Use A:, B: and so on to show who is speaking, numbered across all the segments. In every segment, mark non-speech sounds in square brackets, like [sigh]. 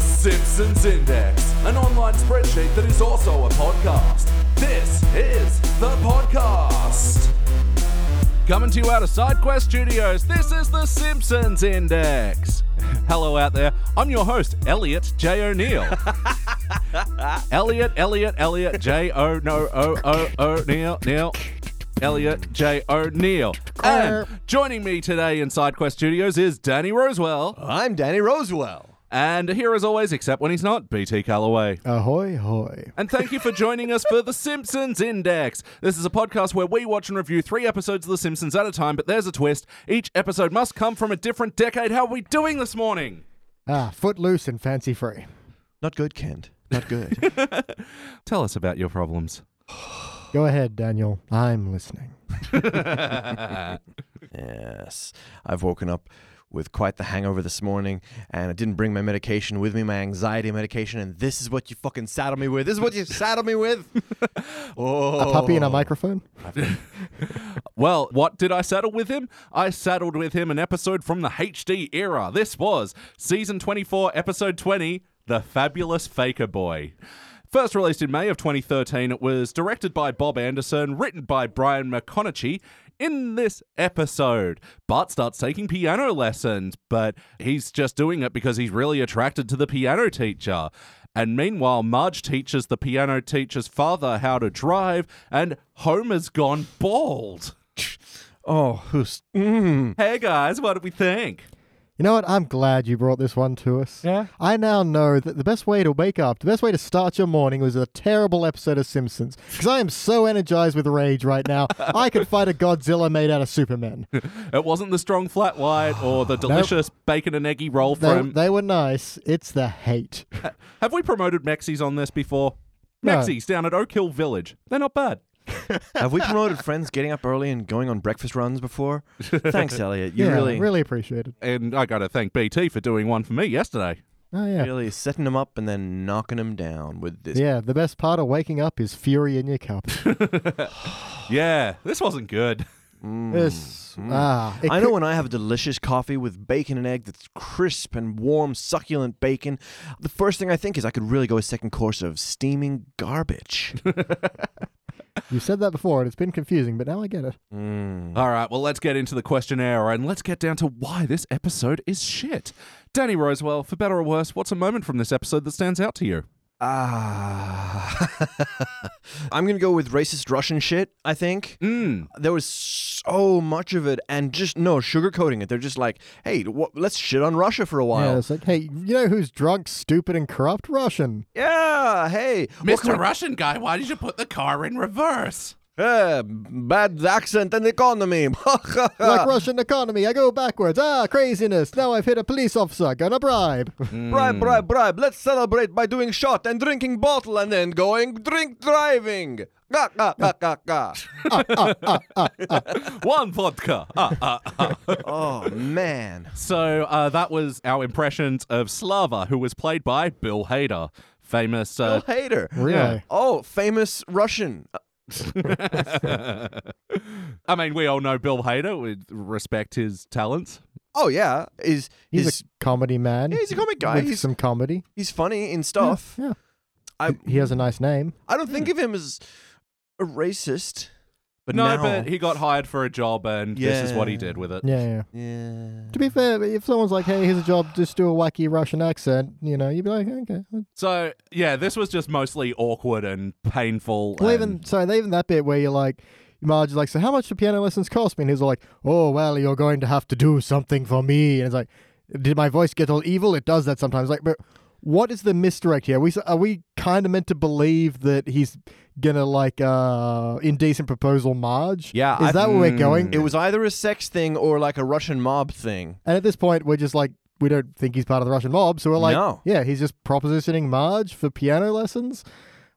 A: Simpsons Index, an online spreadsheet that is also a podcast. This is the podcast. Coming to you out of SideQuest Studios, this is the Simpsons Index. [laughs] Hello out there. I'm your host, Elliot J. O'Neill. [laughs] Elliot, Elliot, Elliot J. O. No, O, O, O, Neil, Neil. Elliot J. O'Neill. And joining me today in SideQuest Studios is Danny Rosewell.
B: I'm Danny Rosewell.
A: And here, as always, except when he's not, BT Calloway.
C: Ahoy, hoy.
A: And thank you for joining us for The Simpsons Index. This is a podcast where we watch and review three episodes of The Simpsons at a time, but there's a twist. Each episode must come from a different decade. How are we doing this morning?
C: Ah, footloose and fancy free.
B: Not good, Kent. Not [laughs] good.
A: Tell us about your problems.
C: Go ahead, Daniel. I'm listening.
B: yes. I've woken up with quite the hangover this morning, and I didn't bring my medication with me, my anxiety medication, and this is what you fucking saddle me with. This is what you saddle me [laughs] with. Oh.
C: A puppy and a microphone?
A: Well, what did I saddle with him? I saddled with him an episode from the HD era. This was season 24, episode 20 The Fabulous Faker Boy. First released in May of 2013, it was directed by Bob Anderson, written by Brian McConaughey. In this episode, Bart starts taking piano lessons, but he's just doing it because he's really attracted to the piano teacher. And meanwhile, Marge teaches the piano teacher's father how to drive, and Homer's gone bald.
B: Oh, who's. Mm.
A: Hey guys, what do we think?
C: You know what? I'm glad you brought this one to us.
A: Yeah?
C: I now know that the best way to wake up, the best way to start your morning was a terrible episode of Simpsons. Because I am so energized with rage right
B: [laughs]
C: now, I could fight a Godzilla made out of Superman.
A: It wasn't the strong flat white or the delicious bacon and eggy roll
C: They,
A: from.
C: they were nice. It's the hate.
A: Have we promoted Maxie's on this before?
C: No.
A: Maxie's down at Oak Hill Village. They're not bad.
B: Have we promoted friends getting up early and going on breakfast runs
C: [laughs]
B: before? Thanks, Elliot. You
C: yeah,
B: really, really,
C: really appreciate it.
A: And I got to thank BT for doing one for me yesterday.
C: Oh, yeah.
B: setting them up and then knocking them down with this.
C: Yeah, the best part of waking up is fury in your cup.
A: Yeah, this wasn't good.
B: Mm.
C: This,
B: Mm.
C: ah, it
B: I know
C: could-
B: when I have a delicious coffee with bacon and egg that's crisp and warm, succulent bacon, the first thing I think is I could really go a second course of steaming
C: [laughs]
B: garbage.
C: you said that before and it's been confusing, but now I get it.
B: Mm.
A: All right, well, let's get into the questionnaire and let's get down to why this episode is shit. Danny Rosewell, for better or worse, what's a moment from this episode that stands out to you?
B: Ah. [laughs] I'm going to go with racist Russian shit, I think.
A: Mm.
B: There was so much of it and just no sugarcoating it. They're just like, hey, wh- let's shit on Russia for a
C: Yeah,
B: while.
C: it's like, hey, you know who's drunk, stupid, and corrupt? Russian.
B: Yeah, hey. what can we-
A: Mr. Russian guy, why did you put the car in reverse?
B: Eh, bad accent and economy. [laughs] Ah.
C: like Russian economy, I go backwards. Ah, craziness. Now I've hit a police officer. Gonna bribe. [laughs]
B: Bribe, bribe, bribe. Let's celebrate by doing shot and drinking bottle and then going drink driving. Ga, ga, ga, ga, ga.
A: One vodka. Ah, ah, ah.
B: [laughs] oh, [laughs] man.
A: So uh, that was our impressions of Slava, who was played by Bill Hader, famous. Uh,
B: Bill Hader.
C: Really?
A: Yeah.
B: Oh, famous Russian.
C: Oh.
A: [laughs]
C: [laughs]
A: I mean, we all know Bill Hader. We respect his talents.
B: Oh, yeah. Is
C: He's,
B: He's,
C: a comedy man.
B: yeah, he's a comic guy.
C: With
B: He's,
C: some comedy.
B: he's funny in stuff.
C: Yeah.
B: I,
C: He has a nice name.
B: I don't think of him as a racist. But
A: no,
B: now-
A: but he got hired for a job, and this is what he
B: Yeah.
A: did with it.
C: Yeah, yeah.
B: Yeah.
C: To be fair, if someone's like, hey, here's a job, just do a wacky Russian accent, you know, you'd be like, okay.
A: So yeah, this was just mostly awkward and painful.
C: Well,
A: and-
C: even, sorry, even that bit where you're like, Marge is like, so how much do piano lessons cost me? And he's all like, oh, well, you're going to have to do something for me. And it's like, did my voice get all evil? It does that sometimes. Like, but what is the misdirect here? Are we, s- are we kind of meant to believe that he's going to, like, uh, indecent proposal Marge?
B: Yeah,
C: Is
B: I- Mm.
C: that where we're going?
B: It was either a sex thing or like a Russian mob thing.
C: And at this point, we're just like, we don't think he's part of the Russian mob. So we're like,
B: No.
C: yeah, he's just propositioning Marge for piano lessons.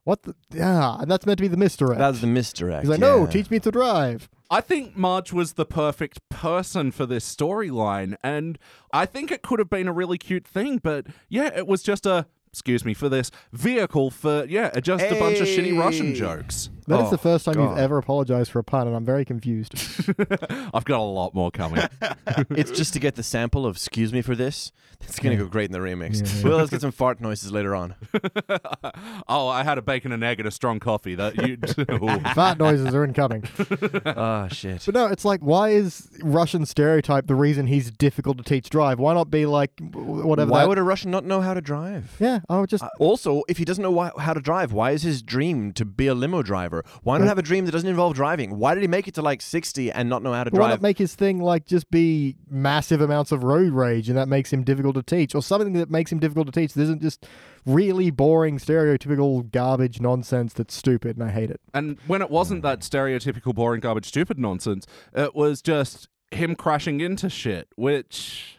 C: What the? Yeah, and that's meant to be the misdirect.
B: That's the misdirect.
C: he's like,
B: yeah.
C: no, teach me to drive.
A: I think Marge was the perfect person for this storyline, and I think it could have been a really cute thing. But yeah, it was just a excuse me for this vehicle for yeah, just a bunch of shitty Russian
B: Hey.
A: jokes.
C: That is
B: Oh,
C: the first time
B: God.
C: you've ever apologized for a pun, and I'm very confused.
A: I've got a lot more coming. [laughs]
B: it's just to get the sample of "Excuse me for this." That's gonna
C: Yeah.
B: go great in the remix.
C: Yeah, yeah.
B: Well, let's get some fart noises later on.
C: [laughs]
A: oh, I had a bacon and egg and a strong coffee. That you. [laughs]
B: [laughs]
C: Fat noises are incoming.
B: oh shit.
C: But no, it's like, why is Russian stereotype the reason he's difficult to teach drive? Why not be like w- whatever?
B: Why
C: that-
B: would a Russian not know how to drive?
C: yeah, I would just
B: Uh, also, if he doesn't know why, how to drive, why is his dream to be a limo driver? Why not have a dream that doesn't involve driving? Why did he make it to like 60 and not know how to
C: Why not
B: drive?
C: make his thing like just be massive amounts of road rage and that makes him difficult to teach, or something that makes him difficult to teach that isn't just really boring, stereotypical garbage nonsense that's stupid and I hate it.
A: and when it wasn't that stereotypical boring garbage stupid nonsense, it was just him crashing into shit, which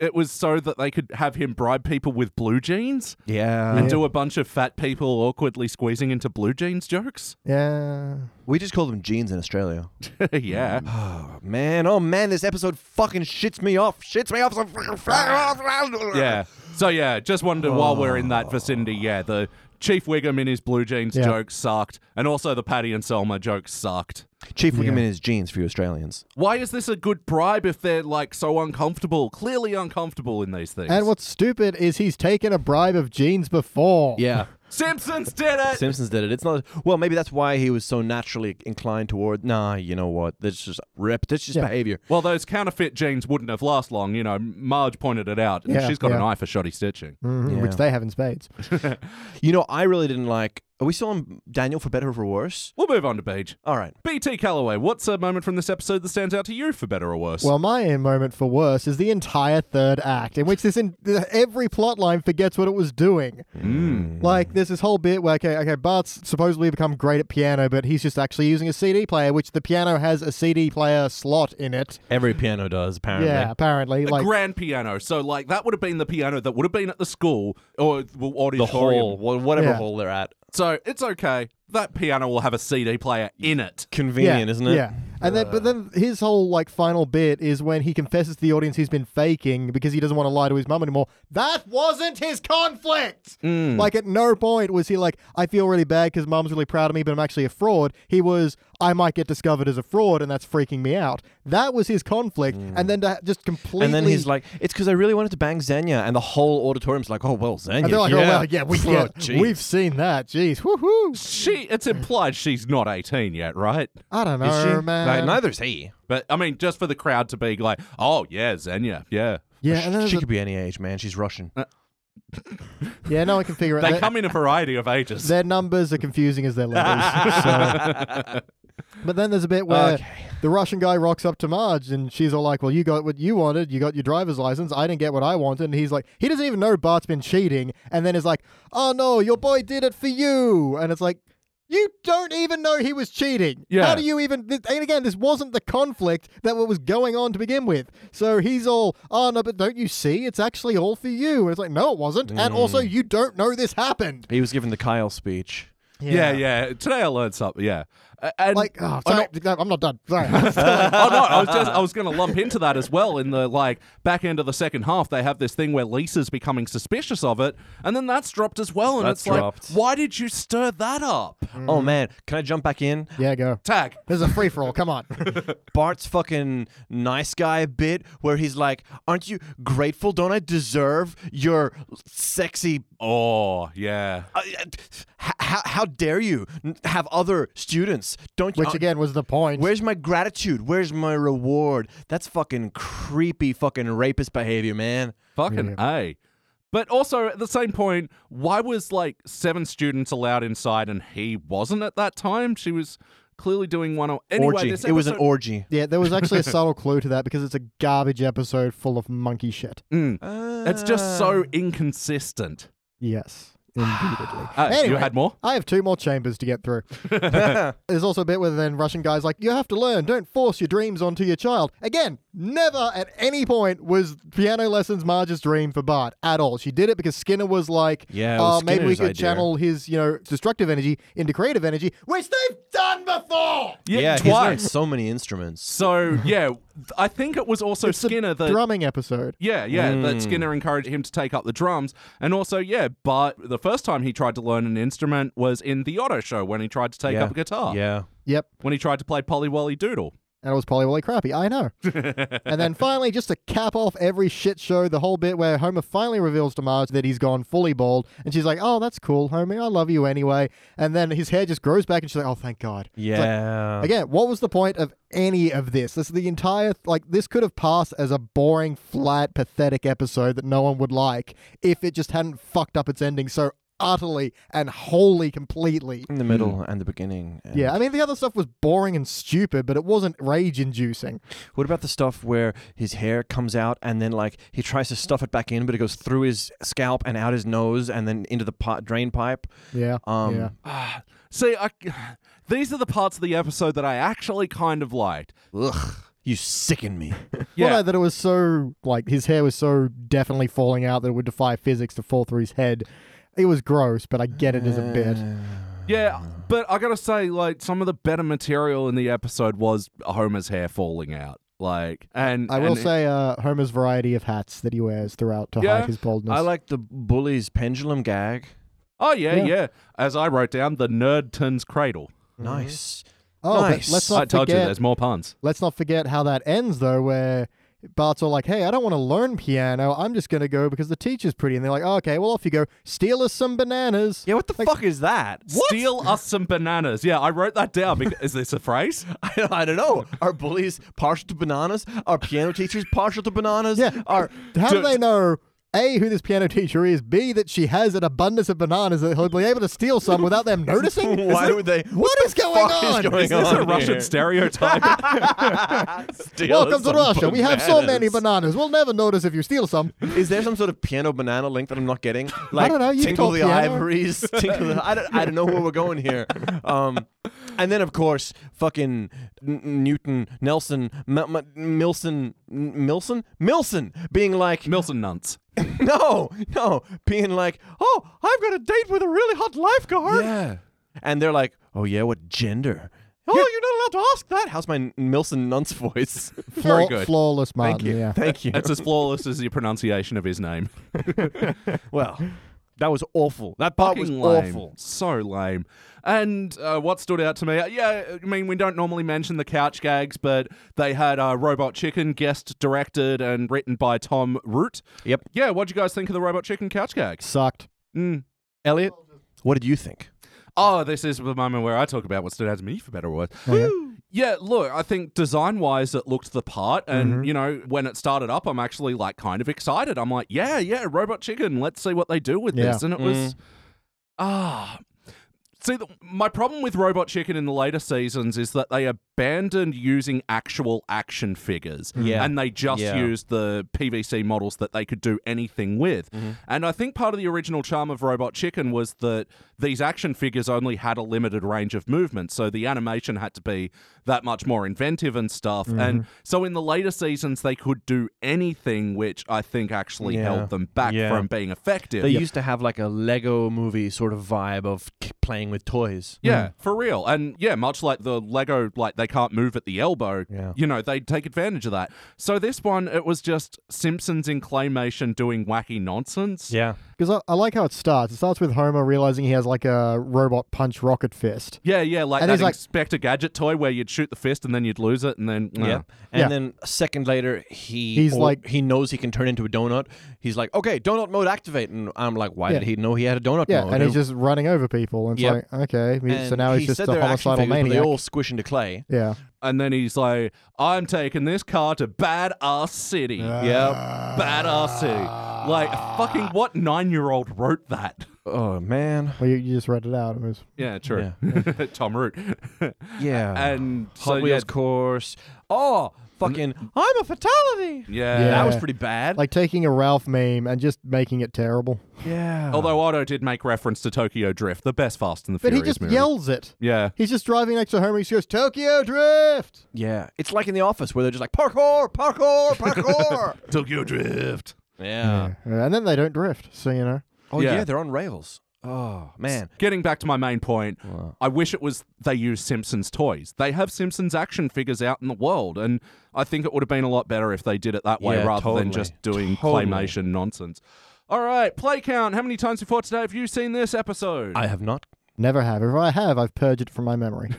A: it was so that they could have him bribe people with blue jeans
B: yeah.
A: and do a bunch of fat people awkwardly squeezing into blue jeans jokes.
C: Yeah.
B: We just call them jeans in Australia.
A: [laughs] yeah.
C: Hmm.
B: Oh, man. Oh, man. This episode fucking shits me off. Shits me off so fucking
A: Yeah. So yeah, just wondered while we're in that vicinity, yeah, the Chief Wiggum in his blue jeans
C: Oh. Yeah.
A: joke sucked, and also the Patty and Selma joke sucked.
B: Chief Wiggum in his jeans for you Australians.
A: Why is this a good bribe if they're like so uncomfortable, clearly uncomfortable in these things?
C: And what's stupid is he's taken a bribe of jeans before.
B: Yeah.
A: Simpsons did it.
B: Simpsons did it. It's not well. Maybe that's why he was so naturally inclined toward. Nah, you know what? That's just rip. That's just
C: Yeah.
B: behavior.
A: well, those counterfeit jeans wouldn't have last long. You know, Marge pointed it out. and
C: Yeah,
A: she's got an
C: yeah.
A: eye for shoddy stitching.
C: Mhm,
B: Yeah.
C: Which they have in spades.
B: You know, I really didn't like. Are we still on Daniel for better or for worse?
A: We'll move on to Beach.
B: All right.
A: BT Calloway, what's a moment from this episode that stands out to you for better or worse?
C: Well, my moment for worse is the entire third act, in which this in- every plot line forgets what it was doing. Like there's this whole bit where okay, okay, Bart's supposedly become great at piano, but he's just actually using a CD player, which the piano has a CD player slot in it.
B: Every piano does apparently.
C: Yeah, apparently,
A: a
C: like
A: grand piano. So, like, that would have been the piano that would have been at the school or well, auditorium.
B: The hall, wha- whatever
C: Yeah.
B: hole they're at.
A: So, it's okay. That piano will have a CD player in it.
B: [laughs] Convenient,
C: yeah,
B: isn't it?
C: Yeah, and then but then his whole like final bit is when he confesses to the audience he's been faking because he doesn't want to lie to his mum anymore. That wasn't his conflict.
B: Mm.
C: Like at no point was he like, I feel really bad because mum's really proud of me, but I'm actually a fraud. He was, I might get discovered as a fraud, and that's freaking me out. That was his conflict, and then to just completely.
B: Mm. And then he's like, "It's because I really wanted to bang Xenia," and the whole auditorium's like, "Oh well, Xenia."
C: And they're like,
B: yeah.
C: oh, well, yeah,
B: [laughs]
C: we
B: Oh,
C: get,
B: jeez.
C: we've seen that. Jeez, woohoo.
A: She, it's implied she's not 18 yet, right?
C: I don't
B: Is she?
C: know, man.
B: Like, neither's he.
A: But, I mean, just for the crowd to be like, oh, yeah, Xenia, yeah.
C: yeah, and then
B: she
C: there's a-
B: could be any age, man. She's Russian.
C: yeah, no one
B: [laughs]
C: can figure it
A: They
C: out.
A: come in a variety of ages.
C: Their numbers are confusing as their letters. so. But then there's a bit where the Russian guy rocks up to Marge and she's all like, Well, you got what you wanted. You got your driver's license. I didn't get what I wanted. And he's like, He doesn't even know Bart's been cheating. And then is like, Oh, no, your boy did it for you. And it's like, you don't even know he was cheating.
A: Yeah.
C: How do you even? th- And again, this wasn't the conflict that what was going on to begin with. So he's all, oh no, but don't you see? It's actually all for you. And it's like, no, it wasn't. And also, you don't know this happened.
B: He was given the Kyle speech.
A: yeah. yeah, Today I learned something, yeah. A- And
C: Like, oh, sorry, no, I'm not done.
A: [laughs]
C: Sorry.
A: oh no, I was just I was going to lump into that as well. In the like back end of the second half, they have this thing where Lisa's becoming suspicious of it, and then that's dropped as well. And
B: That's
A: it's
B: dropped.
A: like, why did you stir that up?
C: Mm-hmm.
B: Oh man, can I jump back in?
C: yeah, go.
A: Tag.
C: This is a free for all. Come on.
B: Bart's fucking nice guy bit where he's like, "Aren't you grateful? Don't I deserve your sexy?
A: Oh yeah.
B: Uh, how how dare you n- have other students? Don't you?"
C: Which again was the point.
B: Where's my gratitude? Where's my reward? That's fucking creepy, fucking rapist behavior, man.
A: Fucking a. But also at the same point, why was like seven students allowed inside and he wasn't at that time? She was clearly doing one. on- Anyway,
B: orgy.
A: this
B: It was an
A: episode-
B: orgy.
C: yeah, there was actually a subtle clue to that because it's a garbage episode full of monkey shit.
A: Mm. Uh, It's just
B: [laughs]
A: so [laughs] inconsistent.
C: Yes,
A: [sighs]
C: indeedly.
A: Uh, You
C: Anyway.
A: had more.
C: I have two more chambers to get through. There's also a bit where then Russian guy's like, you have to learn, don't force your dreams onto your child. Again, never at any point was piano lessons Marge's dream for Bart at all. She did it because Skinner was like,
B: Yeah, it
C: uh,
B: was
C: maybe we
B: Skinner's
C: could
B: idea."
C: channel his, you know, destructive energy into creative energy, which they've done before.
B: yeah, he's learned
A: twice.
B: so many instruments.
A: So yeah, th- I think it was also
C: It's the
A: Skinner that
C: drumming episode.
A: yeah yeah that Skinner encouraged him to take up the drums, and also yeah, Bart the first time he tried to learn an instrument was in the auto show when he tried to take
B: Yeah.
A: up a guitar.
B: Yeah.
C: Yep.
A: When he tried to play Polly Wally Doodle.
C: And it was polywally crappy. I know. and [laughs] then finally, just to cap off every shit show, the whole bit where Homer finally reveals to Marge that he's gone fully bald. And she's like, oh, that's cool, Homer. I love you anyway. And then his hair just grows back and she's like, oh, thank God. It's like,
B: Yeah.
C: Again, what was the point of any of this? This is the entire like this could have passed as a boring, flat, pathetic episode that no one would like if it just hadn't fucked up its ending so utterly and wholly completely.
B: in the middle
A: Hmm.
B: and the beginning. and-
C: Yeah, I mean the other stuff was boring and stupid, but it wasn't rage inducing.
B: What about the stuff where his hair comes out and then like he tries to stuff it back in, but it goes through his scalp and out his nose and then into the pot drain pipe?
C: Yeah.
B: Um,
C: yeah.
A: Ah, See, I, [sighs] these are the parts of the episode that I actually kind of liked.
B: Ugh, you sicken
C: [laughs]
B: me.
C: Well,
A: Yeah.
C: no, that it was so like his hair was so definitely falling out that it would defy physics to fall through his head. It was gross, but I get it
B: Uh,
C: as a bit.
A: Yeah, but I gotta say, like, some of the better material in the episode was Homer's hair falling out. Like, and
C: I will
A: and-
C: say uh, Homer's variety of hats that he wears throughout to
A: Yeah,
C: hide his baldness.
B: I like the bully's pendulum gag.
A: oh yeah, yeah,
C: Yeah.
A: As I wrote down, the Nerdton's cradle.
C: Mm-hmm.
B: Nice.
C: Oh, but
B: Nice.
C: let's
B: Don't
A: I
C: not
A: told you,
C: forget.
A: there's more puns.
C: let's not forget how that ends though, where Bart's all like, "Hey, I don't want to learn piano. I'm just gonna go because the teacher's pretty." And they're like, "Oh, "Okay, well off you go. Steal us some bananas."
B: Yeah, what the fuck is that?
A: Steal us some bananas. Yeah, I wrote that down. Because, is this a [laughs] phrase?
B: [laughs] I, I don't know. Are bullies partial to bananas? Are piano teachers partial to bananas?
C: [laughs] Yeah.
B: Are
C: How do
A: Dude.
C: they know? A, who this piano teacher is. B, that she has an abundance of bananas that he'll be able to steal some
B: [laughs]
C: without them noticing. Is
B: [laughs] why
C: it-
B: would they?
C: [laughs] what is going
B: fuck is
C: on?
B: going
A: Is this
B: on [laughs]
A: a Russian
B: here?
A: stereotype?
B: Steal us
C: Welcome to
B: some
C: Russia. We have so many
B: bananas.
C: bananas. We'll never notice if you
B: [laughs]
C: steal some.
B: Is there some sort of piano banana link that I'm not [laughs] getting? Like
C: don't know, you
B: tinkle
C: talk
B: the [laughs]
C: piano.
B: ivories, tinkle the, I don't I don't know where we're going here. Um and then of course fucking N- N- Newton Nelson M- M- Milson N- Milson Milson being
A: [laughs]
B: like
A: Milton Nunts.
B: no no being like oh I've got a date with a really hot lifeguard and they're like oh yeah what gender oh you're not allowed to ask that how's my N- Milson Nunce [laughs] voice
A: [laughs] Very
C: Flaw-
A: good. [laughs]
C: Flawless Martin.
B: thank you
C: Yeah.
B: thank you
A: That's as flawless as your pronunciation of his [laughs] name.
B: well [laughs] that was awful that part was
A: Fucking lame.
B: awful
A: So lame. And uh, what stood out to me, uh, yeah, I mean, we don't normally mention the couch gags, but they had uh, Robot Chicken guest directed and written by Tom Root.
B: Yep.
A: Yeah, what'd you guys think of the Robot Chicken couch gags?
C: Sucked.
A: Mm.
B: Elliot, what did you think?
A: Oh, this is the moment where I talk about what stood out to me, for better or worse.
C: Oh, yeah?
A: Yeah, look, I think design wise it looked the part. And,
C: Mm-hmm.
A: you know, when it started up, I'm actually like kind of excited. I'm like, yeah, yeah, Robot Chicken, let's see what they do with
C: Yeah.
A: this. And it
B: Mm.
A: was, ah. See, the, my problem with Robot Chicken in the later seasons is that they abandoned using actual action figures.
B: Yeah.
A: And they just
B: Yeah.
A: used the PVC models that they could do anything with.
B: Mm-hmm.
A: And I think part of the original charm of Robot Chicken was that these action figures only had a limited range of movement, so the animation had to be that much more inventive and stuff.
B: Mm-hmm.
A: And so in the later seasons, they could do anything, which I think actually
B: Yeah.
A: held them back
B: Yeah.
A: from being effective.
B: They used to have like a Lego movie sort of vibe of k- playing with toys.
A: Yeah, for real. And yeah, much like the Lego, like they can't move at the elbow,
B: Yeah.
A: you know, they take advantage of that. So this one, it was just Simpsons in claymation doing wacky nonsense.
B: Yeah.
C: Because I, I like how it starts. It starts with Homer realizing he has like a robot punch rocket fist.
A: Yeah, yeah, like
C: And
A: that
C: he's like-
A: Inspector Gadget toy where you'd shoot the fist and then you'd lose it and then.
B: Yeah.
A: Yeah.
B: And
C: Yeah.
B: then a second later, he
C: He's
B: or
C: like-
B: he knows he can turn into a donut. He's like, okay, donut mode activate. And I'm like, why
C: Yeah.
B: did he know he had a donut
C: Yeah,
B: mode?
C: and he's just running over people. And it's
B: Oh, Yep.
C: like, okay, he- so
B: And
C: now he's
B: he
C: just
B: said
C: a
B: they're action
C: homicidal
B: figures, but They
C: maniac.
B: all squish into clay.
C: Yeah.
A: And then he's like, I'm taking this car to Badass City.
B: Yeah.
A: Badass City. Like, fucking what nine year old wrote that?
B: Oh man.
C: Well, you, you just read it out. It was
A: Yeah, true. [laughs] Tom Root.
B: Yeah.
A: and so,
B: Hot Wheels
A: yeah,
B: course. Oh, fucking! I'm a fatality.
A: yeah.
C: Yeah.
B: That was pretty bad.
C: like taking a Ralph meme and just making it terrible.
B: yeah.
A: Although Otto did make reference to Tokyo Drift, the best Fast and the
C: But
A: Furious
C: he just
A: movie.
C: yells it.
A: Yeah.
C: He's just driving next to Homer. He goes, Tokyo Drift.
B: yeah, it's like in the office where they're just like parkour, parkour, parkour. [laughs]
A: Tokyo Drift.
B: Yeah.
C: Yeah, Uh, and then they don't drift. So, you know.
B: Oh
A: Yeah.
B: yeah. they're on rails. Oh man.
A: Getting back to my main point, I wish it was they used Simpsons toys. They have Simpsons action figures out in the world, and I think it would have been a lot better if they did it that way
B: Yeah,
A: rather than
B: totally.
A: just doing
B: Totally.
A: claymation nonsense. All right, play count. How many times before today have you seen this episode?
B: I have not.
C: Never have. If I have, I've purged it from my memory.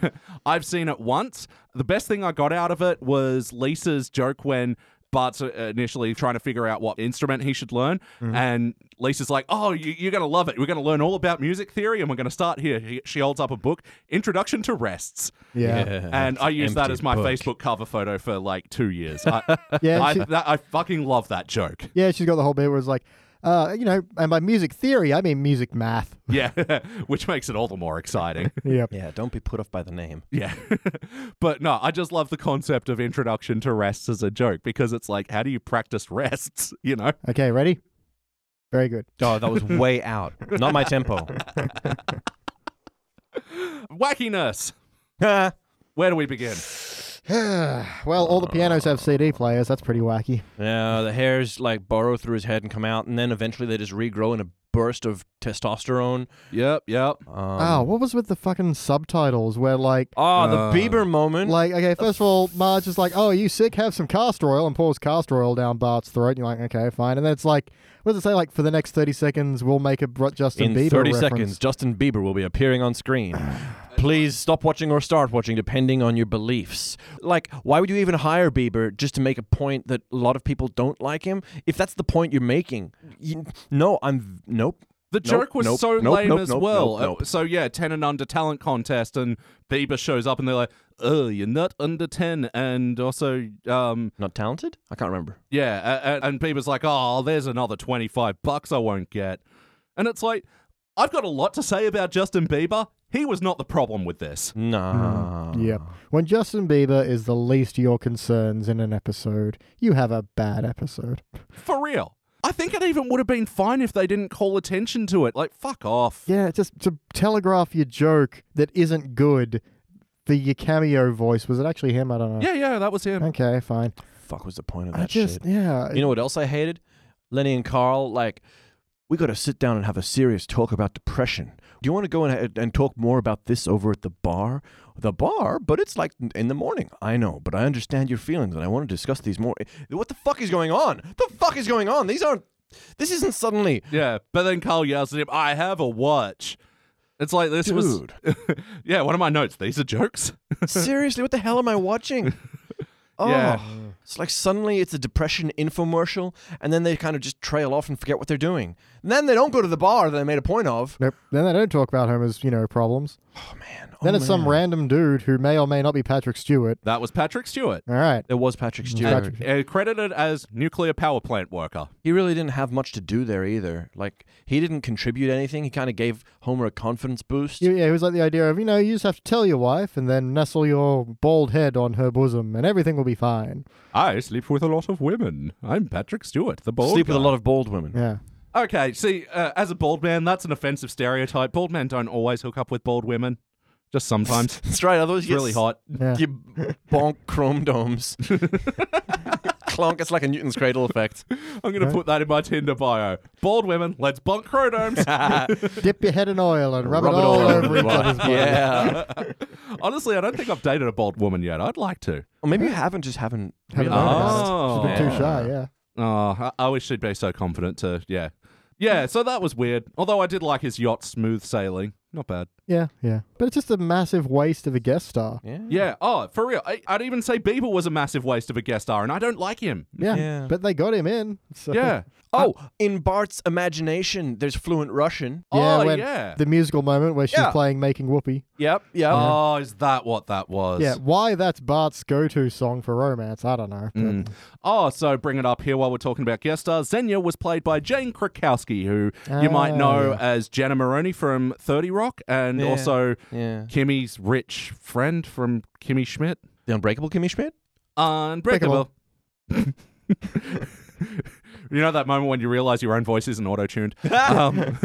A: I've seen it once. The best thing I got out of it was Lisa's joke when Bart's uh, initially trying to figure out what instrument he should learn. And Lisa's like, Oh, you, you're going to love it. We're going to learn all about music theory and we're going to start here. He- she holds up a book, Introduction to Rests.
C: Yeah. Yeah,
A: And I use that
B: Empty
A: as my
B: book.
A: Facebook cover photo for like two years. I,
C: Yeah,
A: I,
C: she-
A: that, I fucking love that joke.
C: she's got the whole bit where it's like, uh, you know, and by music theory, I mean music math.
A: Yeah, [laughs] which makes it all the more exciting.
C: Yep.
B: Yeah, don't be put off by the name.
A: Yeah. [laughs] but no, I just love the concept of introduction to rests as a joke because it's like, how do you practice rests? [laughs] You know?
C: Okay, ready? Very good. [sighs]
B: Oh, that was [laughs] way out. Not my [laughs] tempo.
A: Wackiness.
B: Ah.
A: Where do we begin?
C: well, all the pianos have CD players. That's pretty wacky.
B: Yeah, the hairs like burrow through his head and come out, and then eventually they just regrow in a burst of testosterone.
A: Yep, yep.
B: Um,
C: oh, what was with the fucking subtitles where, like,
B: ah,
A: Uh,
B: the Bieber moment.
C: like okay, first of all, Marge is like, "Oh, are you sick? Have some castor oil," and pours castor oil down Bart's throat. And you're like, "Okay, fine." And then it's like, what does it say? Like for the next thirty seconds, we'll make a Br- Justin
B: in
C: Bieber
B: 30
C: reference.
B: seconds, Justin Bieber will be appearing on
C: [sighs]
B: screen. Please stop watching or start watching, depending on your beliefs. Like, why would you even hire Bieber just to make a point that a lot of people don't like him? If that's the point you're making, you, no, I'm nope.
A: The
B: Nope,
A: joke was
B: nope,
A: so
B: nope,
A: lame
B: nope,
A: as
B: nope,
A: well.
B: nope, nope.
A: Uh, So yeah, ten and under talent contest, and Bieber shows up, and they're like, "Oh, you're not under ten, and also, um,
B: Not talented? I can't remember.
A: yeah." And, and Bieber's like, "Oh, there's another twenty five bucks I won't get," and it's like, I've got a lot to say about Justin Bieber. He was not the problem with this.
B: Nah.
C: Yep. When Justin Bieber is the least of your concerns in an episode, you have a bad episode.
A: For real. I think it even would have been fine if they didn't call attention to it. Like, fuck off.
C: Yeah, just to telegraph your joke that isn't good for your cameo voice. Was it actually him? I don't know.
A: Yeah, yeah, that was him.
C: Okay, fine.
B: Fuck was the point of that
C: I just
B: shit?
C: yeah.
B: You know what else I hated? Lenny and Carl, like, we got to sit down and have a serious talk about depression. Do you want to go and, and talk more about this over at the bar? The bar? But it's like in the morning. I know, but I understand your feelings and I want to discuss these more. Eh, What the fuck is going on? The fuck is going on? These aren't. This isn't suddenly.
A: Yeah, but then Carl yells at him, I have a watch. It's like this was. [laughs] yeah, one of my notes. These are jokes.
B: Seriously, what the hell am I watching? Oh,
A: Yeah.
B: it's like suddenly it's a depression infomercial, and then they kind of just trail off and forget what they're doing. And then they don't go to the bar that they made a point of.
C: Nope. Then they don't talk about Homer's, you know, problems.
B: Oh man!
C: Then
B: Oh,
C: it's some
B: man.
C: random dude who may or may not be Patrick Stewart.
A: That was Patrick Stewart,
C: All right.
B: It was Patrick Stewart.
C: Mm-hmm. Patrick-
A: uh, credited as nuclear power plant worker.
B: He really didn't have much to do there either. Like he didn't contribute anything. He kind of gave Homer a confidence boost.
C: Yeah, it was like the idea of, you know, you just have to tell your wife and then nestle your bald head on her bosom and everything will be fine.
A: I sleep with a lot of women. I'm Patrick Stewart, the bald.
B: Sleep with a
A: guy.
B: lot of bald women.
C: Yeah.
A: Okay, see, uh, as a bald man, that's an offensive stereotype. Bald men don't always hook up with bald women, just
B: [laughs]
A: sometimes.
B: That's right. Otherwise,
A: it's really hot.
C: Yeah.
B: You bonk chrome
C: [laughs]
B: domes. Clonk. It's like a Newton's Cradle
C: [laughs]
B: effect.
A: I'm going to put that in my Tinder bio. Bald women, let's bonk
C: [laughs]
A: chrodomes.
C: Dip your head in oil and rub, it, all over each other's body.
B: Yeah.
A: [laughs] Honestly, I don't think I've dated a bald woman yet. I'd like to.
B: Or maybe you haven't. Just haven't.
C: Haven't
B: realized.
C: known about it. She's been
A: Oh.
C: too shy, yeah.
A: Oh, I, I wish she'd be so confident to, yeah. Yeah, so that was weird. Although I did like his yacht smooth sailing. Not bad.
C: Yeah, yeah. But it's just a massive waste of a guest star.
B: Yeah.
A: Yeah, oh, for real. I, I'd even say Bieber was a massive waste of a guest star, and I don't like him.
C: Yeah.
B: Yeah.
C: But they got him in. So. [laughs]
A: Yeah.
B: Oh, in Bart's imagination, there's fluent Russian.
C: Yeah,
A: oh,
C: when
A: yeah.
C: The musical moment where she's
B: Yeah.
C: playing Making Whoopee.
B: Yep. Yep.
A: Oh, is that what that was?
C: Uh-huh. Yeah, why that's Bart's go to song for romance, I don't know. But
A: Oh, so bring it up here while we're talking about guest stars. Xenia was played by Jane Krakowski, who you might
C: Ah,
A: know
C: yeah.
A: as Jenna Maroney from 30 Rock, and
B: Yeah.
A: also
B: Yeah.
A: Kimmy's rich friend from Kimmy Schmidt.
B: The Unbreakable Kimmy Schmidt.
A: Unbreakable. [laughs] you know that moment when you realize your own voice isn't auto tuned? um,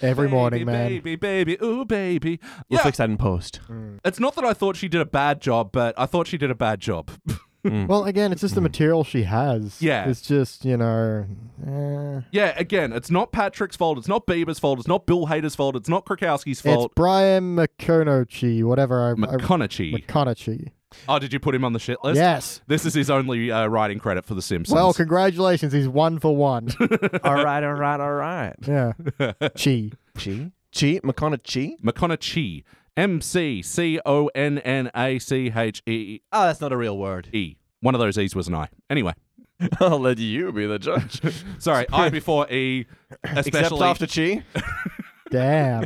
C: Every
A: baby,
C: morning, man.
A: Baby, baby, ooh, baby.
B: We'll
A: Yeah,
B: fix that in
C: [laughs]
B: post.
C: Mm.
A: it's not that I thought she did a bad job, but I thought she did a bad job. [laughs]
B: Mm.
C: Well, again, it's just the material she has.
A: Mm-hmm. Yeah.
C: It's just, you know. eh.
A: yeah, again, it's not Patrick's fault. It's not Bieber's fault. It's not Bill Hader's fault. It's not Krakowski's
C: It's
A: fault.
C: Brian McConochi, whatever. I, I,
A: McConaughey.
C: McConaughey.
A: Oh, did you put him on the shit list?
C: Yes.
A: This is his only uh, writing credit for The Simpsons.
C: Well, congratulations. He's one for
A: [laughs]
C: one.
B: all right, all right, all right.
C: yeah. Chi.
B: Chi? Chi? McConaughey?
A: McConaughey. M C C O N N A C H E
B: Oh, that's not a real word.
A: E. One of those E's was an I. Anyway,
B: [laughs] I'll let you be the judge.
A: sorry, I before E, especially.
B: Except after [laughs] Chi.
A: [laughs]
C: Damn.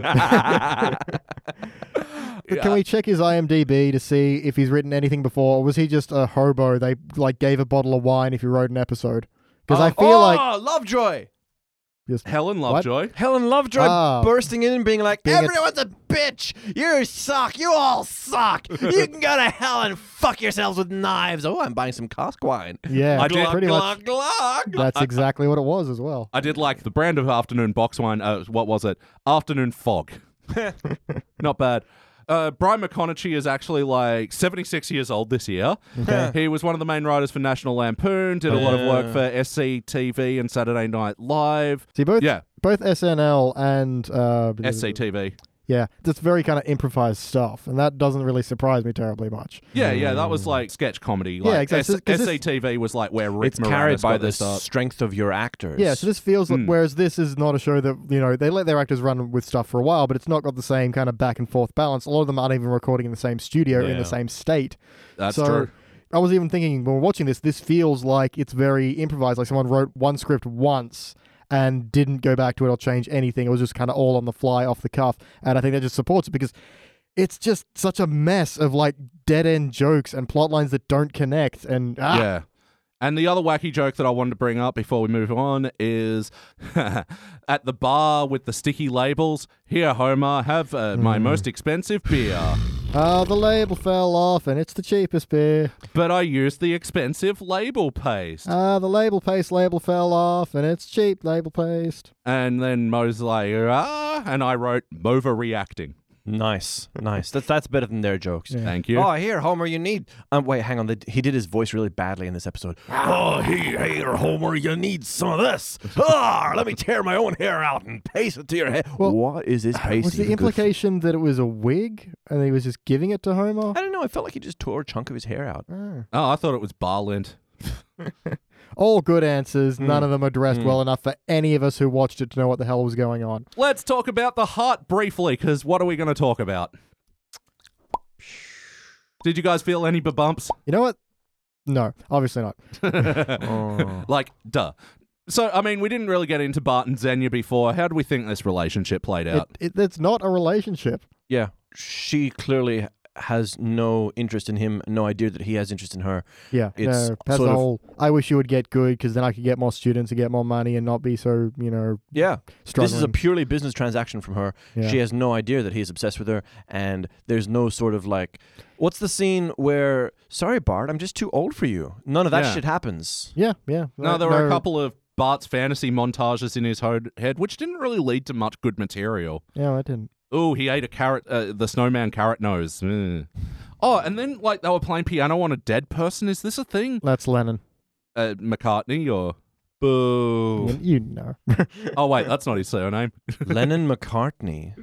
C: Can we check his IMDb to see if he's written anything before, or was he just a hobo? They like gave a bottle of wine if he wrote an episode. Because I feel
B: oh,
C: like
B: Lovejoy.
C: just
A: Helen
C: What?
A: Lovejoy.
B: Helen Lovejoy
C: Oh.
B: bursting in and being like,
C: Being a-
B: everyone's a-, bitch. You suck. You all suck. you can go to hell and fuck yourselves with knives. Oh, I'm buying some cask wine.
C: yeah,
A: I did-
C: pretty much.
B: Glug, glug.
C: That's exactly what it was as well.
A: [laughs] I did like the brand of afternoon box wine. Uh, what was it? Afternoon fog. Not bad. Uh, Brian McConaughey is actually like 76 years old this year. he was one of the main writers for National Lampoon, did a lot of work
B: Yeah.
A: for SCTV and Saturday Night Live.
C: See both
A: Yeah,
C: both SNL and uh,
A: SCTV.
C: Yeah, that's very kind of improvised stuff, and that doesn't really surprise me terribly much.
A: Yeah, yeah, that was like sketch comedy. Like,
C: Yeah, exactly.
A: S-
C: 'Cause this-
A: SCTV was like where Rick
B: It's carried
A: Moranis
B: by
A: got
B: the
A: this up.
B: strength of your actors.
C: Yeah, so this feels like, whereas this is not a show that, you know, they let their actors run with stuff for a while, but it's not got the same kind of back and forth balance. A lot of them aren't even recording in the same studio in
B: Yeah.
C: the same state.
A: That's
C: so
A: true.
C: I was even thinking when we're watching this, this feels like it's very improvised, like someone wrote one script once and didn't go back to it or change anything. It was just kind of all on the fly, off the cuff. And I think that just supports it because it's just such a mess of like dead end jokes and plot lines that don't connect. And ah,
A: Yeah. And the other wacky joke that I wanted to bring up before we move on is [laughs] at the bar with the sticky labels, here, Homer, have uh,
C: Hmm.
A: my most expensive beer,
C: oh, the label fell off and it's the cheapest beer.
A: but I used the expensive label paste.
C: Ah, the label paste label fell off and it's cheap label paste.
A: and then Mo's like, ah, and I wrote Mova reacting.
B: Nice, nice. That's that's better than their jokes.
A: Thank you.
B: Oh, here, Homer, you need. Um, wait, hang on. They, he did his voice really badly in this episode. Oh, here, here, Homer, you need some of this. Ah, let me tear my own hair out and paste it to your head.
C: Well, uh,
B: what is this paste?
C: Was the
B: even good for?
C: implication that it was a wig and he was just giving it to Homer?
B: I don't know. I felt like he just tore a chunk of his hair out.
C: Uh.
A: Oh, I thought it was Barland.
C: All good answers. None of them addressed well enough for any of us who watched it to know what the hell was going on.
A: Let's talk about the heart briefly, because what are we going to talk about? Did you guys feel any bumps?
C: You know what? No, obviously not. Hmm.
A: [laughs] Like, duh. So, I mean, we didn't really get into Bart and Xenia before. How do we think this relationship played
C: It,
A: out?
C: it, it's not a relationship.
B: Yeah, she clearly has no interest in him. No idea that he has interest in her.
C: Yeah,
B: It's
C: no, that's
B: sort of-
C: all. I wish you would get good because then I could get more students and get more money and not be so you know
B: Yeah,
C: struggling.
B: This is a purely business transaction from her.
C: Yeah.
B: She has no idea that he's obsessed with her, and there's no sort of like, what's the scene where, sorry, Bart, I'm just too old for you? None of that
A: Yeah.
B: shit
C: [laughs]
B: happens.
C: yeah, yeah.
A: no, there were a couple of Bart's fantasy montages in his ho- head, which didn't really lead to much good material.
C: Yeah, I didn't.
A: Oh, he ate a carrot, uh, the snowman carrot nose. Mm. Oh, and then, like, they were playing piano on a dead person. Is this a thing?
C: That's Lennon.
A: Uh, McCartney or. Boo.
C: [laughs] You- You know.
A: oh, wait, that's not his
C: [laughs]
A: surname.
B: Lennon McCartney.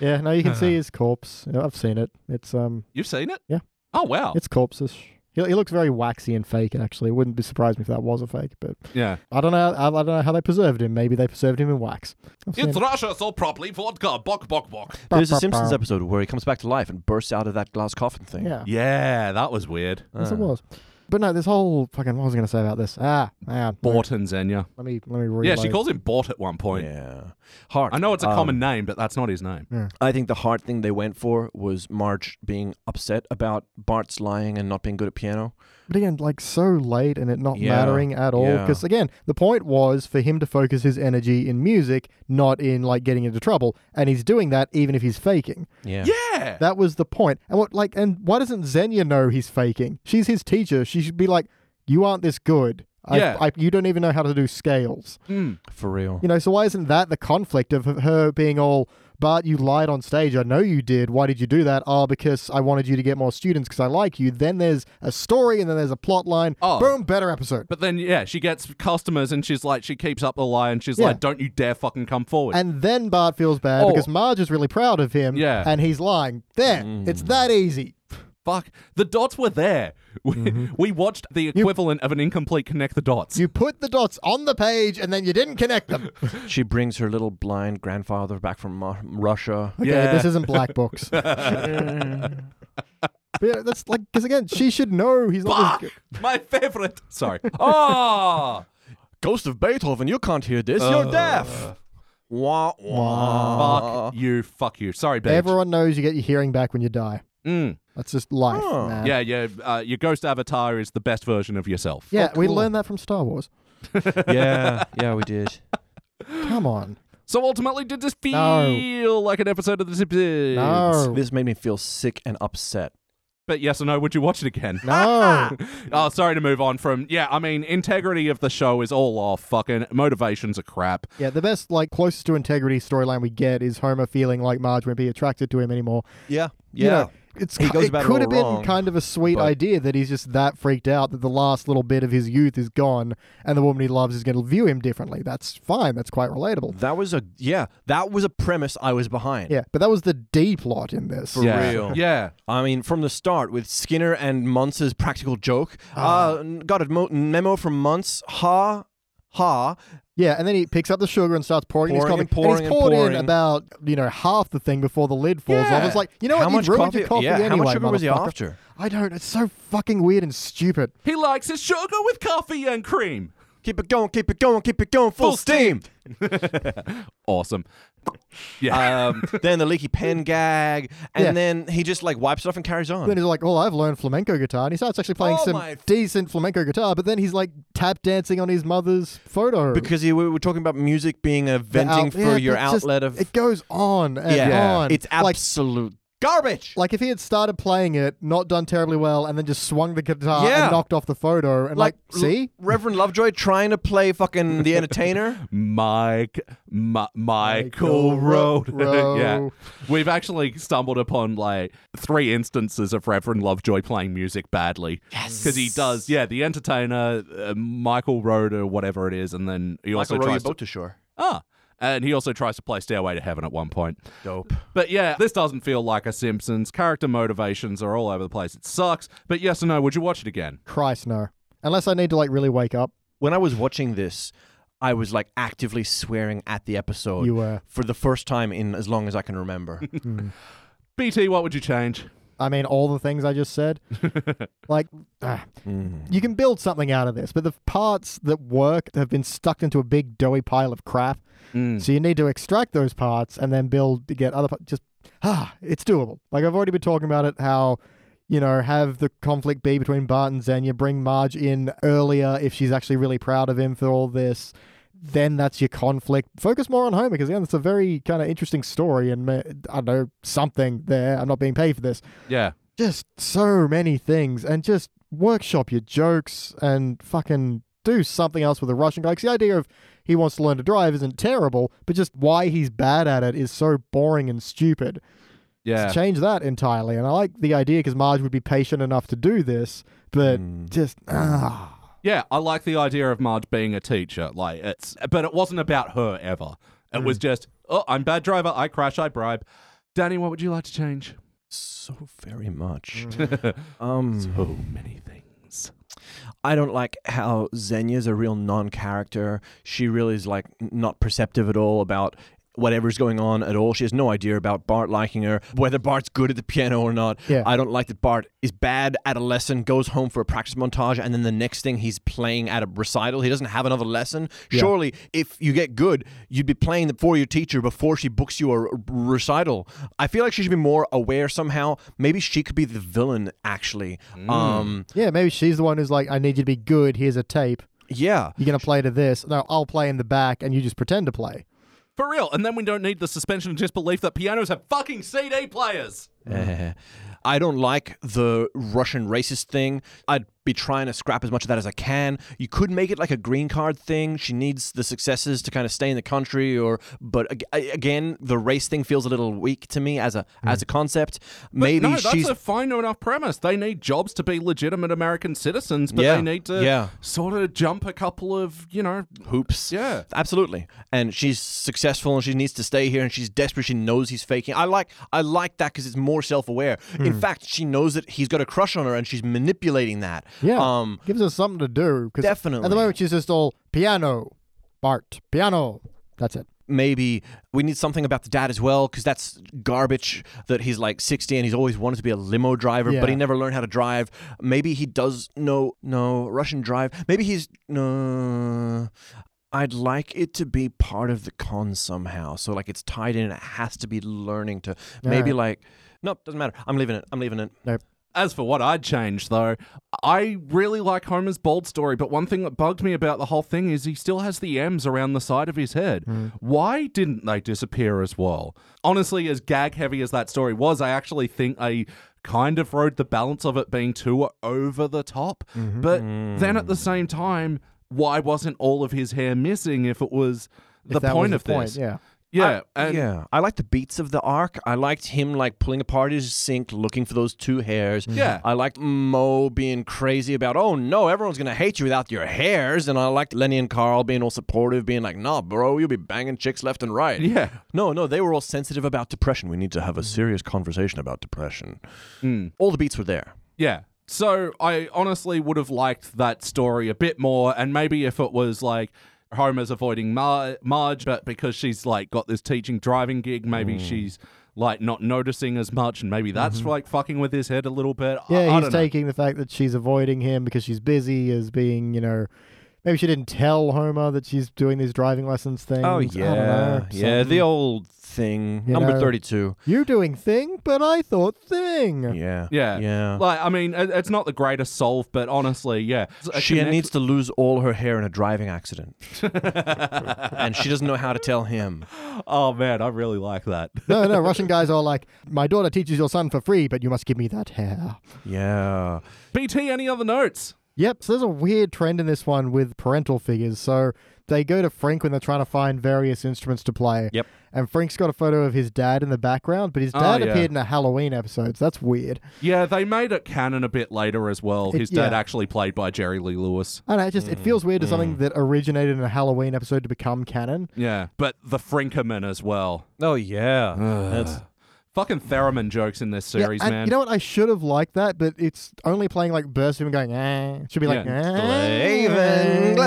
C: yeah, no, you can see his corpse. Yeah, I've seen it. It's um,
A: You've seen it?
C: Yeah.
A: Oh, wow.
C: it's corpses. He, he looks very waxy and fake. Actually, it wouldn't be surprised me if that was a fake. But
A: yeah.
C: I don't know. I, I don't know how they preserved him. Maybe they preserved him in wax. I've seen
A: It's
C: it.
A: Russia, so properly vodka. Bok, bok, bok.
B: There's a
C: Bah, bah,
B: Simpsons
C: bah.
B: episode where he comes back to life and bursts out of that glass coffin thing.
C: Yeah,
A: Yeah, that was weird.
C: yes, it
B: Uh,
C: was. But no, this whole fucking. What was I going to say about this? Ah, man.
A: Bort and Xenia.
C: Let me let me read.
A: Yeah, she calls him Bort at one point.
B: Yeah. Heart.
A: I know it's a
B: Um,
A: common name, but that's not his name.
B: I think the hard thing they went for was Marge being upset about Bart's lying and not being good at piano.
C: But again, like so late and it not
B: Yeah,
C: mattering at all.
B: yeah.
C: Because again, the point was for him to focus his energy in music, not in like getting into trouble. And he's doing that even if he's faking.
B: Yeah.
A: Yeah.
C: That was the point. And what like and why doesn't Xenia know he's faking? She's his teacher. She should be like, You aren't this good. I,
A: Yeah.
C: I, you don't even know how to do scales.
A: Mm.
B: For real.
C: You know, so why isn't that the conflict of her being all, Bart, you lied on stage. I know you did. Why did you do that? Oh, because I wanted you to get more students because I like you. Then there's a story and then there's a plot line.
A: Oh.
C: Boom, better episode.
A: But then, yeah, she gets customers and she's like, she keeps up the lie and she's
C: Yeah.
A: like, don't you dare fucking come forward.
C: And then Bart feels bad
A: Oh.
C: because Marge is really proud of him
A: Yeah. Mm.
C: and he's lying. There, it's that easy.
A: fuck. The dots were there. [laughs] We, we watched the equivalent of an incomplete connect the dots.
C: You put the dots on the page and then you didn't
A: [laughs]
C: connect them.
B: She brings her little blind grandfather back from Mar- Russia.
C: Okay,
A: Yeah.
C: this isn't black
A: [laughs]
C: books. but yeah, that's like because again, she should know he's
A: Fuck!
C: not.
A: [laughs]
C: This,
A: My favorite. Sorry. Oh,
B: Ghost of Beethoven, you can't hear this. You're deaf. Uh, Wah, wah.
A: fuck you. Fuck you. Sorry, bitch.
C: everyone knows you get your hearing back when you die.
A: Mm.
C: That's just life,
B: Oh.
C: man.
A: Yeah, yeah. Uh, your ghost avatar is the best version of yourself.
C: Yeah,
B: Oh,
C: we
B: cool.
C: learned that from Star Wars.
B: yeah, yeah, we did.
C: Come on.
A: So ultimately, did this feel
C: No.
A: like an episode of The Simpsons?
C: No.
B: [laughs] This made me feel sick and upset.
A: But yes or no, would you watch it again?
B: [laughs]
C: No.
A: [laughs] oh, sorry to move on from. Yeah, I mean, integrity of the show is all off. Fucking motivations are crap.
C: yeah, the best, like, closest to integrity storyline we get is Homer feeling like Marge wouldn't be attracted to him anymore.
B: Yeah,
C: You know, it's
B: He
C: ki-
B: goes
C: it
B: about it
C: could
B: all
C: have been
B: wrong,
C: kind of a sweet
B: but-
C: idea that he's just that freaked out that the last little bit of his youth is gone and the woman he loves is going to view him differently. That's fine. That's quite relatable.
B: That was a yeah. That was a premise I was behind.
C: Yeah, but that was the D plot in this.
B: For
A: yeah.
B: real.
A: Yeah.
B: I mean, from the start with Skinner and Munce's practical joke.
C: Ah.
B: Uh, got a mo- memo from Munce. Ha, ha.
C: Yeah, and then he picks up the sugar and starts pouring, in his
B: Pouring
C: coffee.
B: and pouring
C: he's
B: and
C: poured
B: pouring.
C: in about you know half the thing before the lid falls off.
B: Yeah.
C: It's like you know
B: how
C: what?
B: much
C: you ruined
B: coffee?
C: your coffee
B: yeah,
C: anyway.
B: how much sugar was he
C: motherfucker.
B: after?
C: I don't. It's so fucking weird and stupid.
A: He likes his sugar with coffee and cream.
B: Keep it going, keep it going, keep it going, full,
A: Full
B: steam.
A: Awesome. Yeah.
B: um, then the leaky
C: [laughs]
B: pen gag, and
C: Yeah.
B: then he just like wipes it off and carries on.
C: Then he's like, "Well, I've learned flamenco guitar," and he starts actually playing
B: Hmm. Oh
C: some
B: my-
C: decent flamenco guitar. But then he's like tap dancing on his mother's photo.
B: because he, we were talking about music being a
C: The
B: venting
C: out-
B: for
C: yeah,
B: your
C: but just-
B: outlet of
C: it goes on and
B: yeah,
C: on.
B: it's
C: like
B: absolute garbage.
C: like if he had started playing it, not done terribly well, and then just swung the guitar
B: Yeah.
C: and knocked off the photo, and like, see,
B: L- Reverend Lovejoy trying to play fucking
C: [laughs]
B: the entertainer.
A: Mike, Mi- Michael
C: Michael Ro-
A: Road. [laughs]
C: Rowe.
A: yeah. We've actually stumbled upon like three instances of Reverend Lovejoy playing music badly. Yes. Because he does, yeah, The Entertainer, uh, Michael Road, or whatever it is. And then he also
B: row your
A: tries to.
B: boat to shore.
A: Ah. And he also tries to play Stairway to Heaven at one point.
B: Dope.
A: But yeah, this doesn't feel like a Simpsons. Character motivations are all over the place. It sucks. But yes or no, would you watch it again?
C: Christ no. Unless I need to like really wake up,
B: When I was watching this, I was like actively swearing at the episode
C: you uh, were.
B: for the first time in as long as I can
C: [laughs]
B: remember.
A: BT, what would you change? [laughs]
C: I mean, all the things I just said. like, ah.
B: Mm.
C: you can build something out of this, but the parts that work have been stuck into a big doughy pile of crap.
A: Mm.
C: So you need to extract those parts and then build to get other parts. Just, ah, it's doable. Like, I've already been talking about it, how. You know, have the conflict be between Bart and Xenia, bring Marge in earlier if she's actually really proud of him for all this. Then that's your conflict. Focus more on Homer because, again, it's a very kind of interesting story and, ma- I don't know, something there. I'm not being paid for this
A: Yeah.
C: just so many things and just workshop your jokes and fucking do something else with the Russian guy. 'Cause the idea of he wants to learn to drive isn't terrible, but just why he's bad at it is so boring and stupid.
A: Yeah.
C: Change that entirely. And I like the idea because Marge would be patient enough to do this, but just ah.
A: Yeah, I like the idea of Marge being a teacher. Like it's, but it wasn't about her ever. It
B: Mm.
A: was just, oh, I'm bad driver. I crash. I bribe. Danny, what would you like to change?
B: so very much. um,
A: Oh, many things.
B: I don't like how Xenia's a real non-character. She really is like n- not perceptive at all about whatever's going on at all. She has no idea about Bart liking her, whether Bart's good at the piano or not.
C: Yeah.
B: I don't like that Bart is bad at a lesson, goes home for a practice montage, and then the next thing he's playing at a recital. He doesn't have another lesson.
C: Yeah.
B: Surely, if you get good, you'd be playing for your teacher before she books you a r- recital. I feel like she should be more aware somehow. Maybe she could be the villain actually. Um,
C: Yeah, maybe she's the one who's like, I need you to be good. Here's a tape.
B: yeah.
C: You're going to play to this. No, I'll play in the back and you just pretend to play.
A: For real. And then we don't need the suspension of disbelief that pianos have fucking CD players.
B: Eh. I don't like the Russian racist thing. I'd be trying to scrap as much of that as I can. You could make it like a green card thing. She needs the successes to kind of stay in the country, or but ag- I- again, the race thing feels a little weak to me as a as a concept. Maybe
A: Mm. no, that's
B: she's
A: a fine enough premise. They need jobs to be legitimate American citizens, but
B: Yeah,
A: they need to
B: yeah.
A: sort of jump a couple of, you know,
B: hoops.
A: Yeah.
B: absolutely. And she's successful, and she needs to stay here, and she's desperate. She knows he's faking. I like I like that because it's more self aware.
A: Mm.
B: In fact, she knows that he's got a crush on her, and she's manipulating that.
C: Yeah.
B: Um.
C: Gives us something to do. 'cause At
B: Definitely.
C: the moment, she's just all piano, Bart, piano. That's it.
B: maybe we need something about the dad as well because that's garbage that he's like 60 and he's always wanted to be a limo driver
C: Yeah.
B: but he never learned how to drive maybe he does no no russian drive maybe he's no I'd like it to be part of the con somehow. So like it's tied in and it has to be learning to maybe
C: Alright.
B: like nope, doesn't matter. I'm leaving it. I'm leaving it.
A: As for what I'd change, though, I really like Homer's bald story, but one thing that bugged me about the whole thing is he still has the M's around the side of his head.
C: Hmm.
A: Why didn't they disappear as well? Honestly, as gag heavy as that story was, I actually think I kind of rode the balance of it being too over the top.
C: Mm-hmm.
A: But then at the same time, why wasn't all of his hair missing if it was the
C: If that was
A: point
C: the
A: of
C: point,
A: this?
C: Yeah.
A: Yeah, and
B: yeah, I liked the beats of the arc. I liked him like pulling apart his sink, looking for those two hairs.
A: Yeah.
B: I liked Mo being crazy about, oh no, everyone's gonna hate you without your hairs. And I liked Lenny and Carl being all supportive, being like, nah, bro, you'll be banging chicks left and right.
A: Yeah.
B: No, no, they were all sensitive about depression. We need to have a serious conversation about depression. All the beats were there.
A: Yeah. So I honestly would have liked that story a bit more, and maybe if it was like Homer's avoiding Mar- Marge, but because she's like got this teaching driving gig, maybe she's like not noticing as much, and maybe that's like fucking with his head a little bit. I- I,
C: Yeah, he's
A: don't know.
C: taking the fact that she's avoiding him because she's busy as being, you know, maybe she didn't tell Homer that she's doing these driving lessons things.
A: Oh,
C: I don't know,
B: Oh, yeah,
C: something.
B: the old thing,
C: You
B: number
C: know.
B: thirty-two.
C: You're doing thing, but I thought
A: [laughs]
C: thing.
B: Yeah,
A: Yeah.
B: yeah.
A: Like, I mean, it- it's not the greatest solve, but honestly, yeah. It's a
B: she
A: connect-
B: needs to lose all her hair in a driving accident. [laughs] and she doesn't know how to tell him.
A: Oh, man, I really like that.
C: no, no, Russian guys are like, my daughter teaches your son for free, but you must give me that hair.
B: Yeah.
A: BT, any other notes?
C: Yep, so there's a weird trend in this one with parental figures. So they go to Frank when they're trying to find various instruments to play.
B: Yep.
C: And Frank's got a photo of his dad in the background, but his
A: Oh,
C: dad
A: yeah.
C: appeared in a Halloween episode, so that's weird.
A: Yeah, they made it canon a bit later as well.
C: It-
A: His dad
C: yeah.
A: actually played by Jerry Lee Lewis.
C: I don't know, it just it feels weird to
A: Hmm.
C: something that originated in a Halloween episode to become canon.
A: Yeah. But the Frinkerman as well.
B: Oh yeah. That's
A: Fucking theremin jokes in this
C: Yeah,
A: series,
C: and
A: man.
C: You know what? I should have liked that, but it's only playing like bursts and going, eh. It should be like, eh.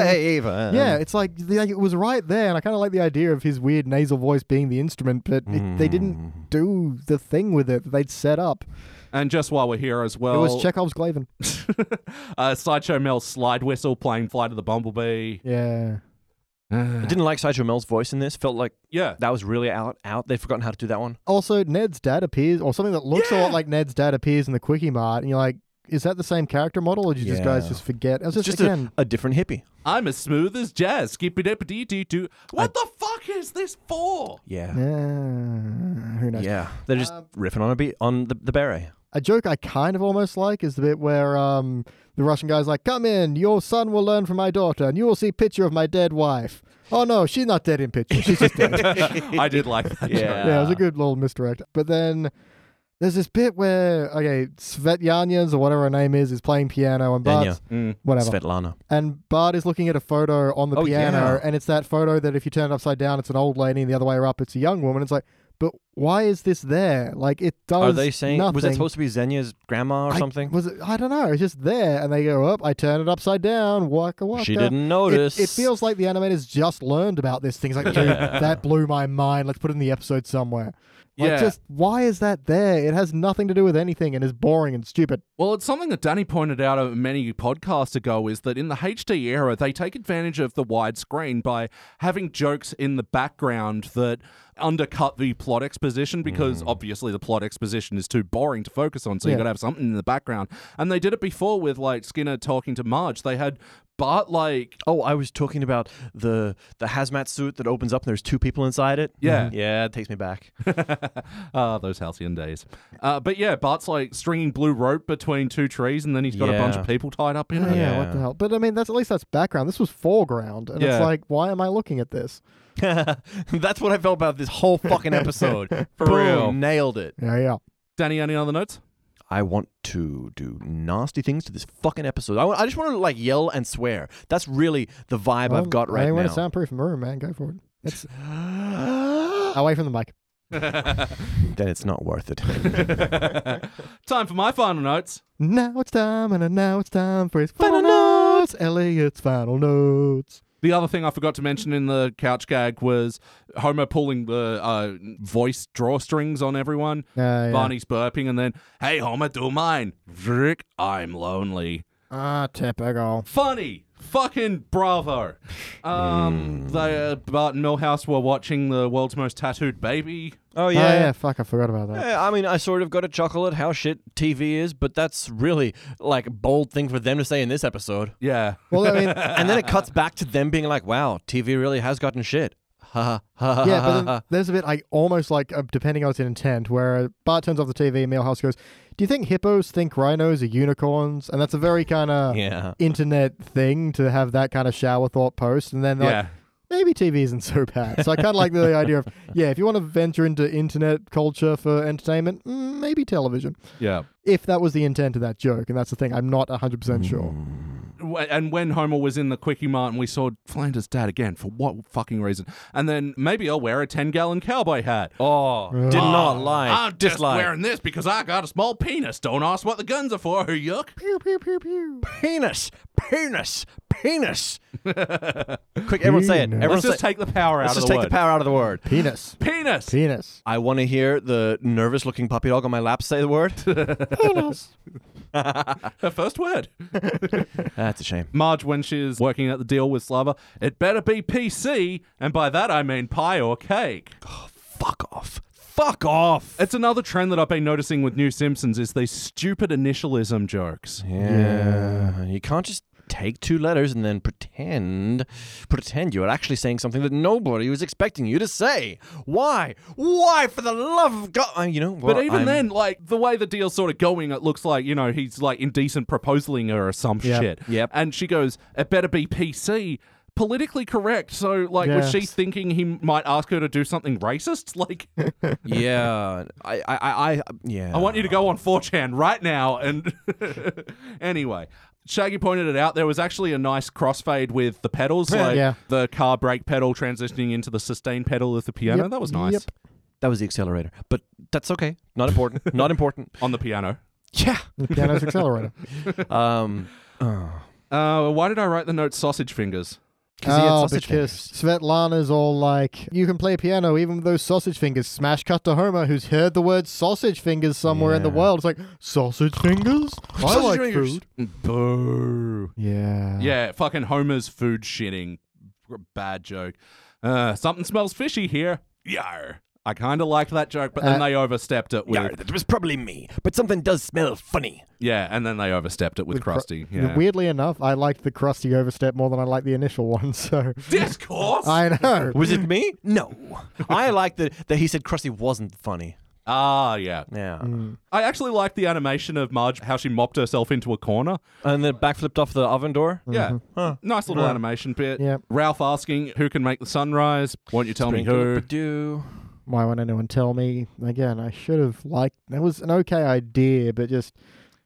B: Glaven.
C: Yeah, it's like, like it was right there, and I kind of like the idea of his weird nasal voice being the instrument, but it, they
B: Hmm.
C: didn't do the thing with it that they'd set up.
A: and just while we're here as
C: It
A: well,
C: was Chekhov's Glaven.
A: uh, Sideshow Mel's slide whistle playing Flight of the Bumblebee.
C: [sighs] Yeah.
B: I didn't like Sideshow Mel's voice in this. Felt like
A: Yeah.
B: that was really out out. They've forgotten how to do that one.
C: Also, Ned's dad appears, or something that looks a lot like Ned's dad appears in the Quickie Mart, and you're like, is that the same character model, or did you just guys
B: Yeah.
C: just forget? I was
B: It's
C: just,
B: just
C: again,
B: a, a different hippie.
A: I'm as smooth as jazz. Skippy dippity doo doo. What the fuck is this for? [laughs]
B: Yeah.
C: yeah, who knows?
B: Yeah. They're just
C: Um,
B: riffing on a beat on the, the beret.
C: A joke I kind of almost like is the bit where um, the Russian guy's like, "Come in, your son will learn from my daughter, and you will see picture of my dead wife." Oh no, she's not dead in picture; she's just dead.
A: I did like that.
B: Yeah.
A: Joke.
C: yeah, it was a good little misdirect. But then there's this bit where okay, Svetlana's or whatever her name is is playing piano, and
B: Vanya.
C: Bart's
A: Mm.
C: whatever,
B: Svetlana.
C: and Bart is looking at a photo on the
B: Oh,
C: piano,
B: yeah.
C: and it's that photo that if you turn it upside down, it's an old lady, and the other way up, it's a young woman. It's like. But why is this there? Like it does.
B: Are they saying was that
C: Oh, nothing.
B: supposed to be Xenia's grandma or
C: I-
B: something?
C: Was it, I don't know. It's just there, and they go up. I turn it upside down. Waka waka.
B: She didn't
C: It-
B: notice.
C: It, feels like the animators just learned about this thing. It's like, dude, that blew my mind. Let's put it in the episode somewhere. Like,
A: Yeah.
C: just why is that there? It has nothing to do with anything, and is boring and stupid.
A: Well, it's something that Danny pointed out uh, many podcasts ago is that in the HD era, they take advantage of the widescreen by having jokes in the background that undercut the plot exposition because obviously the plot exposition is too boring to focus on. So you
C: Yeah.
A: got to have something in the background. And they did it before with like Skinner talking to Marge. They had but like [laughs]
B: Oh, I was talking about the the hazmat suit that opens up and there's two people inside it.
C: Mm-hmm.
A: Yeah.
B: yeah, it takes me
C: [laughs]
B: back. [laughs]
A: Ah, those halcyon days. Uh, but yeah, Bart's like stringing blue rope between two trees, and then he's got a bunch
B: Yeah.
A: of people tied up in
C: Yeah,
A: it.
C: what the
B: Yeah.
C: hell? But I mean, that's at least that's background. This was foreground, and
A: Yeah.
C: it's like, why am I looking at this?
B: That's what I felt about this whole fucking episode.
A: For
B: Boom,
A: real.
B: nailed it.
C: Yeah, yeah.
A: Danny, any other notes? [laughs]
B: I want to do nasty things to this fucking episode. I, wa- I just want to like yell and swear. That's really the vibe
C: Well,
B: I've got
C: I
B: right
C: mean, when
B: now.
C: it's soundproof in the room, man, go for it. It's away from the mic.
B: [gasps] then it's not worth it.
A: Time for my final notes.
C: Now it's time, and now it's time for his final notes. Elliot's final notes.
A: The other thing I forgot to mention in the couch gag was Homer pulling the uh, voice drawstrings on everyone.
C: Yeah, yeah.
A: Barney's burping, and then, hey, Homer, do mine. Vrick, I'm lonely.
C: Ah, typical.
A: funny. Fucking bravo.
C: Hmm.
A: Um, they, uh, Bart and Milhouse were watching the world's most tattooed baby.
B: oh
C: Oh, yeah. fuck, I forgot about that.
B: Eh, I mean, I sort of got a chuckle at how shit TV is, but that's really like a bold thing for them to say in this episode.
A: Yeah.
C: Well, I mean,
B: And then it cuts back to them being like, "Wow, TV really has gotten shit." Ha ha ha.
C: yeah,
B: ha,
C: but
A: [laughs]
B: ha, ha.
C: then there's a bit like almost like uh, depending on its intent, where Bart turns off the TV, and Milhouse goes, "Do you think hippos think rhinos are unicorns?" And that's a very kind
B: [laughs]
C: of
B: yeah.
C: internet thing to have that kind of shower thought post, and then like
A: yeah.
C: maybe TV isn't so bad. So I kind of like the
A: [laughs]
C: idea of yeah, if you want to venture into internet culture for entertainment, mm, maybe television.
A: Yeah.
C: If that was the intent of that joke, and that's the thing, I'm not 100 percent sure.
A: Mm. W- And when Homer was in the quickie mart and we saw Flanders' dad again, for what fucking reason? And then maybe I'll wear a 10 gallon cowboy hat.
B: Oh, did not
A: Oh,
B: like.
A: I'm just
B: dislike.
A: wearing this because I got a small penis. Don't ask what the guns are for, yuck.
C: Pew pew pew pew.
B: penis, penis, penis. [laughs] Quick, everyone say it.
C: Penis.
B: Everyone
A: Let's just
B: say-
A: take the power out
B: Let's
A: of
B: just
A: the
B: take
A: word.
B: the power out of the word.
C: Penis.
A: Penis. [laughs]
C: Penis.
B: I want to hear the nervous-looking puppy dog on my lap say
A: [laughs]
B: the word.
C: Penis.
A: Her first word.
B: That's a shame.
A: Marge, when she's working out the deal with Slava, it better be PC, and by that I mean pie or cake.
B: Fuck off. Fuck off.
A: It's another trend that I've been noticing with New Simpsons is these stupid initialism jokes.
B: Yeah. You can't just take two letters and then pretend pretend you're actually saying something that nobody was expecting you to say. Why? Why for the love of God? Uh, you know,
A: But
B: well,
A: even
B: I'm-
A: then, like the way the deal's sort of going, it looks like you know he's like indecent proposaling her or some
C: Yep.
A: shit.
B: Yep.
A: And she goes, "It better be PC." Politically correct. So, like, was she
C: Yes.
A: thinking he might ask her to do something racist? [laughs] Like,
B: [laughs] Yeah. I I I, I yeah.
A: I want you to go on 4chan right now. And [laughs] anyway, Shaggy pointed it out. There was actually a nice crossfade with the pedals, like
C: yeah.
A: the car brake pedal transitioning into the sustain pedal of the piano.
C: Yep,
A: That was nice
C: yep.
B: That was the accelerator. But that's okay. Not [laughs] important. Not important.
A: on the piano.
B: Yeah.
C: The piano's accelerator.
B: Um oh.
A: Uh, why did I write the note sausage fingers?
B: he had
C: Oh,
B: sausage
C: because Svetlana's all like, you can play piano even with those sausage fingers. Smash cut to Homer, who's heard the word sausage fingers somewhere in the
B: Yeah.
C: world. It's like, sausage fingers? I
B: Sausage
C: like
B: fingers.
C: food.
A: Boo.
C: Yeah.
A: Yeah, fucking Homer's food shitting. Bad joke. Uh, something smells fishy here. Yar. I kind of liked that joke, but then
C: Uh,
A: they overstepped it with.
B: Yeah, that was probably me. But something does smell funny.
A: Yeah, and then they overstepped it with,
C: Cru-
A: Krusty. yeah.
C: Weirdly enough, I liked the crusty overstep more than I liked the initial one. [laughs] So
A: Discourse?
B: [laughs]
C: I know.
B: Was it me? No. I like that that he said Krusty wasn't funny.
A: ah, yeah.
B: Yeah.
C: Mm,
A: I actually like the animation of Marge, how she mopped herself into a corner.
B: And then backflipped off the oven door.
A: Yeah. Nice little animation bit.
C: mm-hmm. Yeah.
A: Ralph asking, who can make the sunrise? Won't you tell me who?
B: do.
C: Why won't anyone tell me? Again, I should have liked. That was an okay idea, but just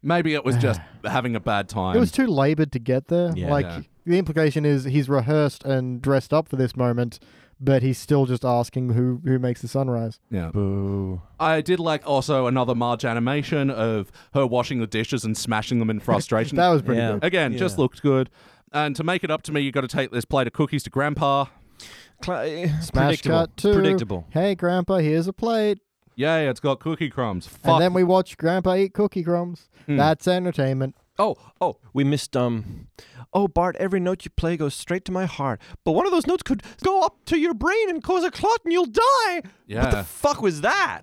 A: Maybe it was
C: [sighs]
A: just having a bad time.
C: it was too labored to get there.
B: Yeah.
C: like
A: Yeah.
C: the implication is he's rehearsed and dressed up for this moment, but he's still just asking who who makes the sunrise.
A: yeah.
B: Boo.
A: I did like also another Marge animation of her washing the dishes and smashing them in frustration.
C: [laughs] That was pretty
B: Yeah.
C: good.
A: Again, just
B: Yeah.
A: looked good. And to make it up to me, you got to take this plate of cookies to Grandpa.
C: Smash
B: eh, predictable.
C: cut to
B: Predictable.
C: Hey, Grandpa, here's a plate,
A: Yay, it's got cookie crumbs. Fuck.
C: and then we watch Grandpa eat cookie crumbs. That's entertainment.
B: Oh, oh, we missed. Um, oh, Bart, every note you play goes straight to my heart, but one of
A: [laughs]
B: those notes could go up to your brain and cause a clot, and you'll die. What
A: Yeah.
B: the fuck was that?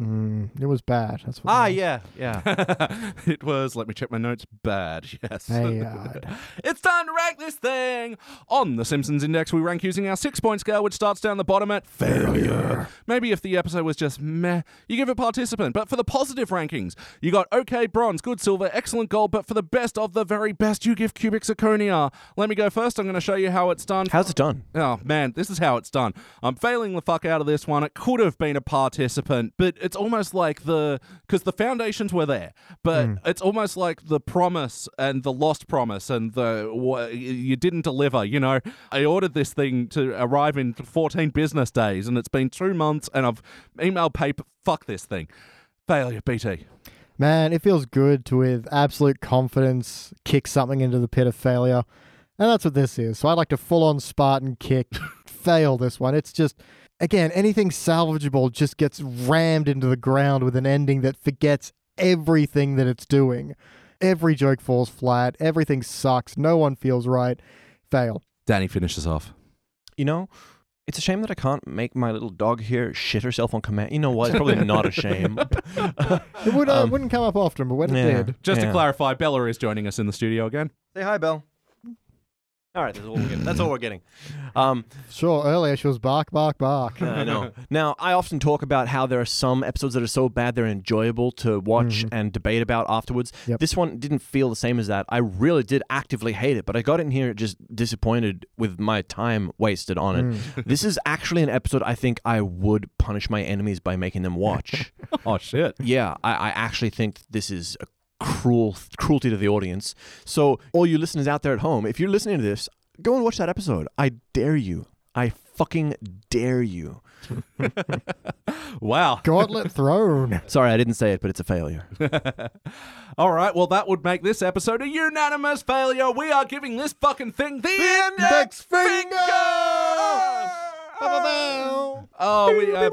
C: Mm, it was bad. That's what
B: Ah,
C: it was.
B: yeah, yeah.
A: it was, let me check my notes, bad, [laughs] yes.
C: Bad.
A: it's time to rank this thing! On the Simpsons Index, we rank using our six point scale, which starts down the bottom at failure. Maybe if the episode was just meh, you give it participant. But for the positive rankings, you got okay bronze, good silver, excellent gold, but for the best of the very best, you give cubic zirconia. Let me go first, I'm going to show you how it's done.
B: How's it done?
A: Oh man, this is how it's done. I'm failing the fuck out of this one. It could have been a participant, but it's almost like the because the foundations were there, but it's almost like the promise and the lost promise and the wha- you didn't deliver. You know, I ordered this thing to arrive in 14 business days, and it's been two months, and I've emailed paper. Fuck this thing, failure, BT.
C: Man, it feels good to, with absolute confidence, kick something into the pit of failure. And that's what this is. So I'd like to full on Spartan kick, [laughs] fail this one. It's just, again, anything salvageable just gets rammed into the ground with an ending that forgets everything that it's doing. Every joke falls flat. Everything sucks. No one feels right. Fail.
A: Danny finishes off.
B: You know, it's a shame that I can't make my little dog here shit herself on command. You know what? It's probably not a shame.
C: It would, uh,
B: Um,
C: wouldn't come up often, but when it
B: yeah.
C: did,
A: Just to
B: Yeah.
A: clarify, Bella is joining us in the studio again. [laughs]
B: Say hi, Bell. All right, that's all we're getting. That's all we're getting. Um,
C: sure, earlier she was bark, bark, bark.
B: I know. [laughs] Now, I often talk about how there are some episodes that are so bad they're enjoyable to watch and debate about afterwards.
C: Yep.
B: This one didn't feel the same as that. I really did actively hate it, but I got in here just disappointed with my time wasted on it.
C: Mm.
B: this is actually an episode I think I would punish my enemies by making them [laughs] watch.
A: Oh shit.
B: yeah, I, I actually think this is a cruel cruelty to the audience. So, all you listeners out there at home, if you're listening to this, go and watch that episode. I dare you. I fucking dare you.
A: Wow.
C: Gauntlet Throne.
B: Sorry, I didn't say it, but it's a [laughs] failure.
A: All right, well, that would make this episode a unanimous failure. We are giving this fucking thing the, index finger! Oh, we have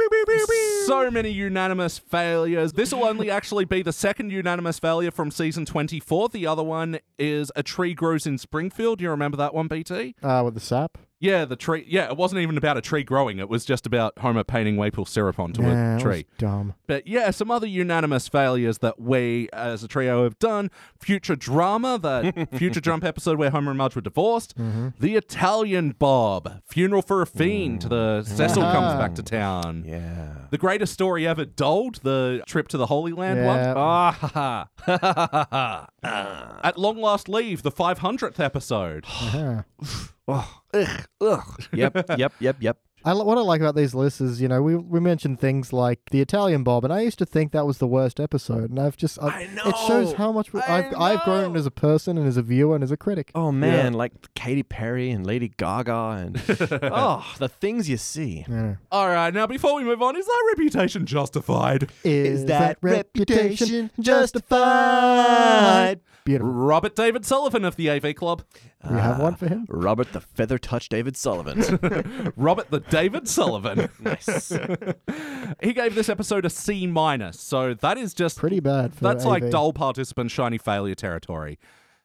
A: so many unanimous failures. This will only actually be the second unanimous failure from season 24. The other one is A Tree Grows in Springfield. You remember that one, BT?
C: Uh, with the sap.
A: Yeah, the tree. Yeah, it wasn't even about a tree growing. It was just about Homer painting Waypool syrup onto
C: Nah,
A: a
C: it was
A: tree.
C: dumb.
A: But yeah, some other unanimous failures that we as a trio have done. Future Drama, that Future Jump episode where Homer and Marge were divorced. The Italian Bob, Funeral for a Fiend, the Cecil comes back to town.
B: Yeah.
A: The greatest story ever told, the trip to the Holy Land one.
C: Yeah.
A: Ah, ha, ha. ha, ha, ha, ha. [laughs] At long last leave, the 500th episode.
C: Yeah.
B: Oh, Ugh. Ugh. Yep. Yep. Yep. Yep.
C: I, li- what I like about these lists is, you know, we we mentioned things like the Italian Bob, and I used to think that was the worst episode, and I've just I,
B: I
C: it shows
B: know.
C: how much we,
B: I
C: I've I've grown
B: know.
C: as a person and as a viewer and as a critic.
B: Oh man, like Katy Perry and Lady Gaga [laughs] and oh, the things you see.
C: Yeah.
A: All right, now before we move on, is that reputation justified?
C: Is,
B: that reputation justified?
C: [laughs] Beautiful.
A: Robert David Sullivan of the AV Club.
C: We have one for him.
B: Robert the Feather Touch David [laughs] Sullivan.
A: Robert the David Sullivan.
B: nice.
A: He gave this episode a C minus, so that is just
C: Pretty bad. For
A: that's like
C: AV.
A: dull participant shiny failure territory.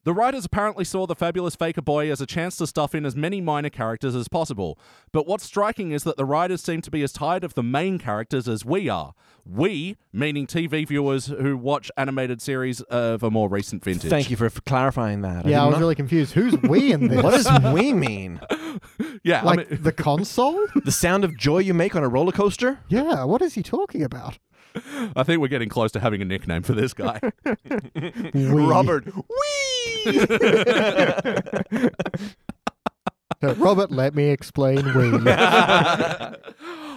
A: The writers apparently saw the fabulous Faker Boy as a chance to stuff in as many minor characters as possible. But what's striking is that the writers seem to be as tired of the main characters as we are. We, meaning TV viewers who watch animated series of a more recent vintage.
B: Thank you for, for clarifying that.
C: Yeah,
B: did
C: I was
B: not-
C: really confused. Who's we in
B: [laughs]
C: this?
B: What does we mean?
A: Yeah, I
C: like
A: mean, [laughs]
B: [laughs]
C: the console?
B: The sound of joy you make on a roller coaster?
C: yeah. What is he
B: [laughs]
C: talking about?
A: I think we're getting close to having a nickname for this
C: [laughs]
A: guy.
C: We.
B: Robert.
A: [laughs]
B: Wee.
C: Uh, Robert, let me
B: [laughs]
C: explain. We.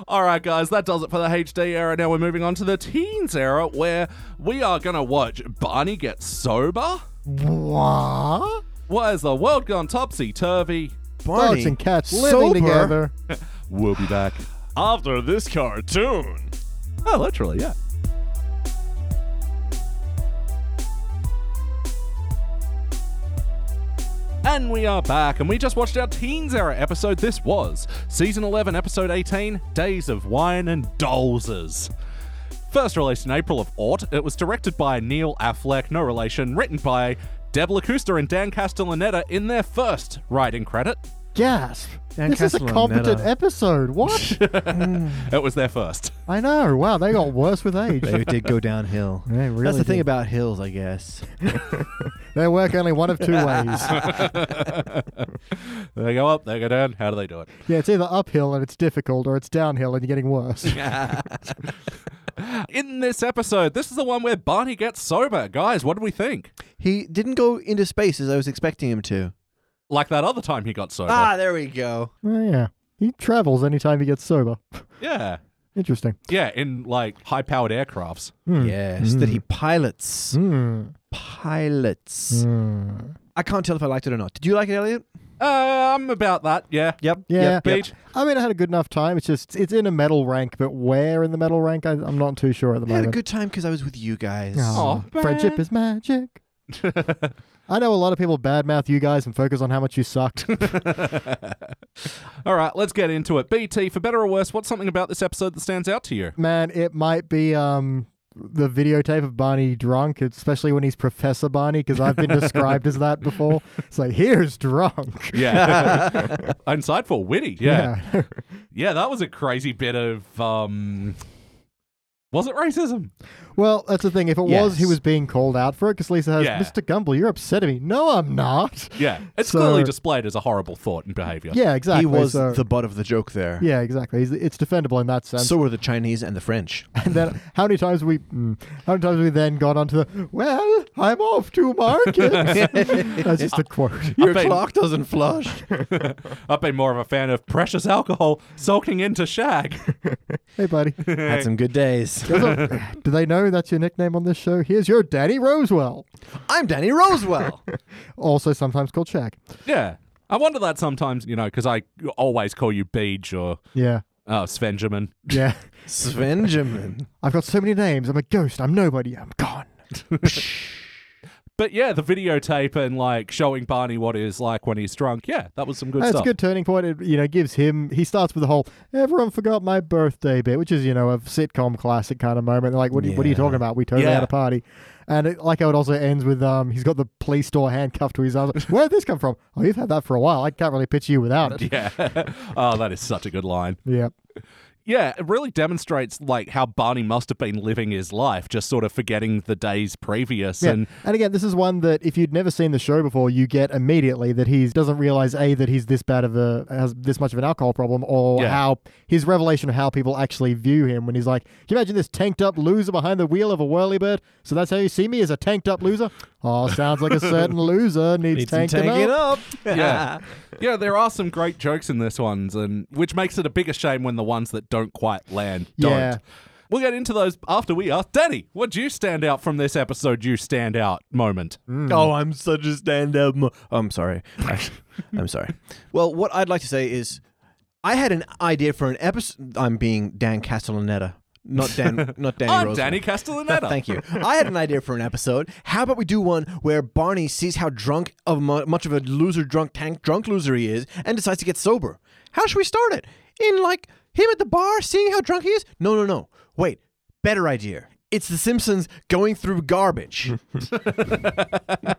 A: All right, guys, that does it for the HD era. Now we're moving on to the teens era, where we are going to watch Barney get sober.
C: what?
A: Why has the world gone topsy turvy?
B: Barney,
C: Dogs and cats living
B: sober?
C: together.
A: We'll be back.
B: after this cartoon.
A: Oh, literally, yeah. And we are back, and we just watched our Teens Era episode. This was season 11, episode 18 Days of Wine and Dolzes. First released in April of aught, it was directed by Neil Affleck, no relation, written by Deb LaCusta and Dan Castellaneta in their first writing credit.
C: gasp.
D: Dan
C: this is a
D: Castellan,
C: competent
D: meta.
C: episode. What? [laughs]
A: It was there first.
C: I know. Wow, they got worse with age.
B: They did go downhill.
C: They really
B: That's the thing
C: did.
B: about hills, I guess.
C: They work only one [laughs] of two ways.
A: They go up, they go down. How do they do it?
C: Yeah, it's either uphill and it's difficult, or it's downhill and you're getting [laughs] worse.
A: In this episode, this is the one where Barney gets sober. Guys, what did we think?
B: He didn't go into space as I was expecting him to.
A: Like that other time he got sober.
B: Ah, there we go.
C: Well, Oh, yeah. He travels anytime he gets sober. [laughs]
A: Yeah.
C: Interesting.
A: Yeah, in like high powered aircrafts.
C: Hmm.
B: Yes, that he pilots.
C: Hmm.
B: Pilots.
C: Hmm.
B: I can't tell if I liked it or not. Did you like it, Elliot?
A: Uh, I'm about that, yeah.
B: Yep.
C: Yeah.
A: Beach.
C: I mean, I had a good enough time. It's just it's in a medal rank, but where in the medal rank, I, I'm not too sure at the
B: I had a
C: moment.
B: good time because I was with you guys.
A: Aw,
C: Aw, friendship
A: man.
C: is [laughs] magic. I know a lot of people badmouth you guys and focus on how much you sucked.
A: All right, let's get into it. BT, for better or worse, what's something about this episode that stands out to you?
C: Man, it might be um the videotape of Barney drunk, especially when he's Professor Barney, because I've been described as
B: [laughs]
C: that before. It's like here's drunk.
A: Yeah. [laughs] Insightful, witty. Yeah.
C: yeah. [laughs]
A: yeah. that was a crazy bit of um Was it racism?
C: Well, that's the thing. If it was, he
B: Yes.
C: was being called out for it because Lisa has,
A: Yeah.
C: Mr. Gumble, you're upset at me. No,
B: [laughs]
C: I'm not.
A: Yeah. It's
C: So-
A: clearly displayed as a horrible thought and behavior.
C: Yeah, exactly.
B: He was
C: so-
B: the [laughs] butt of the joke there.
C: Yeah, exactly. He's, it's defendable in that sense.
B: So were the Chinese and the French.
C: and then how many times we, mm, how many times we then got onto the, well, I'm off to
B: [laughs]
C: market. [laughs] that's just a quote.
B: Your
A: bet-
B: clock
A: [laughs]
B: doesn't flush.
A: I've been more of a fan of precious alcohol soaking into shag.
C: Hey, buddy.
B: [laughs] Had some good days.
A: [laughs]
C: Do they know that's your nickname on this show? Here's your Danny Rosewell,
B: I'm Danny
C: [laughs]
B: Rosewell.
C: also sometimes called Shaq.
A: [laughs] Yeah. I wonder that sometimes, you know, because I always call you Beej or
C: Yeah,
A: uh, Svenjamin.
C: yeah. [laughs]
B: Svenjamin.
C: I've got so many names. I'm a ghost. I'm nobody. I'm gone.
A: But yeah, the videotape and like showing Barney what it is like when he's drunk. Yeah, that was some good
C: That's
A: stuff.
C: a good turning point. It you know gives him. He starts with the whole "everyone forgot my birthday" bit, which is you know a sitcom classic kind of moment. They're like, "What are, you, what are you
B: Yeah.
C: talking about? We totally
A: Yeah.
C: had a party." And it, like how it also ends with um, he's got the police door handcuffed to his arm.
A: [laughs]
C: Where would this come from? Oh, you've had that for a while. I can't really picture you without
A: [laughs]
C: it.
A: Yeah. oh, that is such a good line.
C: Yeah,
A: Yeah, it really demonstrates like how Barney must have been living his life, just sort of forgetting the days previous.
C: yeah.
A: And
C: and again, this is one that if you'd never seen the show before, you get immediately that he doesn't realize a that he's this bad of a has this much of an alcohol problem, or
A: Yeah.
C: how his revelation of how people actually view him when he's like, "Can you imagine this tanked up loser behind the wheel of a whirlybird?" So that's how you see me as a tanked up loser. Oh, sounds like a
A: [laughs]
C: certain loser needs,
B: Need some
C: tanking,
B: tanking [laughs]
C: up.
B: up.
A: yeah, [laughs] yeah, there are some great jokes in this ones, and which makes it a bigger shame when the ones that don't quite land don't.
C: Yeah.
A: We'll get into those after we ask Danny. What do you stand out from this episode? You stand out moment.
B: Oh, I'm such a stand-up. Mo- oh, I'm sorry. I- [laughs] I'm sorry. Well, what I'd like to say is, I had an idea for an episode. I'm being Dan Castellaneta, not [laughs] Dan, not Danny.
A: I'm
B: Rosewell.
A: Danny
C: [laughs]
A: Castellaneta.
B: Thank you. I had an idea for an episode. How about we do one where Barney sees how drunk of mu- much of a loser, drunk tank, drunk loser he is, and decides to get sober. How should we start it? In like him at the bar, seeing how drunk he is? No, no, no. Wait, better idea. It's The Simpsons going through [laughs] garbage,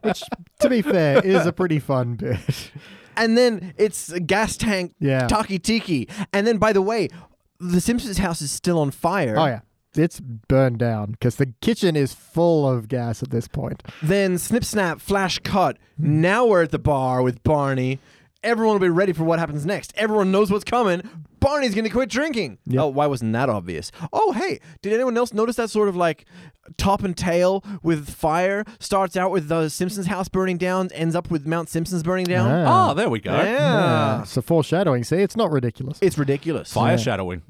C: Which, to be fair,
A: [laughs]
C: is a pretty fun bit.
B: and then it's a gas tank
C: Yeah.
B: talkie tiki, and then by the way, The Simpsons house is still on fire.
C: Oh yeah. It's burned down because the kitchen is full of gas at this point.
B: Then snip snap, flash cut. Now we're at the bar with Barney. Everyone will be ready for what happens next. Everyone knows what's coming. Barney's going to quit drinking. Oh, why wasn't that obvious? Oh, hey, did anyone else notice that sort of like top and tail with fire starts out with the Simpsons house burning down, ends up with Mount Simpson's burning down?
C: Uh,
A: Oh, there we go.
B: yeah.
C: So foreshadowing. See, it's not ridiculous.
B: It's ridiculous.
A: Fire shadowing.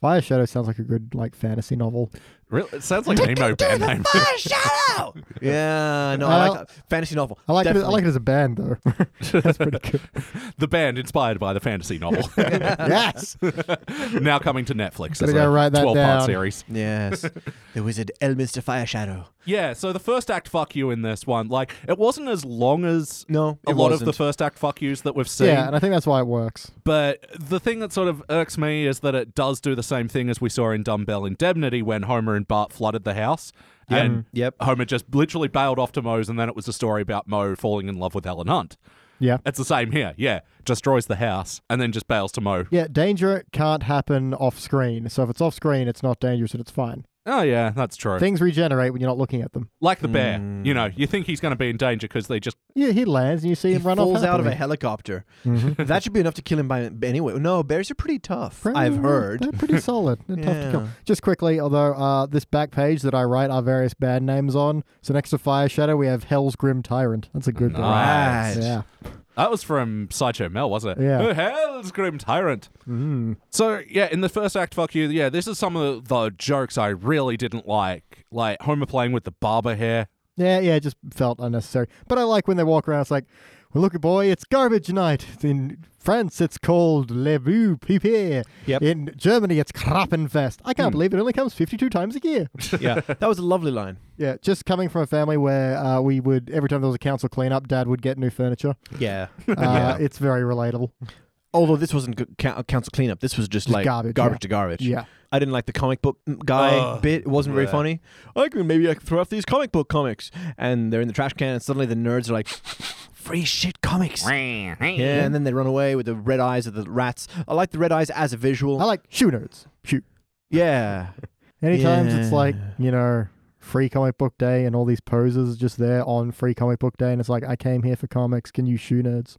C: Fire Shadow sounds like a good like fantasy novel.
A: Really? It sounds like an emo band name.
B: Fire shadow. yeah, no, I
C: Well,
B: like that. fantasy novel.
C: I like it. I
B: Definitely.
C: like it as a band though.
B: [laughs]
C: That's pretty good.
A: [laughs] the band inspired by the fantasy
C: [laughs]
A: novel. [laughs]
C: yes.
A: now coming to Netflix as
C: Gotta go
A: a
C: write that
A: 12 part
C: down.
A: series.
C: [laughs]
B: Yes, the wizard El Mister Fire Shadow.
A: Yeah, so the first act fuck you in this one, like, it wasn't as long as
B: No,
A: a
B: it
A: lot of the
B: wasn't.
A: first act fuck yous that we've seen.
C: Yeah, and I think that's why it works.
A: But the thing that sort of irks me is that it does do the same thing as we saw in Dumbbell Indemnity when Homer and Bart flooded the house. And
B: Yep.
A: Homer just literally bailed off to Moe's, and then it was a story about Moe falling in love with Helen Hunt.
C: Yeah.
A: It's the same here. Yeah. Destroys the house and then just bails to Mo.
C: Yeah, danger can't happen off screen. So if it's off screen, it's not dangerous and it's fine.
A: Oh, yeah, that's true.
C: Things regenerate when you're not looking at them.
A: like the bear. You know, you think he's going to be in danger because they just.
C: Yeah, he lands and you see
B: He
C: him run
B: falls
C: off. Mm-hmm.
B: out of a
C: happily.
B: helicopter. that should be enough to kill him by anyway. No, bears are pretty tough. I've
C: Pretty-
B: heard.
C: They're
B: [laughs]
C: pretty solid. They're tough to kill.
B: Yeah.
C: Just quickly, although uh, this back page that I write our various band names on. So next to Fire Shadow, we have Hell's Grim Tyrant. That's a good one.
A: Nice.
C: Yeah.
A: That was from Sideshow Mel, wasn't it?
C: Yeah.
A: Who hell's Grim Tyrant?
C: Mm.
A: So yeah, in the first act, fuck you. Yeah, this is some of the jokes I really didn't like, like Homer playing with the barber hair.
C: Yeah, yeah, it just felt unnecessary. But I like when they walk around, it's like, well, look, boy, it's garbage night. In France, it's called Le Vieux Pipier.
B: Yep. Hmm.
C: In Germany, it's Krappenfest. I can't believe it only comes 52 times a year.
B: yeah, [laughs] that was a lovely line.
C: yeah, just coming from a family where uh, we would, every time there was a council cleanup, dad would get new furniture.
B: Yeah.
C: Uh,
B: [laughs] Yeah.
C: It's very relatable.
B: Although this wasn't good ca- council cleanup. This was just,
C: Just
B: like
C: garbage, yeah.
B: to garbage.
C: Yeah.
B: I didn't like the comic book m- guy
A: Ugh.
B: bit. It wasn't very
A: Oh, Yeah.
B: funny. I can maybe I can throw off these comic book comics, and they're in the trash can, and suddenly the nerds are like, "Free shit comics!" yeah,
A: Hmm.
B: and then they run away with the red eyes of the rats. I like the red eyes as a visual.
C: I like shoe nerds. Shoot.
B: yeah,
C: Any times it's
B: Yeah.
C: like, you know, free comic book day and all these poses just there on free comic book day. And it's like, I came here for comics. Can you shoe nerds?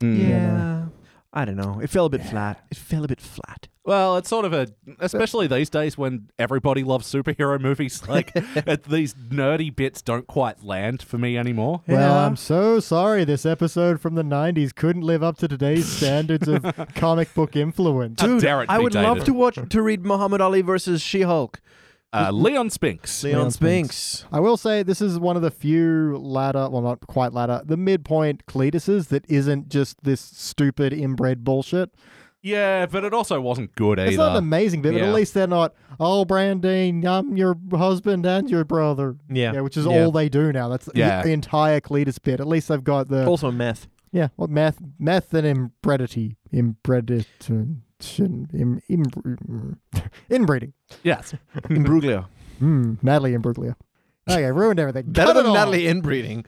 B: yeah.
C: Yeah.
B: I don't know. It fell a bit flat. It fell a bit flat.
A: Well, it's sort of a, especially these days when everybody loves superhero movies. [laughs] Like it- these nerdy bits don't quite land for me anymore.
C: Well,
B: Yeah.
C: I'm so sorry this episode from the 90s couldn't live up to
B: [laughs]
C: today's standards of comic book influence.
A: How dare it
B: I
A: be,
B: would love
A: David.
B: to watch to read Muhammad Ali versus She-Hulk.
A: Uh, Leon Spinks.
B: Leon,
C: Leon Spinks.
B: Spinks.
C: I will say this is one of the few ladder, well, not quite ladder, the midpoint Cletuses that isn't just this stupid inbred bullshit.
A: Yeah, but it also wasn't good either.
C: It's not an amazing bit, but
A: Yeah.
C: at least they're not, oh, Brandine, I'm your husband and your brother.
B: Yeah.
C: which is
B: Yeah.
C: all they do now. That's
A: Yeah.
C: the entire Cletus bit. At least they've got the,
B: Also
C: [laughs]
B: meth.
C: yeah, well, meth, meth and inbredity. Inbredition. Im, im, [laughs] inbreeding.
A: yes.
B: Imbruglio.
C: Mm, Natalie Imbruglia. Okay, ruined everything.
B: Better
C: Cut it
B: than
C: all.
B: Natalie inbreeding.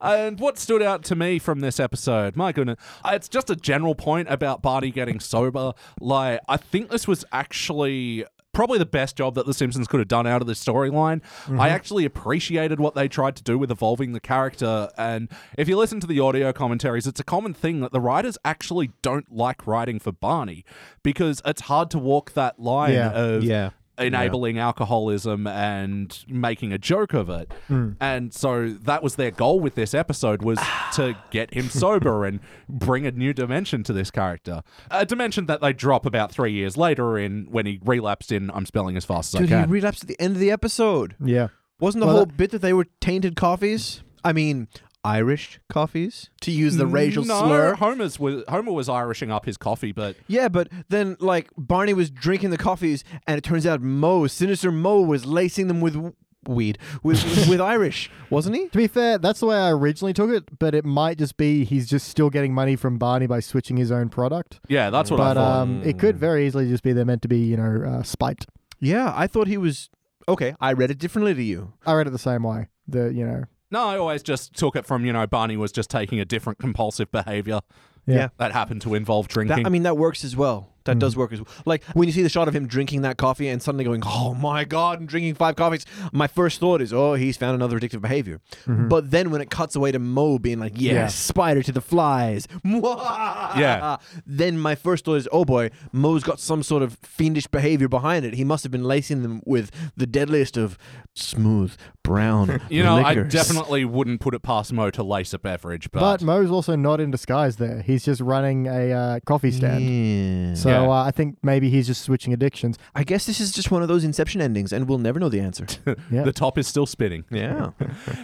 A: And what stood out to me from this episode, my goodness, it's just a general point about Barney getting sober. Like, I think this was actually probably the best job that The Simpsons could have done out of this storyline. I actually appreciated what they tried to do with evolving the character. And if you listen to the audio commentaries, it's a common thing that the writers actually don't like writing for Barney because it's hard to walk that line
C: Yeah.
A: of
B: Yeah.
A: enabling alcoholism and making a joke of it.
B: Hmm.
A: And so that was their goal with this episode
B: [sighs]
A: was to get him sober and bring a new dimension to this character. A dimension that they drop about 3 years later in when he relapsed in I'm spelling as fast as
B: Dude,
A: I
B: he
A: can.
B: relapsed at the end of the episode.
C: Yeah.
B: Wasn't the
C: Well,
B: whole bit that they were tainted coffees? I mean, Irish coffees? To use the racial
A: no,
B: slur?
A: Homer's was, Homer was irishing up his coffee, but
B: Yeah, but then, like, Barney was drinking the coffees, and it turns out Mo, Sinister Mo, was lacing them with w- weed, with, with [laughs] Irish, wasn't he?
C: To be fair, that's the way I originally took it, but it might just be he's just still getting money from Barney by switching his own product.
A: yeah, that's what I
C: But
B: uh,
A: thought.
C: um, it could very easily just be they're meant to be, you know, uh, spite.
B: Yeah, I thought he was. Okay, I read it differently to you.
C: I read it the same way. The you know,
A: no, I always just took it from, you know, Barney was just taking a different compulsive behavior
C: yeah,
B: Yeah.
A: that happened to involve drinking.
B: That, I mean, that works as well. That
A: Mm-hmm.
B: does work as well. Like when you see the shot of him drinking that coffee and suddenly going, "Oh my god!" and drinking five coffees. My first thought is, "Oh, he's found another addictive behavior."
A: Mm-hmm.
B: But then when it cuts away to Mo being like, "Yes,
C: Yeah.
B: spider to the flies," [laughs]
A: Yeah.
B: Then my first thought is, "Oh boy, Mo's got some sort of fiendish behavior behind it. He must have been lacing them with the deadliest of smooth brown
A: [laughs] you know, I
B: liquors."
A: definitely wouldn't put it past Mo to lace a beverage,
C: But Moe's also not in disguise there. He's just running a uh, coffee stand.
B: Yeah.
C: So
A: Yeah.
C: uh, I think maybe he's just switching addictions.
B: I guess this is just one of those Inception endings, and we'll never know the answer.
C: Yeah.
A: the top is still spinning.
B: yeah.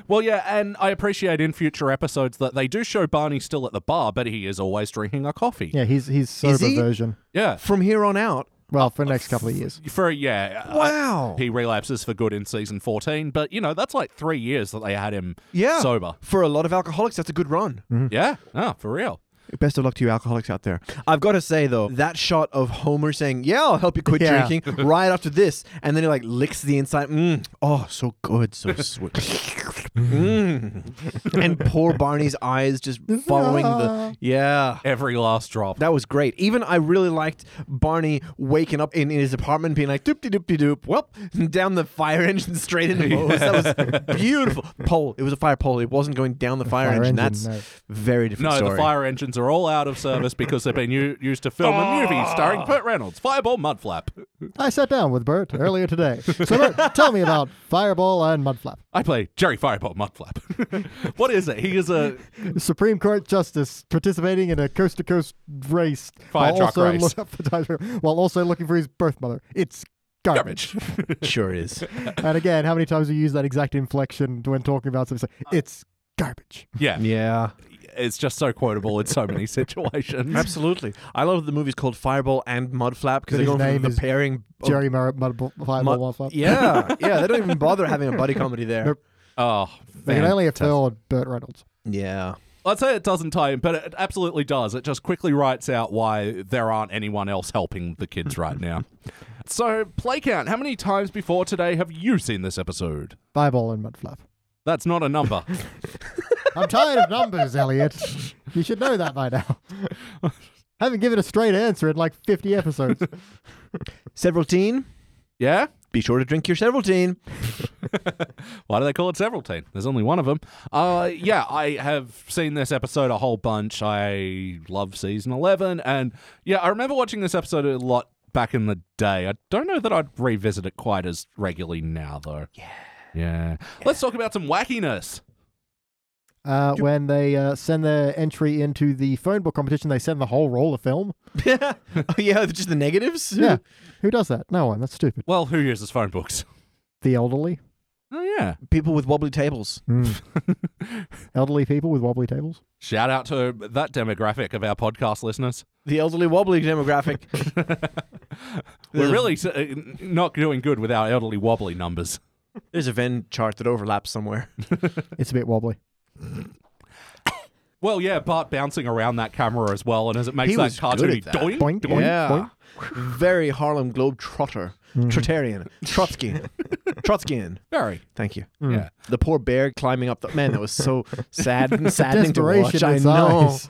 A: Well, [laughs] yeah, and I appreciate in future episodes that they do show Barney still at the bar, but he is always drinking a coffee.
C: Yeah, he's he's sober
B: he?
C: version.
A: Yeah.
B: from here on out.
C: Well,
A: Oh.
C: for the next couple
A: [laughs]
C: of years.
A: For, yeah. uh,
B: Wow.
A: he relapses for good in season 14, but, you know, that's like three years that they had him
B: Yeah.
A: sober.
B: For a lot of alcoholics, that's a good run.
A: Yeah. Oh, for real.
B: Best of luck to you alcoholics out there. I've got to say though, that shot of Homer saying, [laughs] "Yeah, I'll help you quit [laughs]
C: Yeah.
B: drinking," right after this, and then he like licks the inside. Mm, oh, so good, so sweet. Mm. and poor Barney's eyes [laughs] just following the yeah.
A: Every last drop.
B: That was great. Even I really liked Barney waking up in, in his apartment, being like doop de doop de doop, well, [laughs] down the fire engine straight
C: [laughs]
B: into Lois. That was beautiful. Pole. It was a fire pole. It wasn't going down the fire,
C: fire
B: engine.
C: engine,
B: That's
C: no.
B: very different.
A: no, the
B: story.
A: fire engines are all out of service because they've been u- used to film a movie starring Burt Reynolds, Fireball Mudflap.
C: I sat down with Bert
A: [laughs]
C: earlier today. So, Bert, tell me about Fireball and Mudflap.
A: I play Jerry Fireball Mudflap. [laughs] what is it? He is a
C: Supreme Court Justice participating in a coast to coast race,
A: Fire
C: while,
A: truck
C: also [laughs]
A: race.
C: while also looking for his birth mother. It's garbage.
A: garbage.
B: [laughs] Sure
C: [laughs]
B: is.
A: [laughs]
C: and again, how many times we use that exact inflection when talking about something? It's like, It's garbage.
A: yeah,
B: Yeah.
A: it's just so quotable in so many [laughs] situations.
B: Absolutely. I love that the movie's called Fireball and Mudflap because
C: That
B: they're going
C: his name
B: for the
C: is
B: pairing.
A: Oh.
B: of-
C: Jerry Mar- Mud- Fireball
B: Mud-
C: Mudflap.
B: [laughs] yeah. Yeah. They don't even bother having a buddy comedy there.
C: Nope.
A: [laughs] Oh,
C: They can only
A: fantastic.
C: afford Burt Reynolds.
B: Yeah.
A: I'd say it doesn't tie in, but it absolutely does. It just quickly writes out why there aren't anyone else helping the kids right
C: [laughs]
A: now. so, play count. How many times before today have you seen this episode?
C: Fireball and Mudflap.
A: That's not a
C: [laughs]
A: number.
C: I'm tired of numbers, Elliot. You should know that by now. Haven't given a straight answer in like 50
B: [laughs]
C: episodes.
B: Several teen.
A: yeah?
B: Be sure to drink your several teen. [laughs]
A: Why do they call it several teen? There's only one of them. Uh, yeah, I have seen this episode a whole bunch. I love season 11. And yeah, I remember watching this episode a lot back in the day. I don't know that I'd revisit it quite as regularly now, though. Yeah. Yeah. Let's talk about some wackiness.
C: Uh, when they uh, send their entry into the phone book competition, they send the whole roll
B: [laughs]
C: of film.
B: Yeah. Oh, yeah. Just the negatives.
C: Yeah. Who does that? No one. That's stupid.
A: Well, who uses phone books? [laughs]
C: The elderly. Hmm.
A: Oh, yeah.
B: People with wobbly tables. [laughs]
C: elderly people with wobbly tables.
A: Shout out to that demographic of our podcast listeners.
B: The elderly wobbly demographic.
C: [laughs]
A: We're
B: Ugh.
A: really s- uh, not doing good with our elderly wobbly numbers.
B: There's a Venn chart that overlaps somewhere.
C: It's a bit wobbly.
A: Well, yeah, Bart bouncing around that camera as well, and as it makes
B: He
A: that
B: was good
A: cartoony
B: at that.
A: doink,
C: Boink,
A: doink.
C: Yeah.
B: Very Harlem Globetrotter.
C: Mm-hmm.
B: Trotarian.
C: [laughs]
B: Trotsky. Trotskyan.
A: Very.
B: Thank you.
A: Yeah.
B: The poor bear climbing up the man. That was so sad
C: [laughs]
B: and saddening to watch.
C: Desperation in
B: I
C: his
B: know.
C: eyes.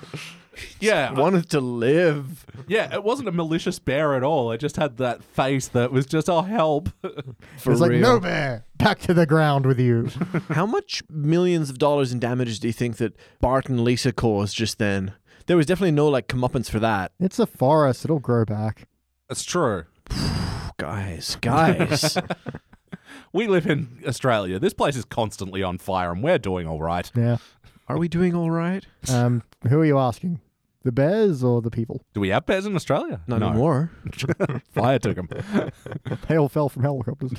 A: Yeah.
B: [laughs] Wanted to live.
A: Yeah, it wasn't a malicious bear at all. It just had that face that was just, oh, help. [laughs]
B: For
C: it's like,
B: real.
C: no bear, back to the ground with
B: [laughs]
C: you.
B: How much millions of dollars in damages do you think that Bart and Lisa caused just then? There was definitely no like comeuppance for that.
C: it's a forest. It'll grow back.
A: That's true.
B: Guys,
C: [laughs]
B: guys.
A: We live in Australia. This place is constantly on fire, and we're doing all right.
C: Yeah.
B: Are we doing all right?
C: Um, who are you asking? The bears or the people?
A: Do we have bears in Australia?
B: Not anymore.
A: [laughs] Fire took them.
C: They all fell
A: [laughs]
C: from helicopters.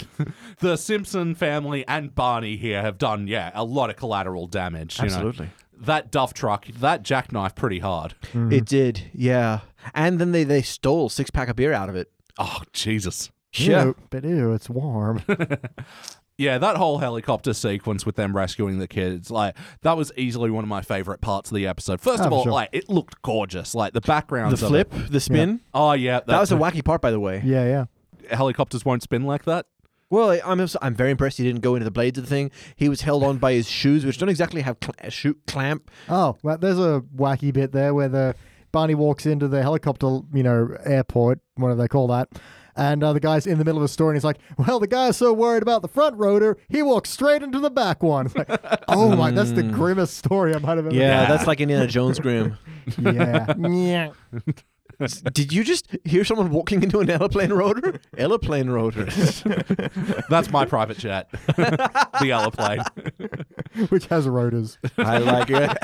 A: the Simpson family and Barney here have done, yeah, a lot of collateral damage. you know.
B: Absolutely.
A: That duff truck, that jackknife pretty hard.
C: Mm-hmm.
B: It did, yeah. And then they, they stole six pack of beer out of it.
A: Oh, Jesus.
C: Ew, but ew,
A: [laughs]
C: it's warm.
A: Yeah, that whole helicopter sequence with them rescuing the kids, like, that was easily one of my favorite parts of the episode. First
C: Oh,
A: of
C: for
A: all,
C: sure.
A: like, it looked gorgeous. Like, the background.
B: The flip, the spin.
A: Oh, yeah.
B: That was the wacky part, by the way.
C: yeah,
A: [laughs]
C: yeah.
A: helicopters won't spin like that.
B: Well, I- I'm also- I'm very impressed he didn't go into the blades of the thing. He was held on by his [laughs] shoes, which don't exactly have cl- shoot clamp.
C: Oh, well, there's a wacky bit there where the Barney walks into the helicopter, you know, airport, whatever they call that. And uh, the guy's in the middle of a story and he's like, Well, the guy's so worried about the front rotor, he walked straight into the back one. It's like, oh my, that's
A: Mm.
C: the grimmest story I might have ever
B: Yeah, that's like Indiana Jones [laughs] grim.
A: [laughs]
C: Yeah. yeah. [laughs]
B: Did you just hear someone walking into an aeroplane rotor? [laughs] Aeroplane [laughs] rotor.
A: That's my private
B: [laughs]
A: jet, the aeroplane.
C: Which has rotors.
B: I like it.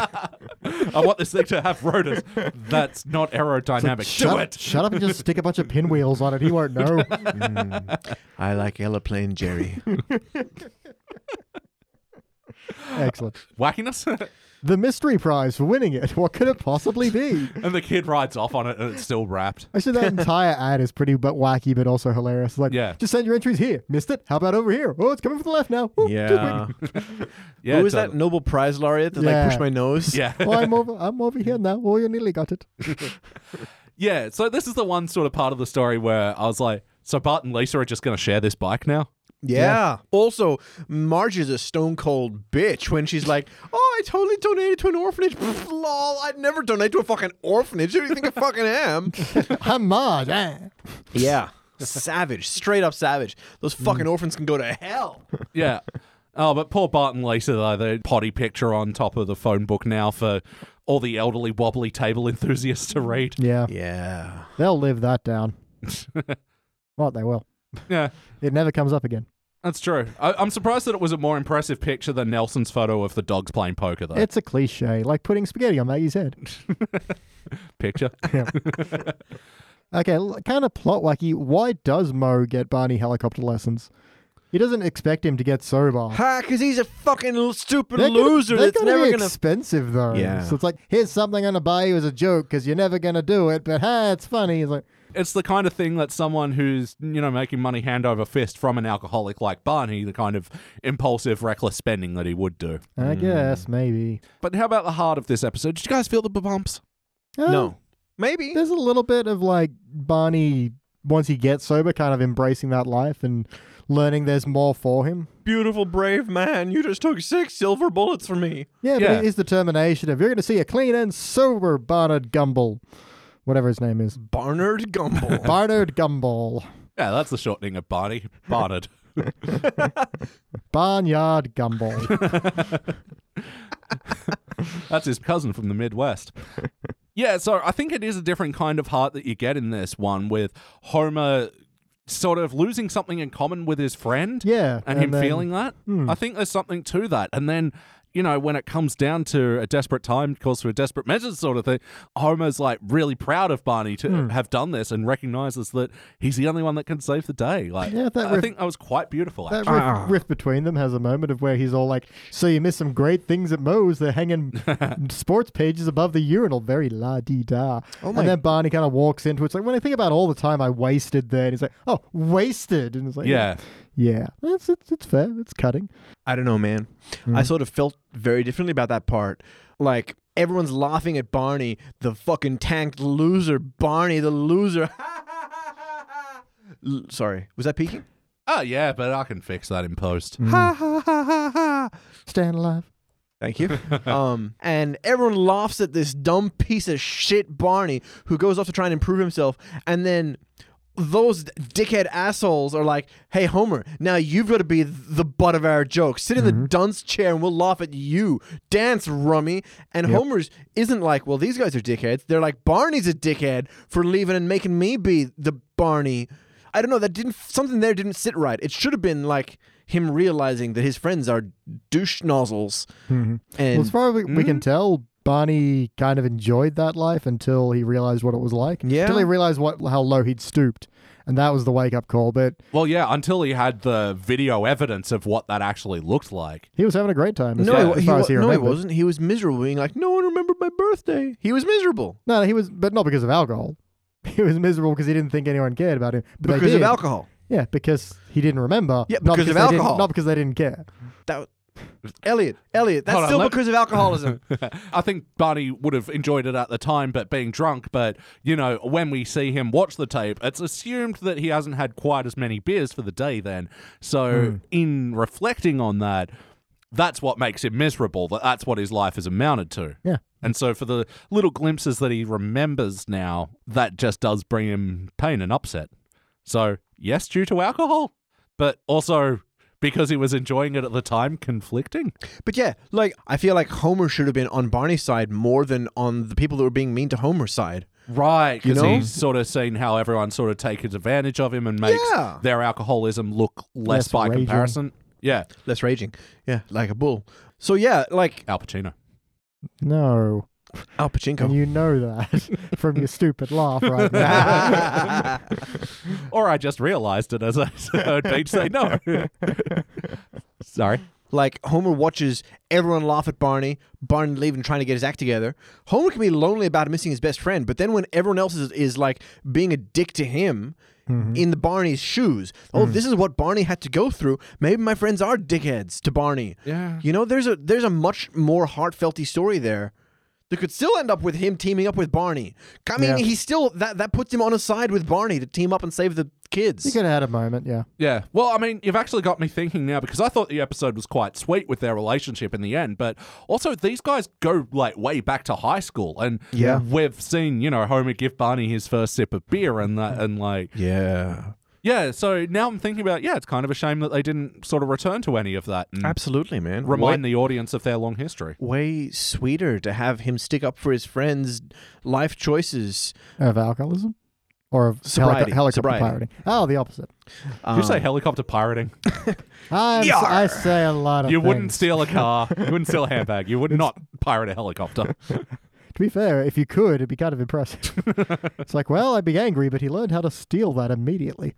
A: I want this thing to have rotors. That's not aerodynamic. Do
C: shut,
A: it.
C: shut up and just stick a bunch of pinwheels on it. He won't
A: [laughs]
C: know.
B: I like aeroplane Jerry.
C: Excellent.
A: Wackiness.
C: The mystery prize for winning it. What could it possibly be?
A: [laughs] and the kid rides off on it and it's still wrapped.
C: Actually, that entire ad is pretty but wacky, but also hilarious. It's Like,
A: Yeah.
C: just send your entries here. Missed it? How about over here? Oh, it's coming from the left now. Ooh, too
B: Yeah.
A: Yeah,
B: Who was that
A: totally.
B: Nobel Prize laureate that
C: Yeah.
B: like pushed my nose?
A: [laughs] Yeah.
C: quick. Oh, I'm over. I'm over here now. Oh, you nearly got it.
A: Yeah, so this is the one sort of part of the story where I was like, so Bart and Lisa are just going to share this bike now?
B: Yeah. Also, Marge is a stone cold bitch when she's like, "Oh, I totally donated to an orphanage." [laughs] Pfft, lol, I'd never donate to a fucking orphanage. Who do you think I fucking am?
C: I'm Marge. eh?
B: [laughs] yeah. Mm. Savage, straight up savage. Those fucking orphans can go to hell.
A: Yeah. Oh, but poor Bart and Lisa, though, the potty picture on top of the phone book now for all the elderly wobbly table [laughs] enthusiasts to read.
C: Yeah.
B: [laughs] Yeah.
C: They'll live that down. Right, they will.
A: Yeah,
C: It never comes up again.
A: that's true. I- I'm surprised that it was a more impressive picture than Nelson's photo of the dogs playing poker, though.
C: It's a cliche, like putting spaghetti on Maggie's head.
A: picture.
C: Okay, kind of plot wacky. Why does Mo get Barney helicopter lessons? He doesn't expect him to get so bad.
B: Ha, because he's a fucking l- stupid
C: They're gonna-
B: loser
C: They're
B: that's
C: gonna
B: never
C: be
B: gonna.
C: expensive though.
B: Yeah.
C: So it's like, here's something I'm gonna buy you as a joke because you're never gonna do it, but ha, it's funny. It's like,
A: It's the kind of thing that someone who's, you know, making money hand over fist from an alcoholic like Barney, the kind of impulsive, reckless spending that he would do.
C: I
B: Hmm.
C: guess maybe.
A: But how about the heart of this episode? Did you guys feel the bumps?
C: Uh,
B: no. Maybe.
C: There's a little bit of like Barney once he gets sober, kind of embracing that life and learning there's more for him.
B: Beautiful, brave man. You just took six silver bullets from me.
C: Yeah,
A: Yeah.
C: but his determination of you're gonna see a clean and sober Barnard Gumble, whatever his name is.
B: Barnard Gumble.
C: Barnard Gumble.
A: Yeah, that's the shortening of Barney. Barnard.
C: Barnyard Gumble.
B: [laughs]
A: That's his cousin from the
C: [laughs]
A: Midwest. Yeah, so I think it is a different kind of heart that you get in this one with Homer sort of losing something in common with his friend.
C: Yeah,
A: And,
C: and
A: him
C: then- Hmm.
A: feeling that. I think there's something to that. And then, you know, when it comes down to a desperate time, calls for a desperate measure sort of thing, Homer's like really proud of Barney to
C: Hmm.
A: have done this and recognizes that he's the only one that can save the day. Like,
C: Yeah, that
A: I
C: ref-
A: think that was quite beautiful.
C: That
A: Actually.
C: riff, riff between them has a moment of where he's all like, "So you missed some great things at Moe's. They're hanging [laughs] sports pages above the urinal, very la di da."
B: Oh my-
C: and then Barney kind of walks into it. It's like when I think about all the time I wasted there, and he's like, "Oh, wasted," and it's like,
A: yeah.
C: yeah, that's it's, it's fair. It's cutting.
B: I don't know, man. I sort of felt very differently about that part. Like everyone's laughing at Barney, the fucking tanked loser. Barney, the loser. [laughs] L- Sorry, was that peeking?
A: Oh, yeah, but I can fix that in post.
B: Ha ha ha ha ha.
C: Stand alive.
B: Thank you. um, and everyone laughs at this dumb piece of shit Barney who goes off to try and improve himself, and then those dickhead assholes are like, "Hey Homer, now you've got to be th- the butt of our joke. Sit in the dunce chair, and we'll laugh at you. Dance, rummy." And Homer's isn't like, "Well, these guys are dickheads." They're like, "Barney's a dickhead for leaving and making me be the Barney." I don't know. That didn't something there didn't sit right. It should have been like him realizing that his friends are douche nozzles. And
C: Well, as far as we, we can tell, Barney kind of enjoyed that life until he realized what it was like.
B: Yeah.
C: Until he realized what how low he'd stooped, and that was the wake up call. But
A: Well, yeah, until he had the video evidence of what that actually looked like.
C: he was having a great time. As
B: no,
C: far,
B: he,
C: as
B: he,
C: far
B: wa-
C: as he
B: no, he
C: remembered.
B: wasn't. He was miserable, being like, "No one remembered my birthday." He was miserable
C: No, no, he was, but not because of alcohol. [laughs] He was miserable because he didn't think anyone cared about him. But they
B: because of
C: did.
B: alcohol.
C: Yeah, because he didn't remember.
B: Yeah,
C: not
B: because of
C: they didn't-
B: alcohol.
C: Not because they didn't care.
B: That Elliot, Elliot, that's
A: Hold on,
B: still
A: let-
B: because
A: [laughs]
B: of alcoholism.
A: I think Barney would have enjoyed it at the time, but being drunk. But, you know, when we see him watch the tape, it's assumed that he hasn't had quite as many beers for the day then. So, in reflecting on that, that's what makes him miserable. That That's what his life has amounted to.
C: Yeah.
A: And so, for the little glimpses that he remembers now, that just does bring him pain and upset. So, yes, due to alcohol, but also because he was enjoying it at the time, conflicting.
B: but yeah, like I feel like Homer should have been on Barney's side more than on the people that were being mean to Homer's side.
A: Right, because
B: You know?
A: he's sort of seen how everyone sort of takes advantage of him and makes
B: Yeah.
A: their alcoholism look less,
C: Less
A: by
C: raging.
A: comparison. Yeah,
B: Less raging, yeah, like a bull. So yeah, like
A: Al Pacino.
C: No,
B: Al
C: and
B: Pacino.
C: you know that [laughs] from your stupid laugh right
B: [laughs]
C: now. [laughs]
A: Or I just realized it as I [laughs] heard Pete say no. [laughs] Sorry.
B: Like Homer watches everyone laugh at Barney, Barney leaving trying to get his act together. Homer can be lonely about missing his best friend, but then when everyone else is, is like being a dick to him in the Barney's shoes, oh, this is what Barney had to go through. Maybe my friends are dickheads to Barney.
A: Yeah.
B: You know, there's a there's a much more heartfelty story there They could still end up with him teaming up with Barney. I mean,
C: Yeah.
B: he still that that puts him on a side with Barney to team up and save the
C: You
B: kids.
C: could have had a moment, yeah.
A: Yeah. Well, I mean, you've actually got me thinking now because I thought the episode was quite sweet with their relationship in the end, but also these guys go like way back to high school, and
B: Yeah.
A: we've seen you know Homer give Barney his first sip of beer and that, and like
B: yeah,
A: yeah. So now I'm thinking about yeah, it's kind of a shame that they didn't sort of return to any of that and
B: absolutely, man.
A: remind the audience of their long history.
B: way sweeter to have him stick up for his friends' life choices.
C: Of alcoholism? Or of
B: Sobriety,
C: helico- helicopter
B: sobriety.
C: pirating? Oh, the opposite.
A: Did you say
B: Um,
A: helicopter pirating?
C: I'm, s- I say a lot
A: [laughs]
C: of
A: You wouldn't
C: things.
A: steal a [laughs] car. You wouldn't steal a handbag. You would not pirate a helicopter.
C: To be fair, if you could, it'd be kind of impressive.
B: [laughs]
C: it's like, well, I'd be angry, but he learned how to steal that immediately.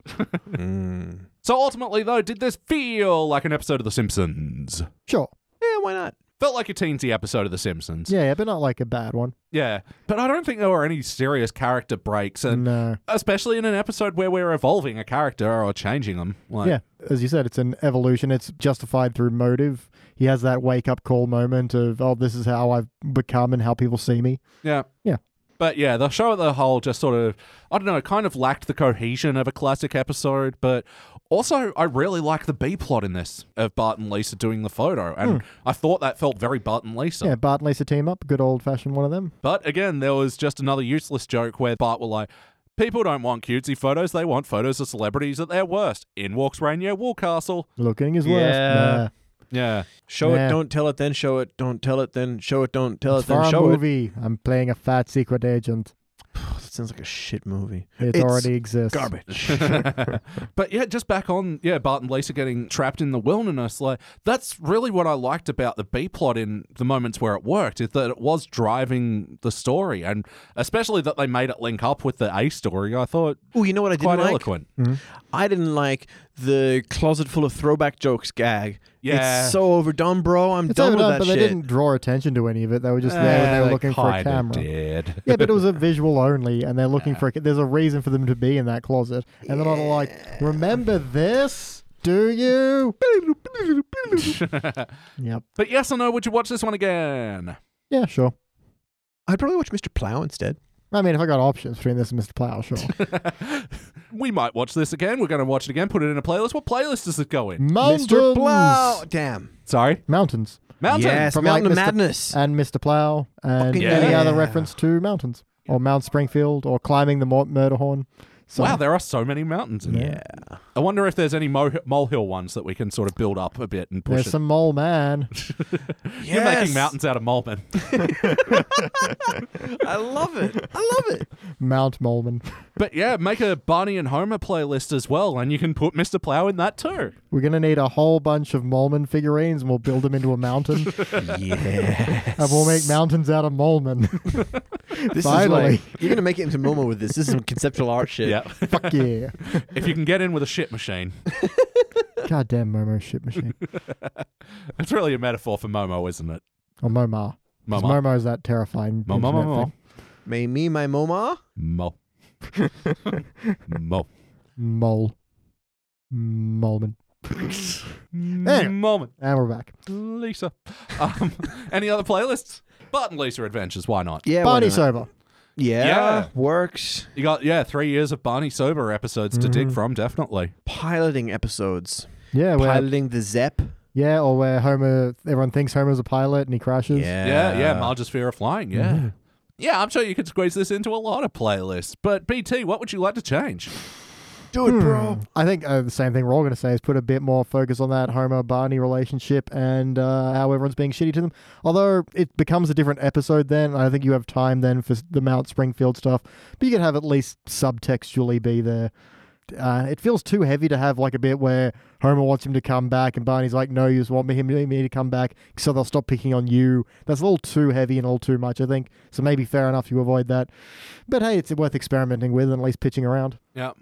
B: Mm.
A: So ultimately, though, did this feel like an episode of The Simpsons?
C: Sure.
B: [laughs] Yeah, why not?
A: Felt like a teensy episode of The Simpsons.
C: Yeah, yeah, but not like a bad one.
A: Yeah. But I don't think there were any serious character breaks, and
C: No.
A: especially in an episode where we're evolving a character or changing them. Like,
C: Yeah, as you said, it's an evolution. It's justified through motive. He has that wake up call moment of, oh, this is how I've become and how people see me.
A: Yeah.
C: Yeah.
A: But yeah, the show as a whole just sort of, I don't know, kind of lacked the cohesion of a classic episode. But also, I really like the B plot in this of Bart and Lisa doing the photo. And I thought that felt very Bart and Lisa.
C: Hmm. Yeah, Bart and Lisa team up. Good old fashioned one of them.
A: But again, there was just another useless joke where Bart were like, People don't want cutesy photos, they want photos of celebrities at their worst. In walks Rainier Woolcastle.
C: Looking is
B: Yeah.
C: worst.
A: Yeah.
B: Show
C: Yeah.
B: it, don't tell it, then show it, don't tell it, then show it, don't tell
C: Nah.
B: it,
C: It's
B: then
C: for a
B: show it.
C: movie. I'm playing a fat secret agent.
B: That sounds like a shit movie.
C: It
B: It's
C: already
B: [laughs]
C: exists.
B: Garbage.
A: but yeah, just back on, yeah, Bart and Lisa getting trapped in the wilderness. Like, that's really what I liked about the B plot in the moments where it worked, is that it was driving the story. And especially that they made it link up with the A story. I thought
B: oh, you know what I didn't
A: quite
B: like?
A: eloquent.
B: I didn't like the closet full of throwback jokes gag.
A: Yeah.
B: It's so overdone, bro. I'm
C: It's
B: done with that
C: overdone, but
B: shit. Ah,
C: they didn't draw attention to any of it. They were just there and they were looking for a camera.
A: Uh, Did.
C: [laughs] Yeah, but it was a visual only, and they're looking
B: Ah.
C: for a. There's a reason for them to be in that closet, and they're not like, remember this?
B: [laughs]
C: Do you?
A: [laughs]
C: yep.
A: But yes or no, would you watch this one again?
C: Yeah, sure.
B: I'd probably watch Mr. Plow instead.
C: I mean, if I got options between this and Mr.
B: [laughs]
C: Plow, sure.
A: we might watch this again. We're going to watch it again, put it in a playlist. What playlist does it go in?
C: Mountains.
B: Mr. Plow. Damn.
A: Sorry?
C: Mountains.
A: Mountain.
B: Yes,
C: From, like, Uh,
B: Mountain of
C: Mr.
B: Madness.
C: And Mr. Plow, and
B: Fucking
C: any
B: yeah.
C: other reference to mountains, or Mount Springfield, or climbing the Mor- Murderhorn. So,
A: Wow, there are so many mountains in there. I wonder if there's any mo- molehill ones that we can sort of build up a bit and push
C: There's
A: it.
C: some mole man.
B: [laughs]
A: You're making mountains out of Molman.
B: I love it. I love it.
C: Mount Moleman.
A: [laughs] but yeah, make a Barney and Homer playlist as well, and you can put Mr. Plow in that
C: [laughs]
A: too.
C: We're going to need a whole bunch of Moleman figurines, and we'll build them into a mountain,
B: [laughs] yeah.
C: and we'll make mountains out of Moleman.
B: This
C: Finally.
B: is like, you're gonna make it into Momo with this. This is some conceptual art shit.
A: Yeah.
C: [laughs] Fuck yeah.
A: if you can get in with a shit machine.
C: Goddamn Momo shit machine.
A: It's really a metaphor for Momo, isn't it?
C: Or Momar. 'Cause
A: Momo.
C: Momo is that terrifying.
A: Momo,
C: internet
A: Momo.
C: thing.
B: May me my
C: [laughs]
B: Moma.
A: Mo. Mo.
C: Mole. Moleman.
A: Moment.
C: And we're back.
A: Lisa. Um, [laughs] any other playlists? Bart and Lisa Adventures, why not?
B: Yeah. why
C: Barney
B: not?
C: sober.
B: Yeah,
A: Yeah.
B: Works.
A: You got, yeah, three years of Barney Sober episodes to
C: Mm-hmm.
A: dig from, definitely.
B: Piloting episodes.
C: Yeah, where,
B: Piloting the Zep.
C: yeah, or where Homer, everyone thinks Homer's a pilot and he crashes.
A: Yeah, yeah, Marge's Fear of Flying, yeah.
B: Mm-hmm.
A: Yeah, I'm sure you could squeeze this into a lot of playlists. But BT, what would you like to change?
B: Do it, bro.
C: Hmm. I think uh, the same thing we're all going to say is put a bit more focus on that Homer Barney relationship and uh, how everyone's being shitty to them. Although it becomes a different episode then, I don't think you have time then for s- the Mount Springfield stuff, but you can have at least subtextually be there. Uh, it feels too heavy to have like a bit where Homer wants him to come back and Barney's like, no, you just want me, [laughs] him, me to come back so they'll stop picking on you. That's a little too heavy and a little too much, I think. So maybe fair enough you avoid that. But hey, it's worth experimenting with and at least pitching around.
A: Yeah.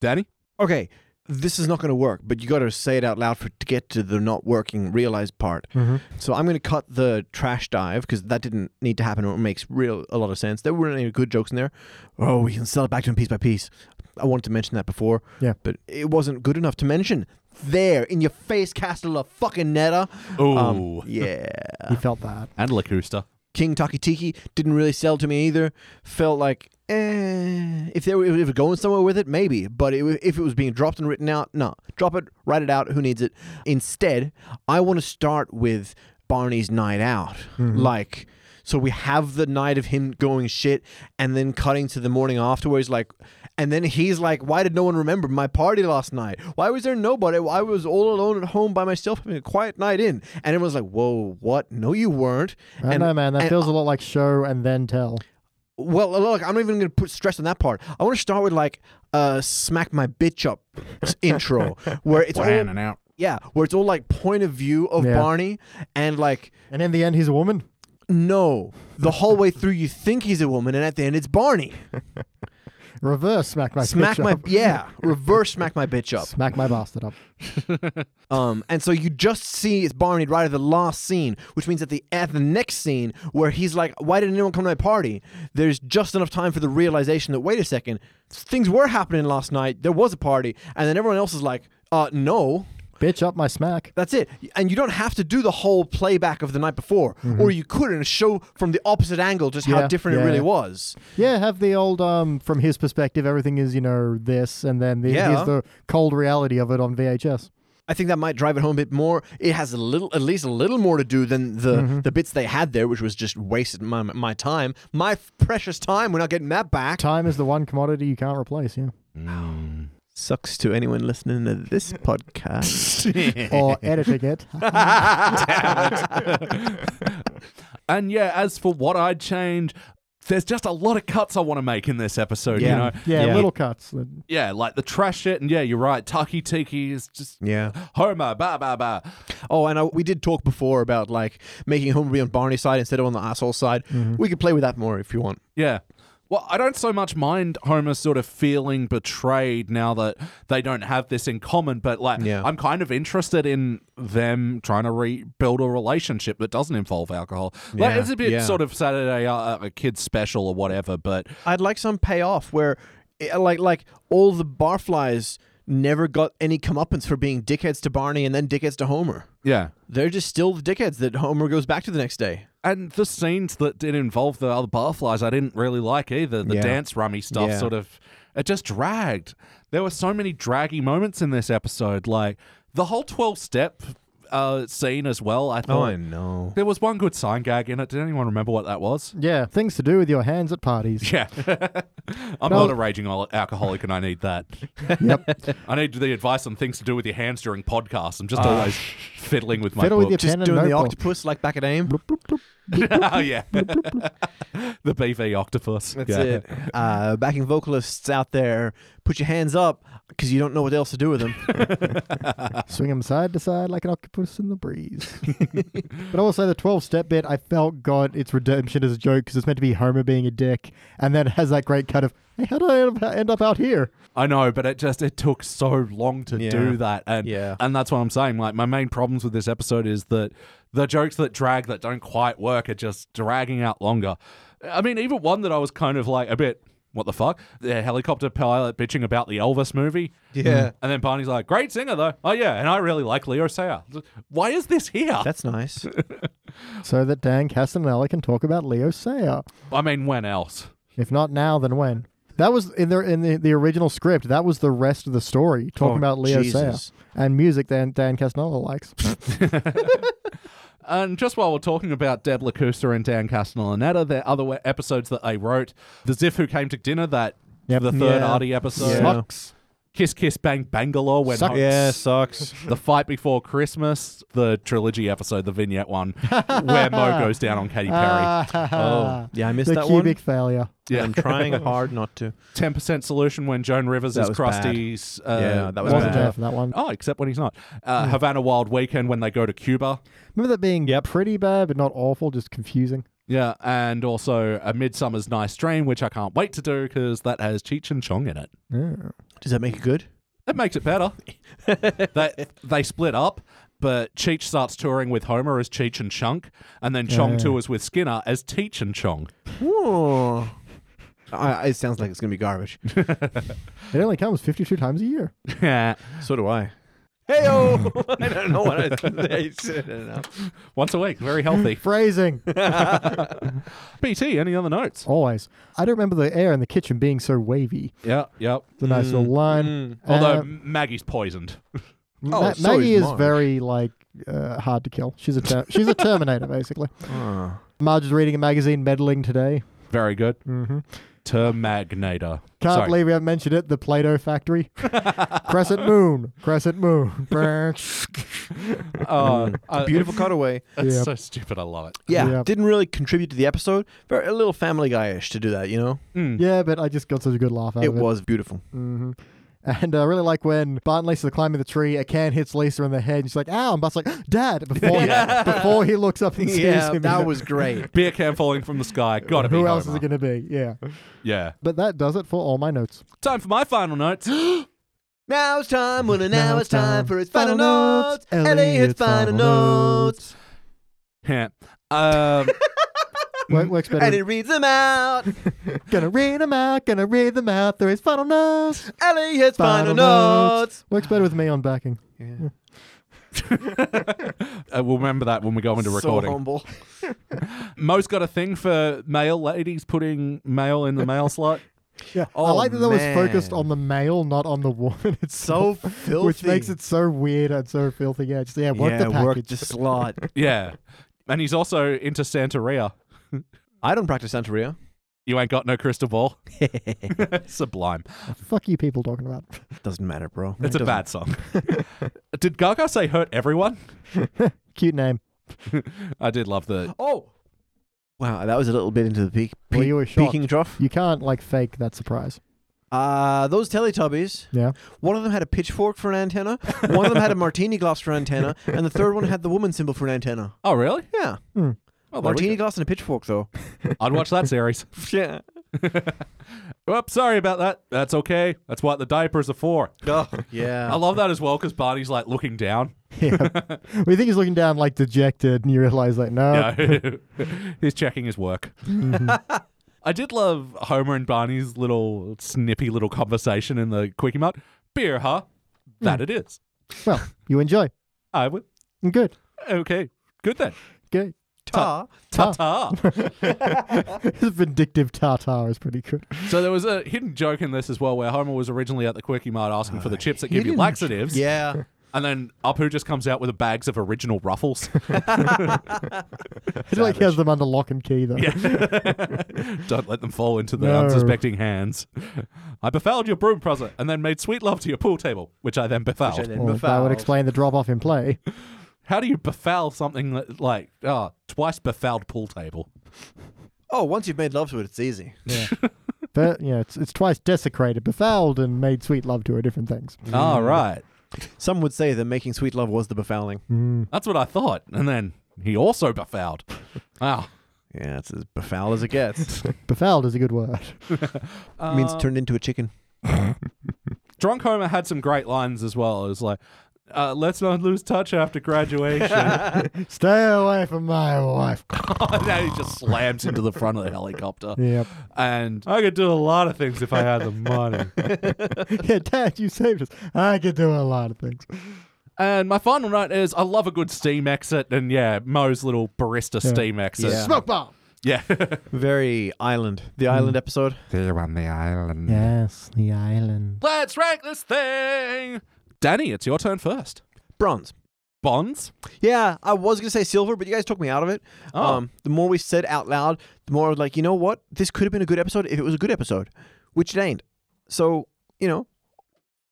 A: Danny?
B: Okay. This is not going to work, but you got to say it out loud for to get to the not working realized part. So I'm going to cut the trash dive because that didn't need to happen. It makes real a lot of sense. There weren't any good jokes in there. Oh, we can sell it back to him piece by piece. I wanted to mention that before.
C: Yeah.
B: but it wasn't good enough to mention. There in your face, Castle of fucking Netta.
A: Ooh.
B: Um, yeah.
C: He felt that.
A: and Lacusta.
B: King Takitiki didn't really sell to me either. Felt like, eh, if they were, if they were going somewhere with it, maybe. But it, wa- if it was being dropped and written out, no. Drop it, write it out. Who needs it? Instead, I want to start with Barney's night out.
C: Mm-hmm.
B: Like, so we have the night of him going shit and then cutting to the morning afterwards, like, and then he's like, why did no one remember my party last night? Why was there nobody? I was all alone at home by myself having a quiet night in. And everyone's like, whoa, what? No, you weren't.
C: I
B: and,
C: know, man. That
B: and-
C: feels a lot like show and then tell.
B: well, look, I'm not even going to put stress on that part. I want to start with like uh, smack my bitch up
C: [laughs]
B: intro, where it's all,
A: Planning out.
B: yeah, where it's all like point of view of
C: Yeah.
B: Barney and like
C: And in the end, he's a woman.
B: no, the whole way through you think he's a woman, and at the end it's Barney.
C: Reverse smack my
B: smack
C: bitch
B: my [laughs]
C: up. [laughs]
B: yeah, reverse smack my bitch up.
C: smack my bastard up.
B: Um, and so you just see it's Barney right at the last scene, which means at the at the next scene where he's like, "Why didn't anyone come to my party?" There's just enough time for the realization that wait a second, things were happening last night. There was a party, and then everyone else is like, "Uh, no."
C: Bitch up my smack.
B: That's it. And you don't have to do the whole playback of the night before. Or you could and show from the opposite angle just how
C: Yeah,
B: different it
C: yeah.
B: really was.
C: Yeah, have the old um from his perspective, everything is you know this, and then the,
B: Yeah.
C: here's the cold reality of it on VHS.
B: I think that might drive it home a bit more. It has a little, at least a little more to do than the the bits they had there, which was just wasted my my time, my f- precious time. We're not getting that back.
C: Time is the one commodity you can't replace. Yeah,
B: Sucks to anyone listening to [laughs] this podcast.
C: or
B: [laughs]
C: editing it.
A: And yeah, as for what I'd change, there's just a lot of cuts I want to make in this episode, you
B: Yeah.
A: know?
C: [laughs] Yeah,
B: Yeah.
C: little cuts.
A: Yeah, like the trash shit, and yeah, you're right. Taki Tiki is just
B: yeah.
A: Homer, ba ba ba.
B: Oh, and I, we did talk before about like making Homer be on Barney's side instead of on the asshole side. We could play with that more if you want.
A: Yeah. Well, I don't so much mind Homer sort of feeling betrayed now that they don't have this in common, but like,
B: Yeah.
A: I'm kind of interested in them trying to rebuild a relationship that doesn't involve alcohol. Like,
B: Yeah,
A: it's a bit
B: yeah.
A: sort of Saturday, uh, a kid's special or whatever, but
B: I'd like some payoff where, eh, like, like all the barflies never got any comeuppance for being dickheads to Barney and then dickheads to Homer.
A: yeah.
B: They're just still the dickheads that Homer goes back to the next day.
A: And the scenes that did involve the other barflies, I didn't really like either. The
B: Yeah.
A: dance rummy stuff
B: Yeah.
A: sort of, it just dragged. There were so many draggy moments in this episode. Like the whole 12 step uh, scene as well, I thought.
B: Oh, know.
A: There was one good sign gag in it. Did anyone remember what that was? [laughs]
C: Yeah, things to do with your hands
B: [laughs]
C: at parties.
A: Yeah. I'm
C: No.
A: not a raging al- alcoholic and I need that.
C: yep,
A: I need the advice on things to do with your hands during podcasts. I'm just always fiddling with my
C: fiddle with
A: book.
C: your
B: Just
C: pen
B: doing
C: and
B: the
C: notebook.
B: octopus like back at AIM.
A: [laughs] oh, yeah. the BV octopus.
B: That's
A: Yeah.
C: [laughs]
B: it. Uh, backing vocalists out there, put your hands up because you don't know what else to do
C: [laughs]
B: with them.
C: Swing them side to side like an octopus in
B: [laughs]
C: the breeze. but I will say the 12 step bit, I felt got its redemption as a joke because it's meant to be Homer being a dick. And then it has that great cut of, hey, how did I end up- end up out here?
A: I know, but it just it took so long to
B: Yeah.
A: do that, and
B: Yeah.
A: and that's what I'm saying. Like my main problems with this episode is that the jokes that drag that don't quite work are just dragging out longer. I mean, even one that I was kind of like a bit. What the fuck? The helicopter pilot bitching about the Elvis movie.
B: [laughs]
C: Hmm.
B: Yeah.
A: And then Barney's like, great singer though. Oh, yeah. And I really like Leo Sayer. Why is this here?
B: That's nice.
C: So that Dan Castanella can talk about Leo Sayer.
A: I mean, when else?
C: If not now, then when? That was in the, in the, the original script. That was the rest of the story, talking
B: Oh,
C: about Leo
B: Jesus.
C: Sayer and music that Dan Castanella likes.
A: And just while we're talking about Deb Lacusta and Dan Castellaneta, there are other we- episodes that they wrote. The Ziff Who Came to Dinner, that
C: Yep.
A: the third
B: Yeah.
A: Artie episode.
B: Yeah.
C: Sucks.
A: Kiss Kiss Bang Bangalore, when
C: Sucks.
B: Yeah, sucks.
A: the fight before Christmas, the trilogy episode, the vignette
B: [laughs]
A: one, where Mo
C: [laughs]
A: goes down on Katy Perry.
B: Ah. oh, yeah, I missed
C: Ah. the
B: that one.
C: cubic failure.
A: yeah.
C: [laughs]
B: I'm trying hard not to.
A: [laughs] Ten percent solution when Joan Rivers
B: That
A: is
B: was bad.
A: Krusty's. Uh,
B: Yeah, that was
C: Wasn't
B: bad. Hmm.
C: there for that one.
A: Oh, except when he's not. Uh, Havana Wild Weekend when they go to Cuba.
C: Remember that being pretty bad, but not awful, just confusing.
A: Yeah, and also A Midsummer's Nice Dream, which I can't wait to do because that has Cheech and Chong in it.
C: Yeah.
B: Does that make it good?
A: That makes it [laughs] better. they, they split up, but Cheech starts touring with Homer as Cheech and Chunk, and then Chong tours with Skinner as Teach and Chong.
B: Ooh. I, it sounds
C: [laughs]
B: like it's gonna be garbage.
A: [laughs]
C: It only comes 52 times a year.
A: Yeah.
B: so do I. Hey yo! [laughs] I don't know what I, I don't know.
C: [laughs]
A: Once a week, very [laughs] healthy.
C: Phrasing.
A: BT, any other notes?
C: Always. I don't remember the air in the kitchen being so wavy.
A: Yeah, yep.
C: It's a nice little line.
A: Although
C: Uh,
A: Maggie's poisoned.
C: Ma-
B: Mm. Oh, so
C: Maggie
B: is
C: is,
B: Marge.
C: very like uh, hard to kill. She's a ter- she's a Terminator
B: [laughs]
C: basically.
B: Oh.
C: Marge is reading a magazine, meddling today.
A: Very good.
C: Mm-hmm.
A: [laughs] Termagnator.
C: Can't
A: Sorry.
C: believe we haven't mentioned it. The Play-Doh
B: [laughs]
C: factory, Crescent Moon, Crescent Moon. [laughs]
A: Uh, uh, [laughs]
B: Beautiful cutaway.
A: That's
C: Yeah.
A: so stupid. I love it.
B: Yeah,
C: Mm. Yeah.
B: didn't really contribute to the episode. Very, a little Family Guy-ish to do that, you know.
A: Mm.
C: yeah, but I just got such a good laugh out
B: It
C: of it.
B: was
C: [laughs]
B: beautiful.
C: hmm And I really like when Bart and Lisa's climbing the tree. A can hits Lisa in the head. And she's like, "Ow!" And Bart's like, "Dad!"
B: [laughs]
C: Before
B: Yeah.
C: before he looks
B: [laughs]
C: up and sees him. you know.
B: was great.
A: Beer can falling from the sky. Gotta be.
C: [laughs] Who else is
A: Homer.
C: it going to be? Yeah.
A: Yeah.
C: But that does it for all my notes.
A: Time for my final
B: [gasps]
A: notes.
B: Now it's time, well, now,
C: Now
B: it's
C: it's
B: time
C: time.
B: for his final
C: Final
B: notes.
C: notes,
B: Elliot's
C: Elliot's
B: final
C: final
B: notes.
A: Yeah. Um, [laughs]
C: Work, works
B: [laughs] And he
C: better.
B: reads them out.
C: Gonna read them out. Gonna read them out. There is final notes.
B: Elliot's final,
C: Final
B: notes.
C: Works better with me on backing.
A: uh, we'll remember that when we go into recording.
B: So humble.
A: Mo's got a thing for male ladies putting mail in the mail
B: [laughs]
A: slot.
C: Yeah. I
B: Oh,
C: like that that was focused
B: man.
C: on the male, not on the woman. [laughs] It's
B: So filthy.
C: Which makes it so weird and so filthy. Yeah, just yeah, work
B: yeah,
C: the package.
B: work
C: [laughs]
B: the slot.
A: Yeah. And he's also into Santeria.
B: I don't practice Santeria.
A: You ain't got no crystal
B: [laughs]
A: ball. Sublime.
C: Fuck you, people talking about. [laughs]
B: Doesn't matter, bro.
A: It's
B: It
A: a
B: doesn't-
A: bad song.
B: [laughs]
A: Did Gaga say hurt everyone?
C: Cute name.
A: I did love
B: [gasps]
A: the.
B: Oh. Wow, that was a little bit into the peak.
C: Well,
B: peak
C: you were shocked.
B: peaking trough.
C: You can't like fake that surprise. [laughs]
B: Uh, those Teletubbies.
C: Yeah.
B: One of them had a pitchfork for an antenna. One of them had a martini glass for an antenna, and the third one had the woman symbol for an antenna.
A: Oh, really?
B: Yeah.
A: Oh, there we
B: martini
A: go.
B: glass and a
A: [laughs]
B: pitchfork, though.
A: I'd watch that
B: [laughs]
A: series.
B: yeah.
A: Whoop, sorry about that. That's okay. That's what the diapers are for.
B: Oh, yeah.
A: I love that as well because Barney's like looking down.
C: Yeah. we think he's looking down like dejected, and you realize like no.
B: Uh,
A: No. [laughs] He's checking his work. I did love Homer and Barney's little snippy little conversation in the Quickie Mart. Beer, huh?
B: Mm.
A: That it is.
C: Well, you enjoy. Mm,
A: I would.
C: Good.
A: Okay. Good then.
C: Good. [laughs]
B: Ta.
A: Ta ta.
B: [laughs]
C: His vindictive tartar is pretty good.
A: so there was a hidden joke in this as well where Homer was originally at the Quickie Mart asking for the chips that give you
B: Uh, hidden
A: laxatives.
C: [laughs]
B: Yeah.
A: And then Apu just comes out with the bags of original
B: [laughs]
A: ruffles.
C: He like
B: Savage.
C: has them under lock and key though.
A: Yeah. [laughs] Don't let them fall into the
C: No.
A: unsuspecting hands. I befouled your broom closet and then made sweet love to your pool table, which I then befouled.
B: Which I then
C: Well, that
B: befouled.
C: would explain the drop off in play.
A: How do you befoul something that, like, oh, twice befouled pool [laughs] table?
B: Oh, once you've made love to it, it's easy.
C: But yeah, it's, it's twice desecrated, befouled, and made sweet love to her. Different things.
A: All Ah, right.
B: Some would say that making sweet love was the befouling.
C: Mm.
A: That's what I thought. And then he also [laughs] befouled. Wow.
B: Yeah, it's as befoul as
A: [laughs]
B: it gets.
C: Befouled is a good word. [laughs]
A: Uh,
B: means turned into a chicken.
A: Drunk Homer had some great lines as well. It was like, uh, let's not lose touch after [laughs] graduation. Oh,
C: Stay away from my wife.
A: now he just slams into the front of the [laughs] helicopter.
C: Yep.
A: And I could do a lot of things if I had [laughs] the money.
C: yeah, Dad, you saved us. I could do a lot of things.
A: And my final note is I love a good steam exit, and yeah, Moe's little barista
C: Yeah.
A: steam exit.
B: Yeah.
C: Smoke bomb.
A: Yeah. [laughs]
B: Very island. The
C: Hmm.
B: island episode.
A: They're on the island.
C: Yes, the island.
A: Let's rank this thing. Danny, it's your turn first.
B: Bronze.
A: Bonds.
B: Yeah, I was gonna say silver, but you guys took me out of it.
A: Oh.
B: Um, the more we said out loud, the more I was like, you know what? This could have been a good episode if it was a good episode, which it ain't. So you know,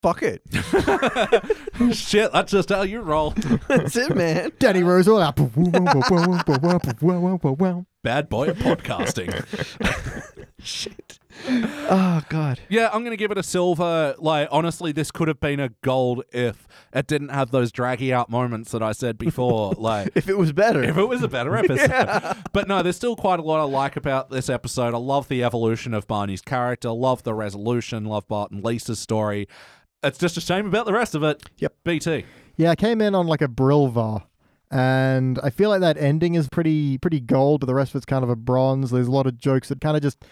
B: fuck it. [laughs]
A: [laughs] Shit, that's just how you roll.
B: That's it,
C: [laughs]
B: man.
C: Danny Rose all out. That's
A: [laughs] Bad boy of podcasting.
B: Shit. Oh god.
A: yeah, I'm going to give it a silver. Like, honestly, this could have been a gold if it didn't have those draggy out moments that I said [laughs] before. like,
B: If it was better.
A: If it was a better episode. But no, there's still quite a lot I like about this episode. I love the evolution of Barney's character, love the resolution, love Bart and Lisa's story. It's just a shame about the rest of it.
B: Yep.
A: BT.
C: Yeah, I came in on like a Brilvar. And I feel like that ending is pretty pretty gold, but the rest of it's kind of a bronze. There's a lot of jokes that kind of just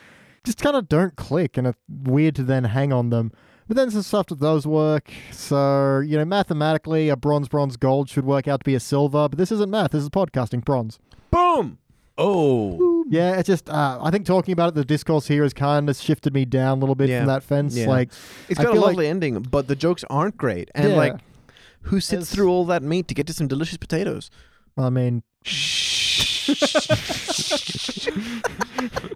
C: just kind of don't click, and it's weird to then hang on them. But then some stuff that does work. So, you know, mathematically, a bronze, bronze, gold should work out to be a silver, but this isn't math. This is podcasting bronze.
B: Boom.
A: Oh,
C: Yeah, it's just, uh, I think talking about it, the discourse here has kind of shifted me down a little bit
B: Yeah.
C: from that fence.
B: Yeah.
C: Like,
B: It's
C: I
B: got a
C: feel like-
B: lovely ending, but the jokes aren't great. And
C: Yeah.
B: like, who sits
C: It's-
B: through all that meat to get to some delicious potatoes?
C: I mean,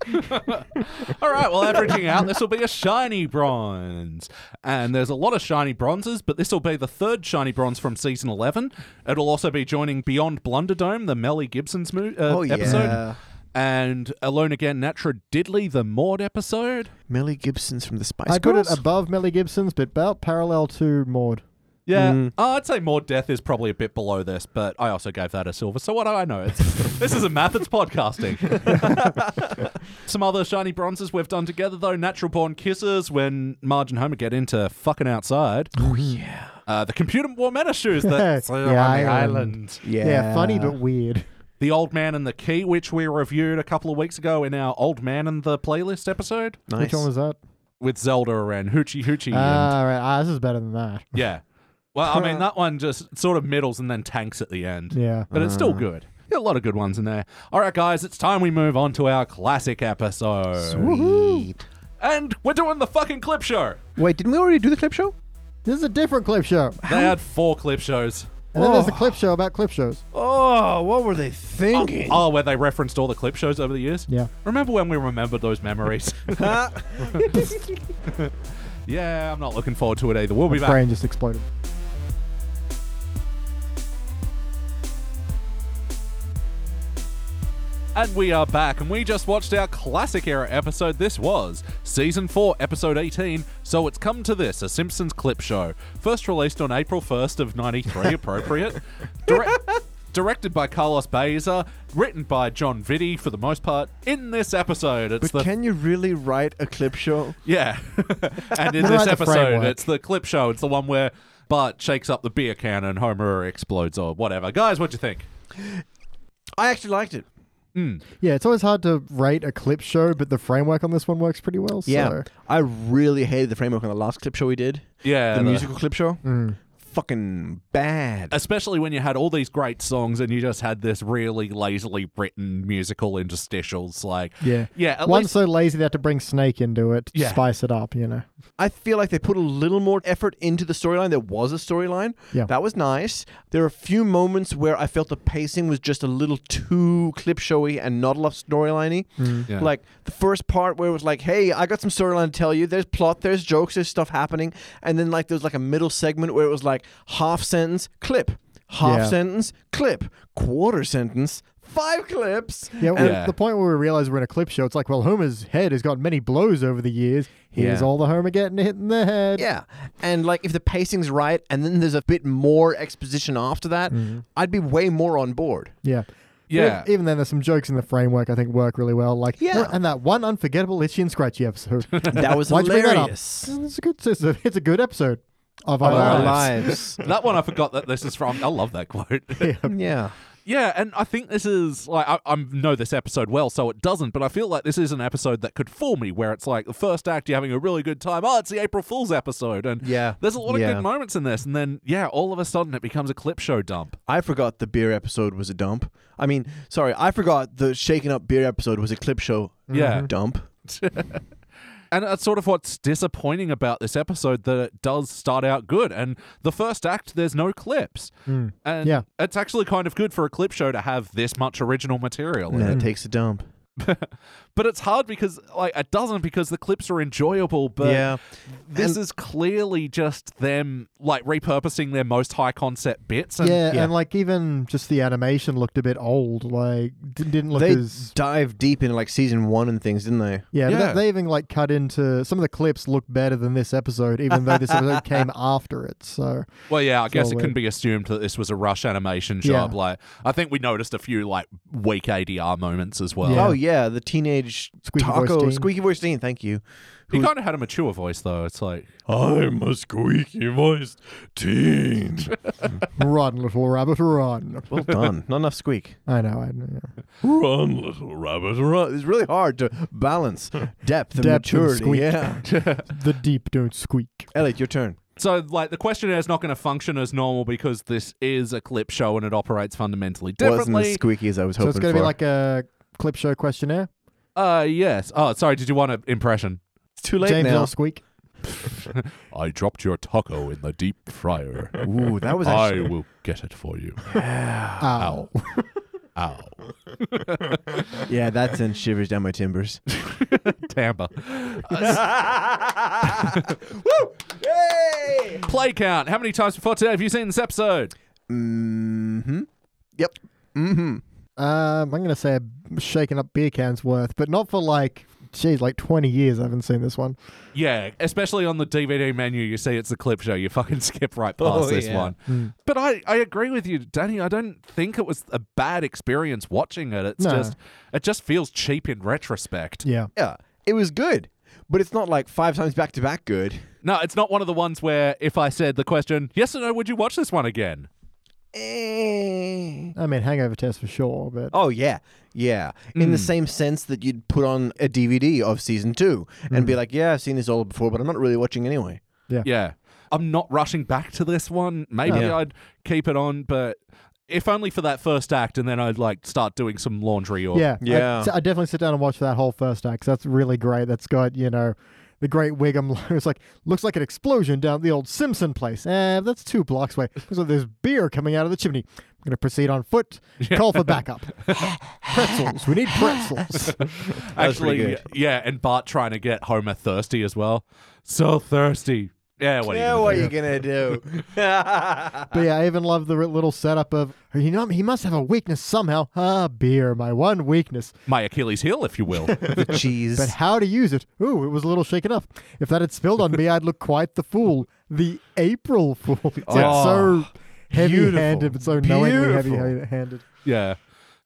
A: all right. Well, averaging out, this will be a shiny bronze, and there's a lot of shiny bronzes, but this will be the third shiny bronze from season eleven. It'll also be joining Beyond Blunderdome, the Melly Gibson's mo- uh,
B: Oh, yeah.
A: episode, and Alone Again, Natra Diddley, the Maud episode.
B: Millie Gibson's from the Spice
C: I put
B: Girls.
C: it above Melly Gibson's, but about parallel to Maud.
A: Yeah,
B: Mm.
A: Uh, I'd say Maud Death is probably a bit below this, but I also gave that a silver. So what do I know? It's, this is a math. It's
B: [laughs]
A: podcasting. Some other shiny bronzes we've done together though. Natural born kisses when Marge and Homer get into fucking outside.
B: oh yeah,
A: Uh, the computer wore meta shoes that
C: The
A: on the island.
C: island.
B: yeah,
C: Yeah, funny but weird. [laughs]
A: The old man and the key, which we reviewed a couple of weeks ago in our old man and the playlist episode
B: nice.
C: Which one was that?
A: with Zelda and Hoochie Hoochie. and,
B: Uh.
C: Ah, right. Ah, this is better than that.
A: yeah. Well, I
B: [laughs]
A: mean that one just sort of middles and then tanks at the end.
C: Yeah.
A: but it's still good. Yeah, a lot of good ones in there. All right, guys, it's time we move on to our classic episode.
B: Sweet.
A: And we're doing the fucking clip show.
B: Wait, didn't we already do the clip show?
C: This is a different clip show.
A: They had four clip shows.
C: And then there's the
B: Oh.
C: clip show about clip shows.
B: Oh, what were they thinking?
A: Oh, where they referenced all the clip shows over the years?
C: Yeah.
A: Remember when we remembered those memories?
B: [laughs]
A: yeah, I'm not looking forward to it either. We'll be back.
C: Brain just exploded.
A: And we are back, and we just watched our classic era episode. This was season 4, episode 18. So it's come to this a Simpsons clip show. First released on April 1st of
B: [laughs]
A: 93, appropriate. Direct. Directed by Carlos Baeza, written by John Vitti for the most part. In this episode, it's
B: but
A: the
B: can you really write a clip show?
A: yeah, [laughs] and in
C: Right,
A: this
C: the
A: episode,
C: framework.
A: it's the clip show. It's the one where Bart shakes up the beer can and Homer explodes or whatever. Guys, what'd you think? Hmm.
B: I actually liked it.
C: Yeah, it's always hard to rate a clip show, but the framework on this one works pretty well. So.
B: I really hated the framework on the last clip show we did.
A: Yeah,
B: the
A: the-
B: musical clip show.
C: mm,
B: Uh, Fucking bad.
A: especially when you had all these great songs and you just had this really lazily written musical interstitials like
C: Yeah.
A: yeah at
C: One's
A: least
C: so lazy they had to bring Snake into it, to
A: Yeah.
C: spice it up, you know.
B: I feel like they put a little more effort into the storyline. There was a storyline.
C: Yeah.
B: That was nice. There were a few moments where I felt the pacing was just a little too clip showy and not enough storyline
A: Yeah.
B: Like the first part where it was like, hey, I got some storyline to tell you. There's plot, there's jokes, there's stuff happening. And then like there was like a middle segment where it was like half sentence, clip, half
C: Yeah.
B: sentence, clip, quarter sentence, five clips.
C: Yeah, well,
A: Yeah.
C: the point where we realize we're in a clip show, it's like, well, Homer's head has got many blows over the years. Here's
A: Yeah.
C: all the Homer getting hit in the head.
B: Yeah. And like if the pacing's right and then there's a bit more exposition after that,
C: Mm-hmm.
B: I'd be way more on
C: [laughs]
B: board.
C: Yeah.
A: yeah
C: Even, even then, there's some jokes in the framework I think work really well. Like,
B: Yeah.
C: and that one unforgettable Itchy and
B: [laughs]
C: Scratchy episode.
B: That was
C: Why'd you bring that up?
B: hilarious.
C: it's, a good, it's, a, it's a good episode of our
A: Of our
C: lives.
B: lives. [laughs]
A: that one i forgot that this is from i love that quote [laughs]
B: yeah.
A: yeah and i think this is like I, I know this episode well so it doesn't but i feel like this is an episode that could fool me where it's like the first act you're having a really good time oh it's the april fool's episode and
B: Yeah.
A: there's a lot of
B: Yeah.
A: good moments in this and then yeah all of a sudden it becomes a clip show dump
B: I forgot the beer episode was a dump. I mean, sorry, I forgot the shaken up beer episode was a clip show
A: Yeah.
B: dump.
A: And that's sort of what's disappointing about this episode that it does start out good. And the first act, there's no clips. And
C: Hmm. Yeah.
A: it's actually kind of good for a clip show to have this much original material. in
B: And
A: it.
B: then it takes a dump.
A: But it's hard because, like, it doesn't because the clips are enjoyable. But
B: yeah.
A: this
B: And-
A: is clearly just them, like, repurposing their most high concept bits. And
C: yeah,
B: [laughs] yeah.
C: and like even just the animation looked a bit old. Like d- didn't look
B: They
C: as
B: dive deep into like season one and things, didn't they?
C: yeah. but
A: Yeah.
C: They, they even like cut into some of the clips look better than this episode, even though
B: [laughs]
C: this episode came after it. So
A: Well, yeah, I guess
C: all
A: it
C: weird.
A: can be assumed that this was a rush animation
C: Yeah.
A: job. Like, I think we noticed a few, like, weak ADR moments as well.
C: Yeah.
B: Oh yeah, the teenage teenage
C: Squeaky
B: taco
C: voice teen.
B: squeaky voice teen. Thank you.
A: He kind of had a mature voice though. It's like
B: I'm a squeaky voiced [laughs] teen.
C: [laughs] run, little rabbit, run.
B: well done. Not enough squeak.
C: I know. I know.
B: Run, little rabbit, run. It's really hard to [laughs] balance depth and
C: Depth and
B: maturity.
C: squeak.
B: yeah.
C: The deep don't squeak.
B: [laughs] Elliot, your turn.
A: so like the questionnaire is not going to function as normal because this is a clip show and it operates fundamentally
B: Wasn't
A: differently.
B: as squeaky as I was
C: So
B: hoping
C: it's going to
B: for.
C: be like a clip show questionnaire.
A: uh yes. Oh, sorry. Did you want an impression?
B: it's too late
C: James
B: now.
C: L. Squeak.
A: I dropped your taco in the deep fryer.
B: Ooh, that was actually.
A: will get it for you.
C: Ow.
B: [laughs]
A: Ow.
B: Yeah, that's in shivers down my timbers. [laughs]
A: Tampa. Uh,
B: Woo! Yay!
A: Play count. How many times before today have you seen this episode?
B: Mm-hmm. Yep. Mm-hmm.
C: Um, I'm going to say a shaken up beer can's worth, but not for like, geez, like 20 years. I haven't seen this one.
A: Yeah, especially on the DVD menu, you see it's a clip show. You fucking [laughs] skip right past
B: Oh,
A: this
B: yeah.
A: one. But I, I agree with you, Danny. I don't think it was a bad experience watching it. It's
C: No.
A: just it just feels cheap in retrospect.
C: Yeah.
B: Yeah, it was good, but it's not like five times back to back good.
A: No, it's not one of the ones where if I said the question, yes or no, would you watch this one again?
B: Eh.
C: I mean, hangover test for sure, but
B: Oh yeah, yeah. In
A: Mm.
B: the same sense that you'd put on a DVD of season two and
A: Mm.
B: be like, "Yeah, I've seen this all before, but I'm not really watching anyway."
A: Yeah. I'm not rushing back to this one. Maybe
B: No.
A: I'd keep it on, but if only for that first act and then I'd like start doing some laundry or
C: yeah.
B: Yeah.
C: I, so I definitely sit down and watch that whole first act 'cause that's really great. That's got, you know, the great Wiggum. [laughs] It's like, looks like an explosion down at the old Simpson place. Eh, that's two blocks away. Looks like there's beer coming out of the chimney. I'm going to proceed on foot, call for backup. [laughs] pretzels. We need pretzels.
B: was pretty
A: actually
B: good.
A: yeah, and Bart trying to get Homer thirsty as well. So thirsty. Yeah, what are
B: yeah,
A: you
B: what
A: gonna
B: are
A: do?
B: you gonna
A: [laughs]
B: do?
C: But yeah, I even love the r- little setup of you know he must have a weakness somehow. Ah, beer, my one weakness.
A: My Achilles heel, if you will.
B: [laughs] the cheese.
C: But how to use it? Ooh, it was a little shaken up. If that had spilled on me, I'd look quite the fool. The April [laughs] Fool. It's like
B: Oh,
C: so heavy-handed, but so knowingly
B: beautiful.
C: heavy-handed.
A: yeah.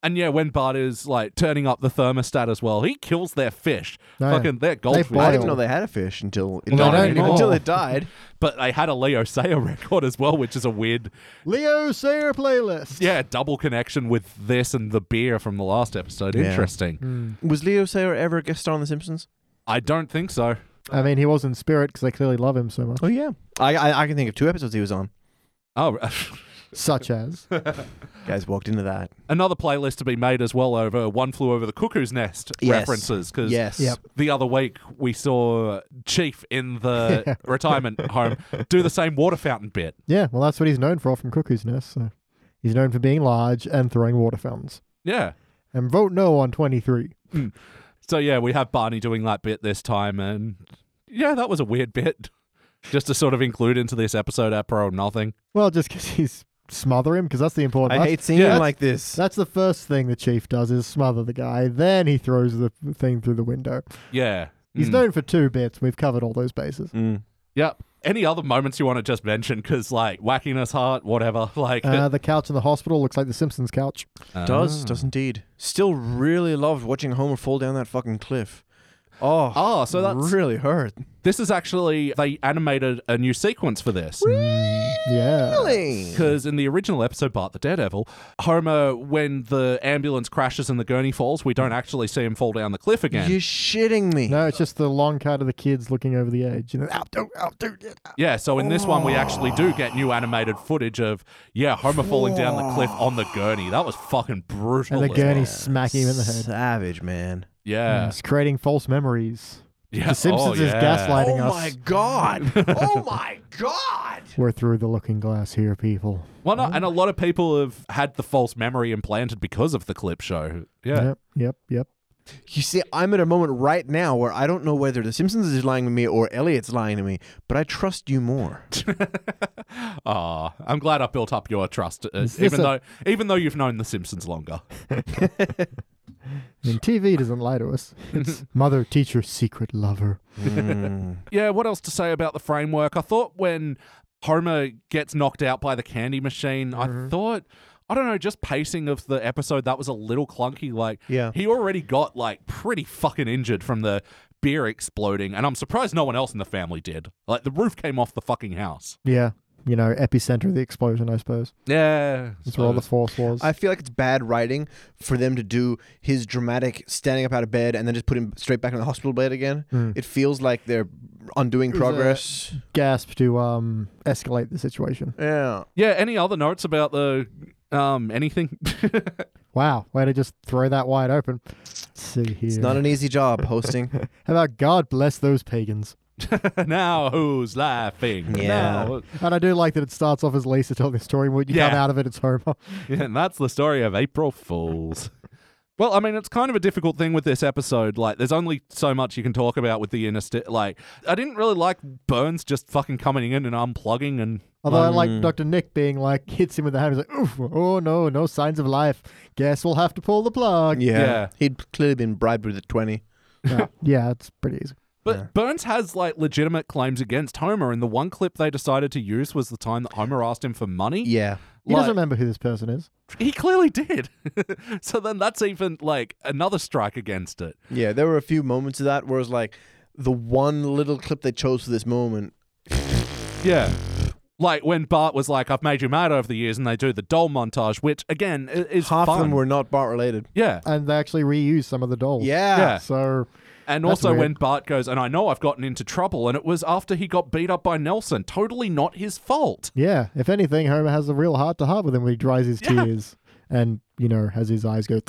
A: And yeah, when Bart is like turning up the thermostat as well, he kills their fish.
C: Oh, yeah.
A: Fucking their
B: I
A: goldfish.
C: boil.
B: didn't know they had a fish until it
A: Well,
C: they
B: died.
C: don't
B: Until
C: anymore.
B: it died.
A: But they had a Leo Sayer [laughs] record as well, which is a weird
C: Leo Sayer playlist.
A: yeah, double connection with this and the beer from the last episode.
B: Yeah.
A: Interesting.
C: Hmm.
B: Was Leo Sayer ever a guest star on The Simpsons?
A: I don't think so.
C: I mean, he was in spirit because they clearly love him so much.
B: Oh yeah, I, I I can think of two episodes he was on.
A: Oh, [laughs]
C: Such [laughs] as
B: Guys walked into that.
A: another playlist to be made as well over One Flew Over the Cuckoo's Nest
B: Yes.
A: references because
B: Yes.
C: Yep.
A: the other week we saw Chief in
C: [laughs]
A: the retirement home do the same water fountain bit.
C: yeah, well, that's what he's known for from Cuckoo's Nest. So. He's known for being large and throwing water fountains.
A: Yeah.
C: And vote no on twenty-three.
A: So yeah, we have Barney doing that bit this time, and yeah, that was a weird bit. Just to sort of include into this episode, apropos of nothing.
C: Well, just because [laughs] he's smother him, because that's the important.
B: I
C: that's,
B: hate seeing
A: yeah,
B: him
A: that's-
B: like this.
C: that's the first thing the chief does is smother the guy. Then he throws the thing through the window.
A: Yeah.
C: He's
A: Mm.
C: known for two bits. We've covered all those bases.
B: [laughs] Mm.
A: Yep. Any other moments you want to just mention? Because like whackiness, heart, whatever. [laughs] Like
C: Uh, the couch in the hospital looks like the Simpsons couch.
B: Does does indeed. Still really loved watching Homer fall down that fucking cliff. Oh,
A: Oh, so that's
B: really hurt.
A: this is actually they animated a new sequence for this.
C: Yeah.
B: Really?
A: Because in the original episode, Bart the Daredevil, Homer, when the ambulance crashes and the gurney falls, we don't actually see him fall down the cliff again.
B: You're shitting me.
C: No, it's just the long cut of the kids looking over the edge. And then, ow, do, ow, do, yeah, ow.
A: yeah, so in this one, we actually do get new animated footage of, yeah, Homer falling down the cliff on the gurney. That was fucking brutal.
C: And the
A: as well.
C: gurney smacking him in the head.
B: Savage man.
A: Yeah.
C: It's creating false memories.
A: yeah.
C: The Simpsons
A: oh,
C: is
A: yeah.
C: gaslighting
B: Oh
C: us.
B: my god. oh my god.
C: We're through the looking glass here, people.
A: Well, no, and a lot of people have had the false memory implanted because of the clip show. Yeah.
C: Yep, yep, yep.
B: You see, I'm at a moment right now where I don't know whether The Simpsons is lying to me or Elliot's lying to me, but I trust you more.
A: Ah, I'm glad I built up your trust, uh,
C: Is this
A: even
C: a-
A: though even though you've known The Simpsons longer.
C: I mean, TV doesn't lie to us. It's mother, teacher, secret lover.
A: Yeah, what else to say about the
C: Mm-hmm.
A: framework? I thought when Homer gets knocked out by the candy machine, I thought I don't know, just pacing of the episode that was a little clunky. Like,
B: Yeah.
A: he already got like pretty fucking injured from the beer exploding, and I'm surprised no one else in the family did. Like, the roof came off the fucking house.
C: Yeah. You know, epicenter of the explosion, I suppose.
A: Yeah,
C: That's where all the force was.
B: I feel like it's bad writing for them to do his dramatic standing up out of bed and then just put him straight back in the hospital bed again.
C: Hmm.
B: It feels like they're undoing
C: It was a-
B: progress.
C: gasp to um escalate the situation.
B: Yeah.
A: yeah. Any other notes about the um anything? [laughs]
C: Wow, way to just throw that wide open. Let's see here.
B: It's not an easy job hosting.
C: [laughs] How about God bless those pagans?
A: now who's laughing?
B: Yeah.
A: Now-
C: And I do like that it starts off as Lisa telling the story, and when you come
A: Yeah.
C: out of it, it's Homer. [laughs]
A: Yeah, and that's the story of April Fools. Well, I mean, it's kind of a difficult thing with this episode. Like, there's only so much you can talk about with the inner. St- like, I didn't really like Burns just fucking coming in and unplugging and.
C: Although I like
B: Mm.
C: Dr. Nick being like, hits him with the hammer. He's like, Oof, oh no, no signs of life. Guess we'll have to pull the plug.
B: Yeah.
A: Yeah.
B: He'd clearly been bribed with a 20.
C: Yeah, yeah, it's pretty easy.
A: But Burns has like legitimate claims against Homer, and the one clip they decided to use was the time that Homer asked him for money.
B: Yeah.
C: He
A: Like,
C: doesn't remember who this person is.
A: he clearly did. [laughs] so then that's even like another strike against it.
B: Yeah. There were a few moments of that where it was like the one little clip they chose for this moment.
A: Yeah. Like when Bart was like, "I've made you mad over the years," and they do the doll montage, which again i- is
B: half
A: fun.
B: of them were not Bart related.
A: Yeah.
C: And they actually reuse some of the dolls.
B: Yeah.
A: Yeah.
C: So,
A: And
C: That's
A: also
C: weird.
A: when Bart goes, and I know I've gotten into trouble, and it was after he got beat up by Nelson. Totally not his fault.
C: yeah, if anything, Homer has a real heart to heart with him when he dries his
A: [laughs] Yeah.
C: tears and, you know, has his eyes go.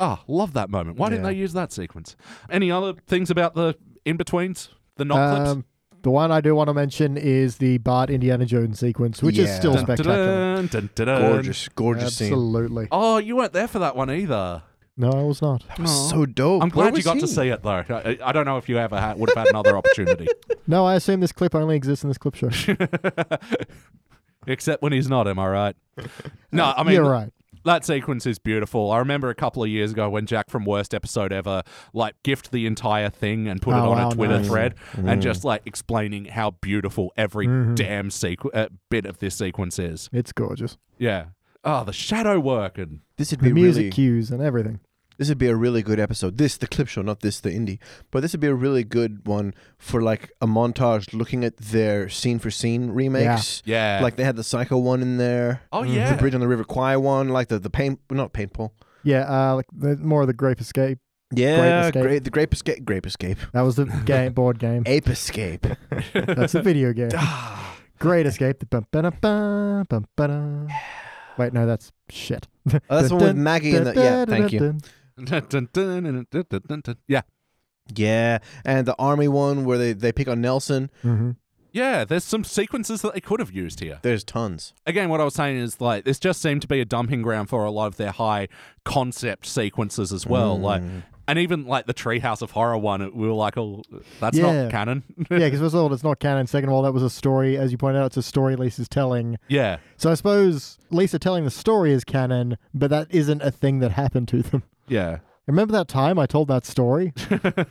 A: Ah, love that moment. Why didn't
B: Yeah.
A: they use that sequence? Any other things about the in betweens? The not clips?
C: Um, the one I do want to mention is the Bart Indiana Jones sequence, which is
B: Yeah.
C: still
B: Dun,
C: spectacular.
A: Dun, dun, dun, dun.
B: Gorgeous, gorgeous scene.
C: Absolutely.
A: Oh, you weren't there for that one either.
C: No, I was not.
B: It was so dope.
A: I'm
B: Where
A: glad you
B: was
A: got to
B: he?
A: see it though. I, I don't know if you ever had, would have had another opportunity, [laughs]
C: No, I assume this clip only exists in this clip show.
A: except when he's not. Am I right? No, I mean
C: You're right.
A: That sequence is beautiful. I remember a couple of years ago when Jack from Worst Episode Ever like gift the entire thing and put it
C: Oh,
A: on
C: wow,
A: a Twitter
C: nice.
A: thread
B: Mm.
A: and just like explaining how beautiful every damn sequ- uh, bit of this sequence is.
C: It's gorgeous.
A: Yeah. Oh, the shadow work and
B: This would
C: The
B: be
C: music
B: really
C: cues and everything.
B: This would be a really good episode. This, the clip show, not this, the indie. But this would be a really good one for like a montage looking at their scene for scene remakes.
A: yeah.
B: Like they had the Psycho one in there.
A: oh yeah.
B: The Bridge on the River Kwai one, like the, the paint, not paintball.
C: Yeah, uh, like the, more of the Grape Escape.
B: Yeah,
C: Escape.
B: great, the Grape Escape, Grape Escape,
C: That
A: [laughs]
C: was the game board game.
B: Ape Escape.
C: That's the video game.
A: Ah.
C: Great Escape. The bum, ba, ba, bum, ba, Wait, no, that's shit.
B: Oh, [laughs] that's the one with Maggie in the. Yeah, thank you.
A: [laughs] Dun, dun, dun, dun, dun, dun, dun, dun. yeah.
B: Yeah, and the Army one where they they pick on Nelson.
A: [laughs]
C: Mm-hmm.
A: Yeah, there's some sequences that they could have used here.
B: There's tons.
A: Again, what I was saying is like this just seemed to be a dumping ground for a lot of their high concept sequences as well. Like
B: Mm.
A: and even like the Treehouse of Horror one, it, we were like, oh, that's
C: Yeah.
A: not canon.
C: yeah, because first of all, it's not canon. Second of all, that was a story, as you pointed out, it's a story Lisa's telling.
A: [laughs] yeah.
C: So I suppose Lisa telling the story is canon, but that isn't a thing that happened to them. [laughs]
A: Yeah.
C: Remember that time I told that story?
A: [laughs]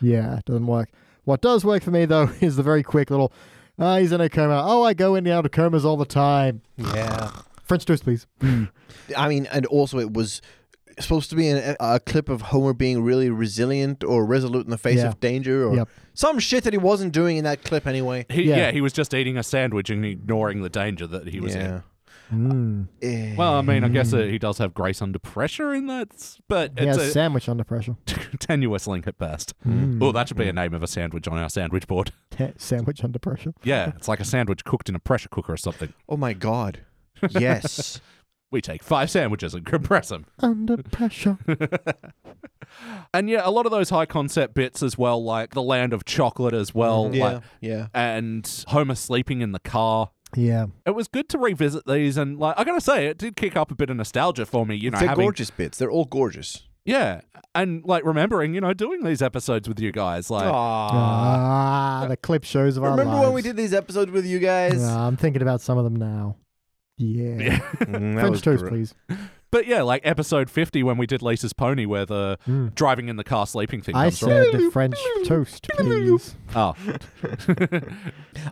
C: yeah, it doesn't work. What does work for me, though, [laughs] is the very quick little, ah, he's in a coma. Oh, I go in and out of comas all the time.
B: Yeah.
C: French toast, please.
B: I mean, and also it was supposed to be an, a clip of Homer being really resilient or resolute in the face
C: Yeah.
B: of danger or
C: Yep.
B: some shit that he wasn't doing in that clip anyway.
A: He, yeah.
C: Yeah.
A: he was just eating a sandwich and ignoring the danger that he was
B: yeah.
C: Mm.
B: Eh.
A: in. Well, I mean, I guess uh, he does have grace under pressure in that, s- but
C: He has
A: it's a
C: sandwich
A: [laughs]
C: under pressure.
A: tenuous link at best.
C: Mm.
A: Oh, that should be a name of a sandwich on our sandwich board. [laughs]
C: Te- sandwich under pressure.
A: Yeah, it's like a sandwich cooked in a pressure cooker or something.
B: oh my god. Yes.
A: We take five sandwiches and [laughs] compress them. [laughs]
C: Under pressure.
A: And yeah, a lot of those high concept bits as well, like the land of chocolate as well,
B: Mm-hmm. yeah.
A: like,
B: Yeah.
A: and Homer sleeping in the car.
C: yeah.
A: it was good to revisit these and like I gotta say it did kick up a bit of nostalgia for me you know
B: They're
A: having
B: gorgeous bits. They're all gorgeous.
A: yeah and like remembering you know doing these episodes with you guys like
B: Oh.
C: Ah, the clip shows of our
B: Uh, Remember when we
C: lives.
B: did these episodes with you guys?
C: Ah, I'm thinking about some of them now. Yeah.
B: Mm, that was
C: French toast,
B: gr- [laughs]
C: please.
A: but yeah like episode 50 when we did Lisa's Pony where the
C: Mm.
A: driving in the car sleeping thing
C: I
A: comes from
C: said French toast, please.
A: oh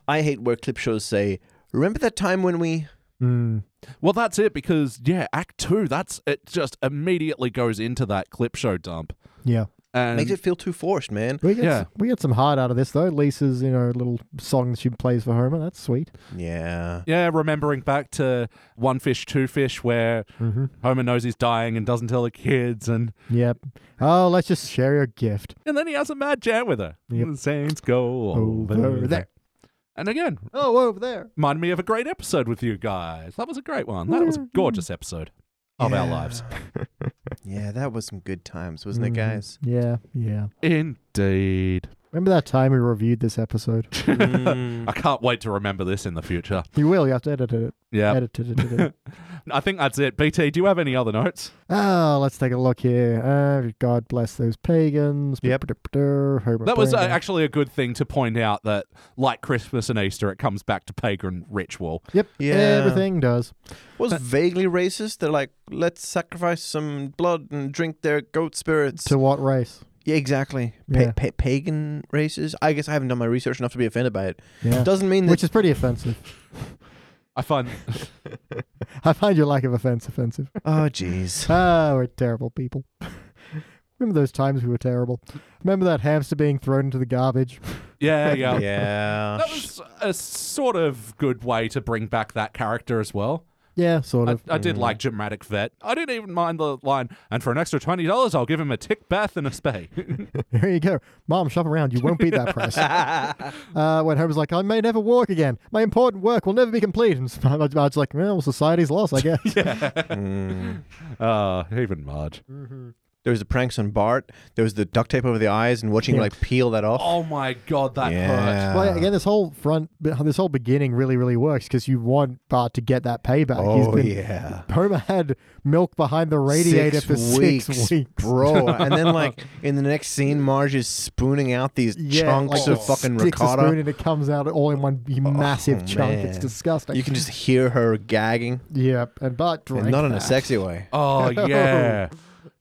B: I hate where clip shows say, "Remember that time when we?"
C: Mm.
A: Well, that's it because yeah, Act Two. That's it. Just immediately goes into that clip show dump,
C: Yeah.
A: and
B: Makes it feel too forced, man.
C: We get,
A: Yeah.
C: we get some heart out of this, though. Lisa's, you know, little song that she plays for Homer. That's sweet.
B: Yeah.
A: yeah, remembering back to One Fish, Two Fish, where
C: Mm-hmm.
A: Homer knows he's dying and doesn't tell the kids, and
C: Yep. Oh, let's just share your gift.
A: and then he has a mad jam with her.
C: Yep.
A: The Saints go over,
C: Over
A: there.
C: there.
A: and again,
C: Oh, over there.
A: reminded me of a great episode with you guys. That was a great one. That was
C: Mm.
A: a gorgeous episode of our
B: Yeah.
A: lives. Mm.
B: Yeah, that was some good times, wasn't
C: Mhm.
B: it, guys?
C: Yeah, yeah.
A: Indeed.
C: Remember that time we reviewed this episode? Mm.
A: [laughs] I can't wait to remember this in the future.
C: You will. You have to edit it.
A: Yeah.
C: Edit it. it, it, it.
A: I think that's it. BT, do you have any other notes?
C: Ah, let's take a look here. Uh, God bless those pagans.
B: Yep.
C: Homer
A: That was uh,
C: Brandon.
A: actually a good thing to point out that, like Christmas and Easter, it comes back to pagan ritual.
C: Yep.
B: Yeah.
C: Everything does.
B: [laughs]
C: Uh,
B: was vaguely racist. They're like, let's sacrifice some blood and drink their goat spirits.
C: To what race?
B: yeah, exactly. Pa-
C: Yeah.
B: pa- pagan races. I guess I haven't done my research enough to be offended by it.
C: Yeah.
B: Doesn't mean that
C: Which is
B: [laughs]
C: pretty offensive.
A: I find
C: I find your lack of offense offensive.
B: [laughs] Oh, jeez.
C: Ah, we're
B: [laughs]
C: terrible people. Remember those times we were terrible? Remember that hamster being thrown into the garbage?
A: yeah, [laughs]
C: [laughs]
A: yeah.
B: yeah.
A: That was a sort of good way to bring back that character as well.
C: Yeah, sort
A: I,
B: [laughs]
C: of.
A: I did like dramatic vet. I didn't even mind the line. And for an extra twenty dollars, I'll give him a tick bath and a spay. [laughs]
C: Here you go. Mom, shop around. You won't beat
B: [laughs]
C: that price. uh, when Homer's like, I may never walk again. My important work will never be complete. And [laughs] Marge's like, well, society's lost, I guess.
B: [laughs] Mm.
A: Ah, even Marge.
B: Mm-hmm. There was the pranks on Bart. There was the duct tape over the eyes and watching
C: Yeah.
B: like peel that off.
A: Oh my god, that hurt.
B: yeah.
C: Well, again, this whole front, this whole beginning really, really works because you want Bart to get that payback.
B: oh
C: uh, been,
B: yeah.
C: Homer had milk behind the radiator
B: Six
C: for six
B: weeks,
C: weeks.
B: [laughs]
C: [laughs]
B: Bro, and then like in the next scene, Marge is spooning out these chunks
C: like
B: of fucking
C: sticks A spoon
B: ricotta. Oh,
C: and it comes out all in one massive chunk. It's
B: man.
C: disgusting.
B: You can just hear her gagging,
C: yeah, and Bart drank
B: and not in a
C: that.
B: sexy way.
A: Oh [laughs] yeah.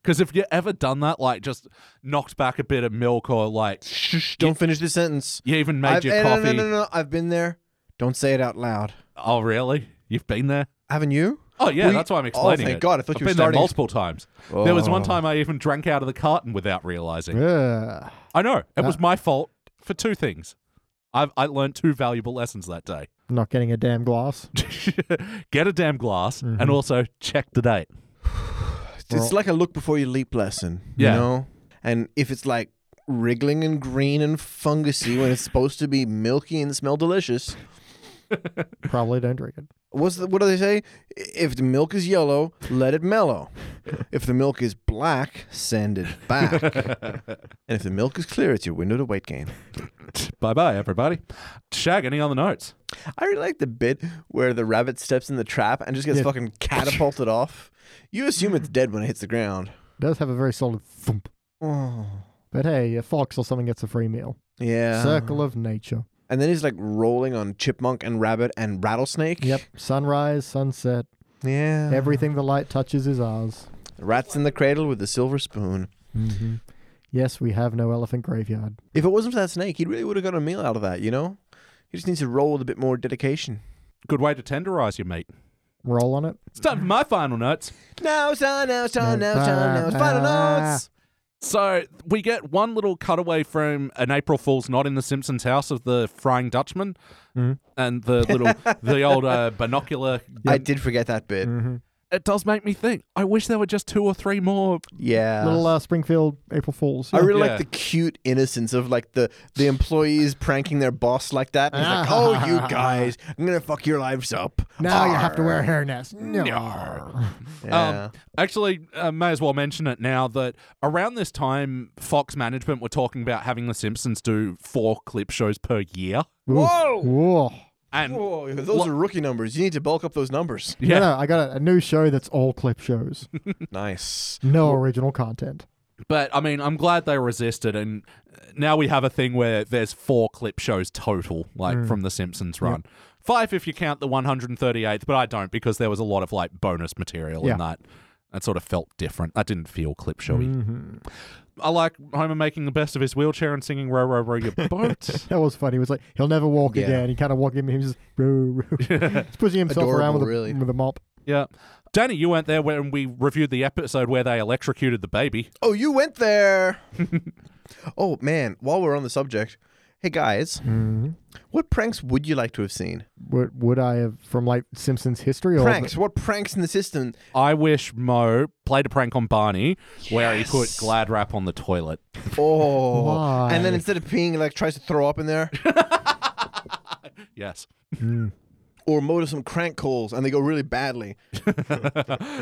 A: Because if you ever done that, like just knocked back a bit of milk or like
B: Shh, don't finish the sentence.
A: you even made
B: I've-
A: your
B: eh,
A: coffee.
B: No, no, no, no, no. I've been there. Don't say it out loud.
A: Oh really? You've been there?
B: Haven't you?
A: Oh yeah,
B: Well, you-
A: that's why I'm
B: Oh,
A: explaining
B: thank
A: it.
B: God, I thought
A: I've
B: you were
A: been there
B: starting-
A: multiple times. There was one
B: Oh.
A: time I even drank out of the carton without realizing.
C: Ugh.
A: I know it was my fault for two things. I've I learned two valuable lessons that day.
C: I'm not getting a damn glass.
B: [laughs]
A: [laughs] Get a damn glass and also check the date.
B: It's like a look before you leap lesson.
A: Yeah.
B: You know? And if it's like wriggling and green and fungusy when it's supposed to be milky and smell delicious,
C: Probably don't drink it.
B: what's the, what do they say? If the milk is yellow, let it mellow. If the milk is black, send it
C: [laughs]
B: back. and if the milk is clear, it's your window to weight gain.
A: Bye bye everybody. Shag any other notes?
B: I really like the bit where the rabbit steps in the trap and just gets
C: Yeah.
B: fucking catapulted off. You assume it's dead when it hits the
C: [sighs]
B: ground.
C: It does have a very solid thump.
B: Oh.
C: But hey, a fox or something gets a free meal.
B: Yeah.
C: Circle of nature.
B: And then he's like rolling on chipmunk and rabbit and rattlesnake.
C: Yep. Sunrise, sunset.
B: Yeah.
C: Everything the light touches is ours.
B: Rats in the cradle with the silver spoon.
C: Mm-hmm. Yes, we have no elephant graveyard.
B: If it wasn't for that snake, he really would have got a meal out of that, you know? He just needs to roll with a bit more dedication.
A: Good way to tenderize your meat.
C: Roll on it.
A: It's time for my final notes.
B: Now it's time, now it's time,
C: No.
B: now it's time, now it's final
C: Ah.
B: notes.
A: So we get one little cutaway from an April Fool's not in the Simpsons house of the Frying Dutchman and the little the old uh, binocular.
B: I did forget that bit.
C: Mm-hmm.
A: It does make me think. I wish there were just two or three more.
B: Yeah.
C: Little uh, Springfield April Fools.
B: I really
A: Yeah.
B: like the cute innocence of like the the employees pranking their boss like that. And he's like, "Oh, you guys, I'm gonna fuck your lives up."
C: Ah. now you have to wear a hairnets. No.
B: Yeah.
A: Um, actually, uh, may as well mention it now that around this time, Fox management were talking about having the Simpsons do four clip shows per year,
B: Whoa!
C: Whoa.
A: and
B: Whoa, those are rookie numbers. You need to bulk up those numbers.
A: Yeah.
C: Yeah. No, no, I got a, a new show that's all clip shows.
B: nice.
C: No original content.
A: But I mean, I'm glad they resisted, and uh, now we have a thing where there's four clip shows total, like
B: Hmm.
A: from the Simpsons run. Five if you count the 138th, but I don't because there was a lot of like bonus material
C: Yeah.
A: in that. That sort of felt different. That didn't feel clip showy.
B: Mm-hmm.
A: I like Homer making the best of his wheelchair and singing "Row, row, row your
B: [laughs]
A: boat."
C: That was funny. It was like he'll never walk
B: Yeah.
C: again. He kind of walking. He was just roo, roo. He's pushing himself around
B: Adorable,
C: with a,
B: really.
C: with a mop.
A: yeah, Danny, you weren't there when we reviewed the episode where they electrocuted the baby.
B: Oh, you went
C: [laughs]
B: there. oh man, while we're on the subject, hey guys,
C: Mm-hmm.
B: what pranks would you like to have seen?
C: Would, would I have from like Simpsons history or
B: Pranks. What pranks in the system?
A: I wish Mo played a prank on Barney where he put
B: Yes.
A: Glad Wrap on the toilet.
B: Oh,
C: Why?
B: and then instead of peeing, like tries to throw up in there,
A: Yes.
B: or motor some crank calls, and they go really badly,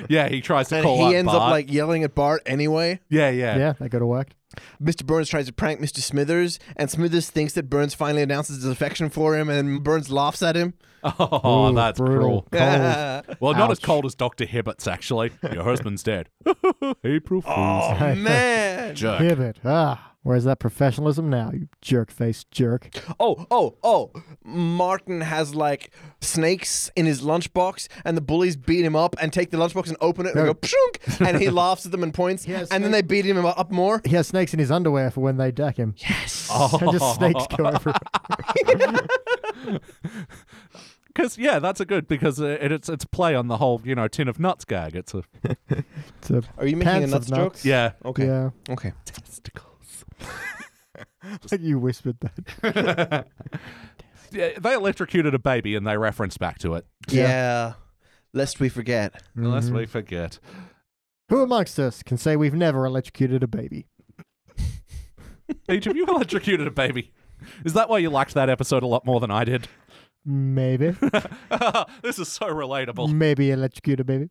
A: Yeah, he tries to
B: and
A: call out
B: he ends up
A: Bart.
B: like yelling at Bart anyway.
A: yeah, yeah,
C: yeah, that could have worked.
B: Mr. Burns tries to prank Mr. Smithers, and Smithers thinks that Burns finally announces his affection for him, and Burns laughs at him.
A: [laughs] Oh,
C: Ooh,
A: that's
C: brutal.
A: cruel.
C: Oh.
A: Well, not as cold as Dr. Hibbets, actually.
B: [laughs]
A: Your husband's dead. [laughs] April Fool's. [laughs]
B: oh [laughs] man!
A: Jerk.
C: Pivot. Ah, where's that professionalism now? You jerk face jerk.
B: Oh, oh, oh. Martin has like snakes in his lunchbox, and the bullies beat him up and take the lunchbox and open it and
C: No.
B: go pshunk, and
C: [laughs]
B: he laughs at them and points,
C: He has
B: and then they beat him up more.
C: He has snakes in his underwear for when they deck him. Yes. and [laughs] just snakes
B: [laughs]
C: go everywhere.
A: Because, yeah, that's a good, because uh, it, it's it's play on the whole, you know, tin of nuts gag. It's a,
C: It's a
B: Are you making
C: pants
B: a nuts
C: of
B: joke? [laughs]
C: nuts.
A: yeah.
B: Okay.
C: Yeah.
B: Okay.
A: Testicles.
C: [laughs] you whispered that.
A: Yeah, they electrocuted a baby and they reference back to it.
B: Yeah.
C: Yeah.
B: Lest we forget.
A: Unless we forget.
C: Who amongst us can say we've never electrocuted a baby?
A: Each of you electrocuted a baby. Is that why you liked that episode a lot more than I did?
B: [laughs]
C: Maybe.
A: [laughs] this is so relatable.
C: Maybe electrocute a baby.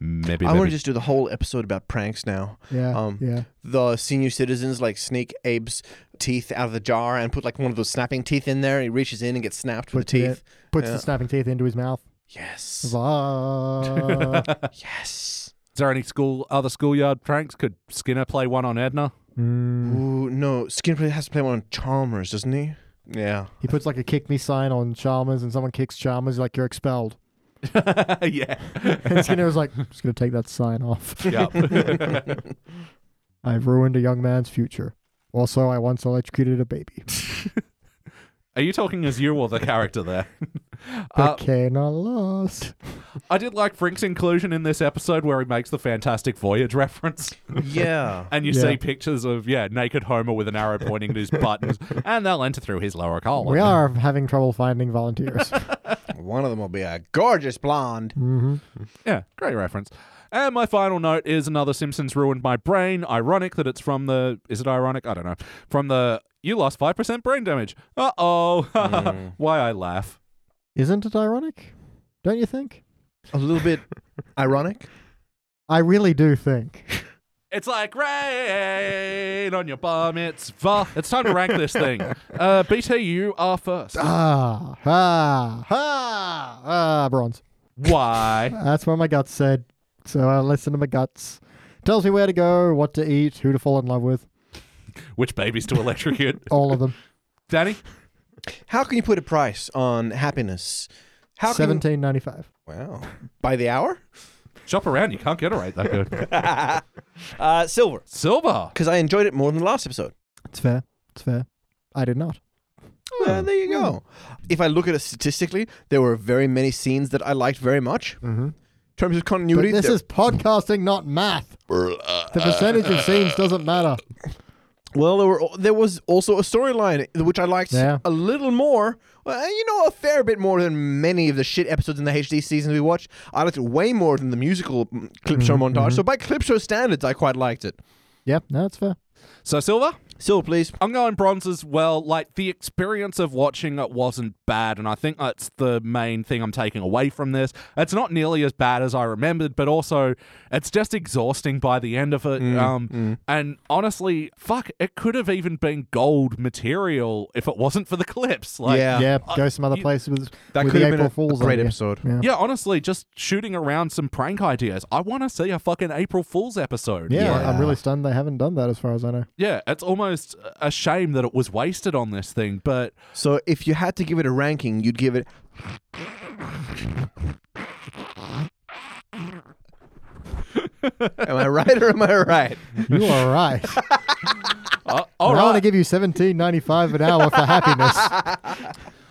A: Maybe,
B: I want to
A: maybe.
B: just do the whole episode about pranks now.
C: Yeah.
B: Um,
C: yeah.
B: The senior citizens like sneak Abe's teeth out of the jar and put like one of those snapping teeth in there. And he reaches in and gets snapped with the
C: Puts it-
B: teeth.
C: Puts
B: yeah.
C: the snapping teeth into
B: [laughs]
C: his mouth.
B: Yes.
C: Ah.
B: yes.
A: Is there any school other schoolyard pranks? Could Skinner play one on Edna?
C: Mm.
B: Ooh, no. Skinner has to play one on Chalmers, doesn't he? [laughs] Yeah.
C: He puts like a kick me sign on Chalmers, and someone kicks Chalmers like you're expelled.
A: [laughs] yeah.
C: And Skinner was like, "Just gonna take that sign off.
A: [laughs]
C: I've ruined a young man's future." Also, I once electrocuted a [laughs] baby.
A: Are you talking as you or the character [laughs] there? Uh,
C: But cannot [laughs] last.
A: I did like Frink's inclusion in this episode where he makes the Fantastic Voyage reference.
B: Yeah.
A: And you
C: Yeah.
A: see pictures of, yeah, naked Homer with an arrow pointing to his
C: [laughs]
A: buttons, and they'll enter through his lower colon.
C: We are having trouble finding [laughs] volunteers.
B: One of them will be a gorgeous blonde.
C: hmm
A: Yeah, great reference. And my final note is another Simpsons ruined my brain. Ironic that it's from the. Is it ironic? I don't know. From the. You lost 5% brain damage. Uh [laughs] oh. Why I laugh.
C: Isn't it ironic? Don't you think?
B: A little bit ironic.
C: I really do think. [laughs]
A: It's like rain on your bum. It's va. It's time to rank this thing. Uh, BT, you are first.
C: Ah, ah, ah, ah, bronze.
A: Why?
C: That's what my guts said. So I listen to my guts. Tells me where to go, what to eat, who to fall in love with.
A: Which babies to electrocute?
C: All of them.
A: Danny?
B: How can you put a price on happiness? How can
C: Seventeen ninety five.
B: wow by the hour?
A: Shop around. You can't get a rate that good.
B: [laughs] Uh, silver,
A: Silver.
B: because I enjoyed it more than the last episode.
C: It's fair. It's fair. I did not. Oh.
B: Well, there you go. If I look at it statistically, there were very many scenes that I liked very much.
C: Mm-hmm.
B: In terms of
C: But
B: continuity,
C: this
B: there-
C: is podcasting, not math.
B: uh,
C: The percentage of scenes doesn't [laughs] matter.
B: well, there were there was also a storyline which I liked
C: Yeah.
B: a little more. Well, you know, a fair bit more than many of the shit episodes in the HD season we watched. I liked it way more than the musical mm, clip
C: Mm-hmm,
B: show montage. So by clip show standards, I quite liked it.
C: Yep, no, that's fair.
A: So, silver?
B: Silver, please.
A: I'm going bronze as well. Like the experience of watching it wasn't bad, and I think that's the main thing I'm taking away from this. It's not nearly as bad as I remembered, but also it's just exhausting by the end of it. um, And honestly, fuck, it could have even been gold material if it wasn't for the clips. Like,
B: Yeah.
C: yeah,
A: I-
C: go some other
A: you-
C: place with,
B: Uh, That
C: with
B: could
C: the
B: have been
C: April
B: a, a
C: Fools.
B: great
C: idea.
B: episode.
C: Yeah.
A: Yeah, honestly, just shooting around some prank ideas. I want to see a fucking April Fool's episode.
C: Yeah,
A: Like,
C: I'm really stunned they haven't done that, as far as I know.
A: yeah, it's almost a shame that it was wasted on this thing, but
B: So if you had to give it a ranking, you'd give it. Am I right or am I right?
C: [laughs] You
B: [laughs]
C: are right.
A: Uh, all
C: And I want to
A: right.
C: give you seventeen ninety five an hour
B: [laughs]
C: for happiness.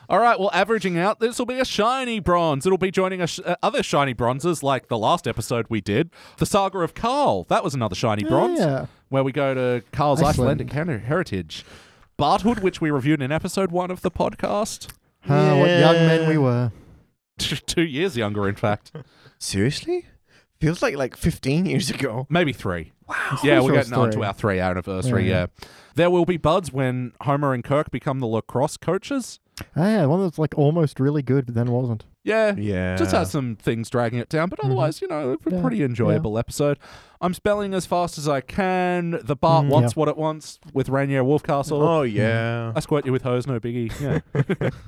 A: All right. Well, averaging out, this will be a shiny bronze. It'll be joining a sh- uh, other shiny bronzes like the last episode we did, the Saga of Carl. That was another shiny bronze.
C: yeah.
A: Where we go to Carl's
C: Iceland.
A: Icelandic her- heritage. Barthood, which we reviewed in episode one of the podcast. [laughs]
C: Ah, What young men we
B: Yeah.
C: were.
A: Two years younger, in fact.
B: Seriously? Feels like like 15 years ago.
A: Maybe three. Wow. Yeah, we're
C: Pretty sure it's
A: getting on to
C: three.
A: our three anniversary. Yeah.
C: Yeah.
A: There will be buds when Homer and Kirk become the lacrosse coaches.
C: Ah, yeah, one that's like almost really good, but then wasn't.
A: Yeah.
B: Yeah.
A: Just had some things dragging it down, but otherwise, you know, a
C: Mm-hmm. Yeah,
A: pretty enjoyable episode. I'm spelling as fast as I can. The Bart
C: Mm,
A: wants
C: yeah.
A: what it wants with Rainier Wolfcastle.
B: Oh yeah.
A: I squirt you with hose, no biggie. Yeah.
B: [laughs]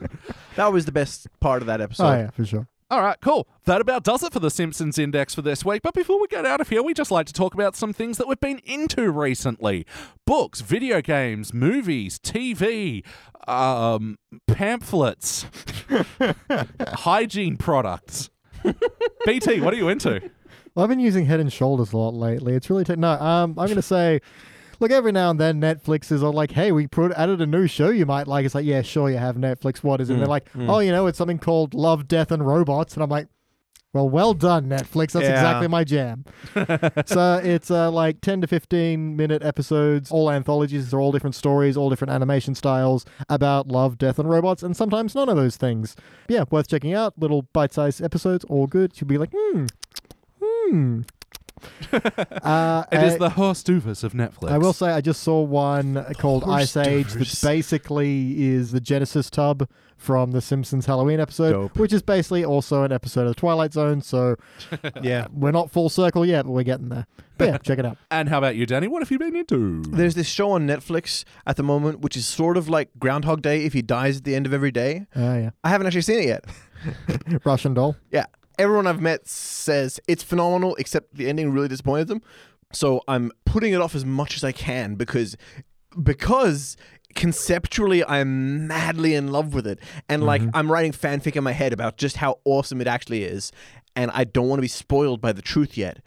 B: That was the best part of that episode.
C: oh yeah, for sure.
A: All right, cool. That about does it for the Simpsons Index for this week. But before we get out of here, we just like to talk about some things that we've been into recently books, video games, movies, TV, um,
C: [laughs]
A: pamphlets, [laughs] hygiene products. BT, what are you into?
C: Well, I've been using Head and Shoulders a lot lately. It's really ta- no. Um, I'm gonna say, look, every now and then Netflix is all like, "Hey, we put added a new show you might like." It's like, yeah, sure, you have Netflix. What is it? And they're like, oh, you know, it's something called Love, Death, and Robots. And I'm like, well, well done, Netflix. That's
B: Yeah.
C: exactly my jam. so it's uh, like 10 to 15 minute episodes, all anthologies. They're all different stories, all different animation styles about love, death, and robots, and sometimes none of those things. Yeah, worth checking out. Little bite sized episodes, all good. You'll be like, hmm,
B: [laughs]
C: hmm. uh,
A: It is
C: uh,
A: the Horst Duvers of Netflix.
C: I will say I just saw one called
B: Horse
C: Ice Age that
B: Divers.
C: basically is the Genesis tub from the Simpsons Halloween episode,
B: Dope.
C: which is basically also an episode of the Twilight
B: [laughs]
C: Zone. So
B: Yeah.
C: we're not full circle yet, but we're getting there. But yeah, check
B: [laughs]
C: it out.
A: And how about you, Danny? What have you been into?
B: There's this show on Netflix at the moment which is sort of like Groundhog Day if he dies at the end of every day.
C: Oh
B: I haven't actually seen it yet.
C: yeah, Russian doll.
B: Yeah. Everyone I've met says it's phenomenal, except the ending really disappointed them. So I'm putting it off as much as I can because because conceptually I'm madly in love with it. And like
A: Mm-hmm.
B: I'm writing fanfic in my head about just how awesome it actually is. And I don't want to be spoiled by the truth yet.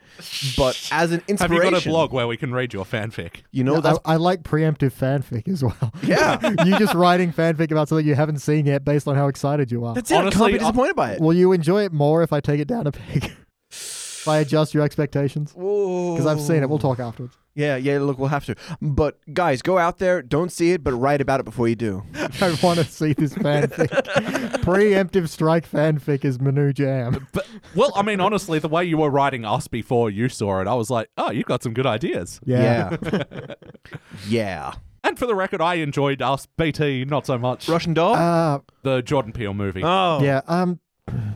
B: But as an
A: have
B: inspiration
A: you got a blog where we can read your fanfic?
B: You know
C: Yeah,
B: that's
A: [laughs]
C: I, I like preemptive fanfic
B: [laughs]
C: as well.
B: Yeah.
C: you just writing fanfic about something you haven't seen yet based on how excited you are.
B: That's it. I
A: Honestly,
B: can't be
A: I-
B: disappointed by it.
C: Will you enjoy it more if I take it down a peg? if I adjust your expectations? Because
B: Because
C: I've seen it. We'll talk afterwards. [laughs]
B: Yeah, yeah. Look, we'll have to. But guys, go out there. Don't see it, but write about it before you do.
C: I want to see this fanfic. Preemptive strike fanfic is Manu Jam.
A: But well, I mean, honestly, the way you were writing us before you saw it, I was like, oh, you've got some good ideas.
C: Yeah.
B: yeah.
C: [laughs]
B: Yeah.
A: And for the record, I enjoyed us BT not so much.
B: Russian doll.
C: Uh,
A: the Jordan Peele movie.
B: oh.
C: yeah. Um,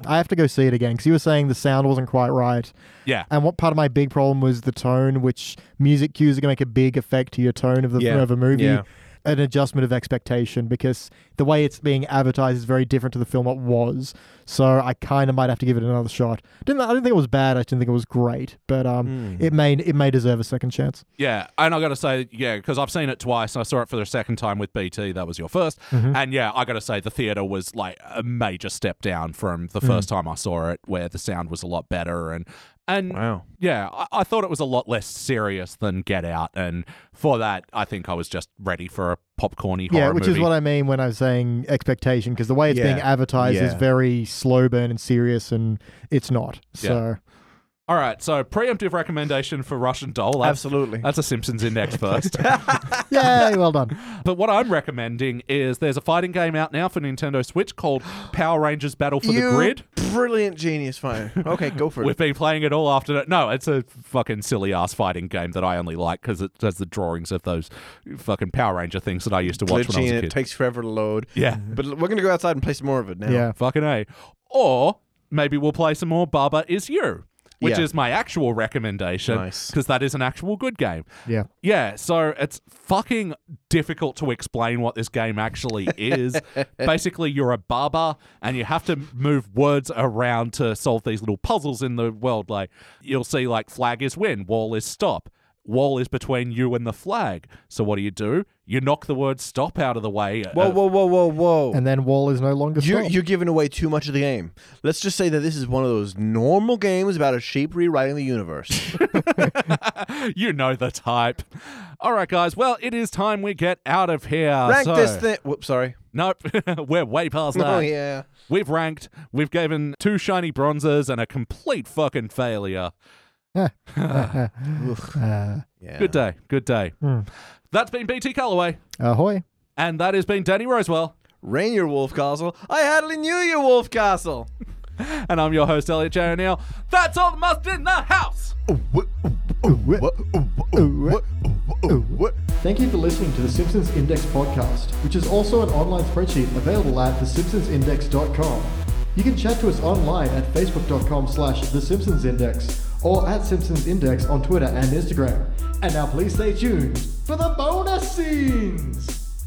C: I have to go see it again because you were saying the sound wasn't quite right.
A: yeah.
C: And what part of my big problem was the tone, which music cues are going to make a big effect to your tone of the
B: Yeah.
C: of a movie.
B: Yeah.
C: An adjustment of expectation because the way it's being advertised is very different to the film it was. So I kind of might have to give it another shot. Didn't I didn't think it was bad. I didn't think it was great, but um,
B: Hmm.
C: it may it may deserve a second chance.
A: Yeah. And I got to say, yeah, because I've seen it twice. I saw it for the second time with BT. That was your 1st
C: Mm-hmm.
A: And yeah, I got to say, the theater was like a major step down from the
C: Mm-hmm.
A: first time I saw it, where the sound was a lot better. And, and
B: Wow.
A: yeah, I, I thought it was a lot less serious than Get Out. And for that, I think I was just ready for a popcorny
C: Yeah,
A: horror
C: which
A: movie.
C: is what I mean when I was saying expectation, because the way it's
B: Yeah.
C: being advertised is
B: Yeah.
C: very slow burn and serious, and it's not. So
A: All right. So, preemptive recommendation for Russian Doll. That's-
B: Absolutely.
A: That's a Simpsons
C: [laughs]
A: index first.
C: yeah,
B: [laughs]
C: well done.
A: But what I'm recommending is there's a fighting game out now for Nintendo Switch
C: [gasps]
A: called Power Rangers Battle for
B: You
A: the Grid.
B: Brilliant genius. Fine. Okay, go for
A: We've
B: it.
A: been playing it all afternoon. No, it's a fucking silly ass fighting game that I only like because it has the drawings of those fucking Power Ranger things that I used to watch when I was
B: Glitching.
A: a
B: It
A: kid.
B: takes forever to load.
A: yeah,
B: But l- we're gonna go outside and play some more of it now.
C: Yeah.
A: fucking a. Or maybe we'll play some more Baba Is You, which
B: Yeah.
A: is my actual recommendation because
B: Nice.
A: that is an actual good game.
C: Yeah.
A: Yeah, so it's fucking difficult to explain what this game actually
B: [laughs]
A: is. Basically, you're a barber and you have to move words around to solve these little puzzles in the world. Like, you'll see, like, flag is win, wall is stop. wall is between you and the flag. So what do you do? You knock the word stop out of the way. uh,
B: Whoa, whoa, whoa, whoa, whoa.
C: and then wall is no longer
B: You're,
C: stopped.
B: you're giving away too much of the game. Let's just say that this is one of those normal games about a sheep rewriting the [laughs] universe.
A: you know the type. All right, guys. Well, it is time we get out of here.
B: Rank
A: So-
B: this thing. Whoops, sorry.
A: Nope. [laughs] We're way past that.
B: Oh, yeah.
A: We've ranked. We've given two shiny bronzes and a complete fucking
B: [laughs]
A: failure. [laughs]
C: uh,
B: yeah.
A: Good day. Good day.
C: Hmm.
A: That's been BT Calloway,
C: ahoy.
A: and that has been Danny Rosewell,
B: Rain your wolf castle. I hardly knew your wolf castle.
A: and I'm your host Elliot J O'Neill. That's all the must in the house.
C: Thank you for listening to the Simpsons Index podcast, which is also an online spreadsheet available at thesimpsonsindex.com. You can chat to us online at facebook.com slash thesimpsonsindex or at simpsonsindex on Twitter and Instagram. And now please stay tuned for the bonus scenes!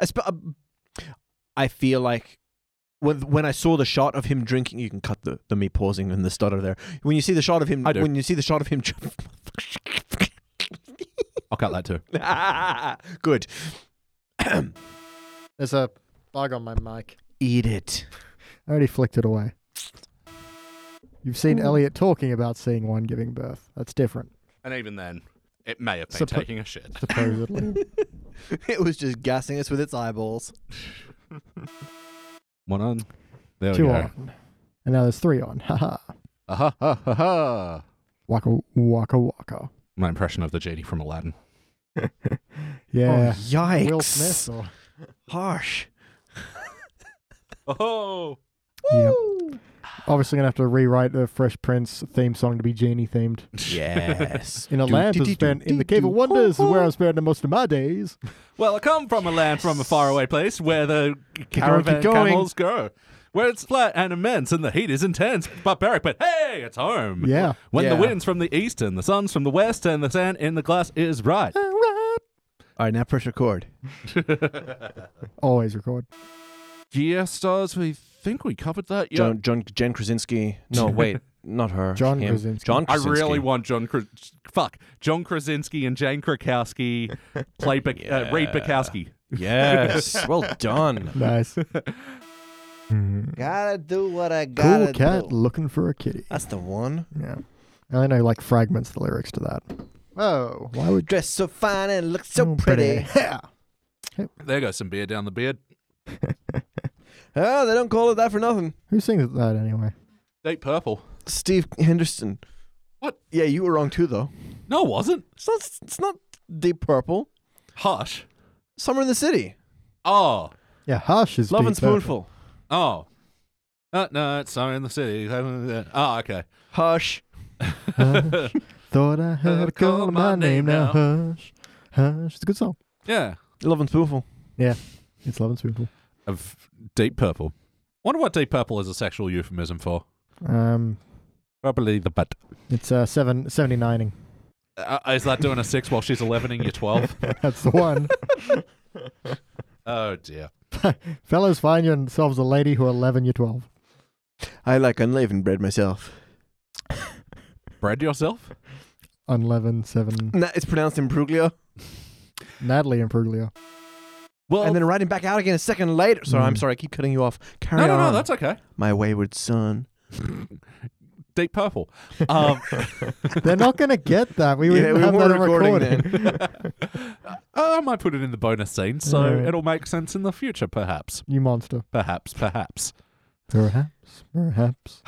B: I, sp- uh, I feel like when when I saw the shot of him drinking, you can cut the, the me pausing and the stutter there. When you see the shot of him,
A: I do.
B: when you see the shot of him,
A: I'll cut that too.
B: [laughs] good.
C: There's a bug on my mic.
B: Eat it. [laughs]
C: I already flicked it away. You've seen Elliot talking about seeing one giving birth. That's different, [laughs]
A: And even then, it may have been
C: Suppo-
A: taking a shit.
C: supposedly.
B: It was just gassing us with its eyeballs.
A: One on.
B: Oh,
A: There we
C: Two
A: go.
C: on. And now there's three on. [laughs] Haha.
A: Aha, ha, ha, ha.
C: Waka waka waka.
A: My impression of the genie from Aladdin.
C: Yeah.
B: Oh, yikes!
C: Will Smith. Or, [laughs]
B: Harsh.
A: Oh.
C: Yep. Obviously, gonna have to rewrite the Fresh Prince theme song to be genie themed.
B: Yes.
C: [laughs] In a land to spend in the Cave of Wonders is where I'm spending most of
B: [laughs]
C: my days.
A: Well, I come from a land from a faraway place where the caravan
B: keep going.
A: camels go. Where it's flat and immense and the heat is intense, barbaric, but hey, it's home.
C: Yeah.
A: When the
B: Yeah.
A: wind's from the east and the sun's from the west and the sand in the glass is bright.
B: All right, now press record.
C: Always record.
A: Yeah, stars, we think we covered that. Yeah.
B: John, John, Jen Krasinski.
C: [laughs]
B: No, wait, not her.
C: John
B: him.
C: Krasinski.
B: John
A: I
B: Krasinski.
A: really want John Kras- fuck John Krasinski and Jane Krakowski [laughs] play Buk- uh, Reed Bukowski.
B: [laughs] Yes. well done. [laughs]
C: Nice.
B: Hmm. Gotta do what I gotta
C: cool cat looking for a kitty.
B: That's the one.
C: Yeah. I only know like fragments of the lyrics to that. Oh, why would
B: Dressed so fine and looks so
C: Oh,
B: pretty.
C: [laughs]
B: [laughs]
C: Yeah.
A: There goes some beer down the beard.
B: Oh, they don't call it that for nothing.
C: Who sings that anyway?
A: Deep purple.
B: Steve Henderson.
A: What?
B: Yeah, you were wrong too, though.
A: No, it wasn't.
B: It's not. It's not Deep Purple.
A: Hush.
B: Summer in the City.
A: Oh,
C: Yeah, Hush is
B: Love
C: Deep
B: and
C: Purple.
B: Spoonful.
A: Oh. Uh, no, it's Summer in the City. [laughs] Oh, okay.
B: Hush.
C: Hush. [laughs] Thought I heard her calling my name now. Hush. Hush. It's a good song.
A: Yeah.
B: Love and Spoonful.
C: It's Love and Spoonful.
A: Of Deep Purple. Wonder what Deep Purple is a sexual euphemism for.
C: Um,
A: Probably the butt.
C: it's uh, seven, 79ing.
A: Uh, is that doing a six while she's 11ing you [laughs]
B: [laughs]
A: 12?
C: [laughs] That's the one.
A: Oh, dear.
C: Fellas, find yourselves a lady who 11 you 12.
B: I like unleavened bread myself.
A: Bread yourself?
B: [laughs]
C: Unleavened, seven.
B: Nah, it's pronounced imbruglio.
C: Natalie Imbruglia.
A: Well,
B: and then writing back out again a second later. Sorry, I'm
C: Mm.
B: sorry. I keep cutting you off. Carry
A: Oh. no, no,
B: on.
A: no, that's okay.
B: my wayward son.
A: Deep [laughs] Purple. Um,
C: [laughs] They're not going to get that. We
B: Yeah,
C: wouldn't
B: we
C: have that
B: weren't
C: on
B: recording
C: recording.
A: I might put it in the bonus scene, so
C: Alright.
A: it'll make sense in the future, perhaps.
C: You monster.
A: Perhaps, perhaps.
C: Perhaps, perhaps.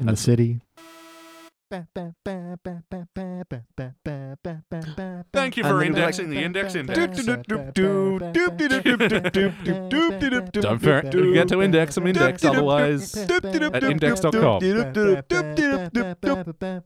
C: In the
A: That's-
C: city.
A: Thank
C: Thank
A: you
B: And
A: for
B: then-
A: indexing the index index.
B: Don't
A: Don't forget to index some index, otherwise.
C: at
A: index.com.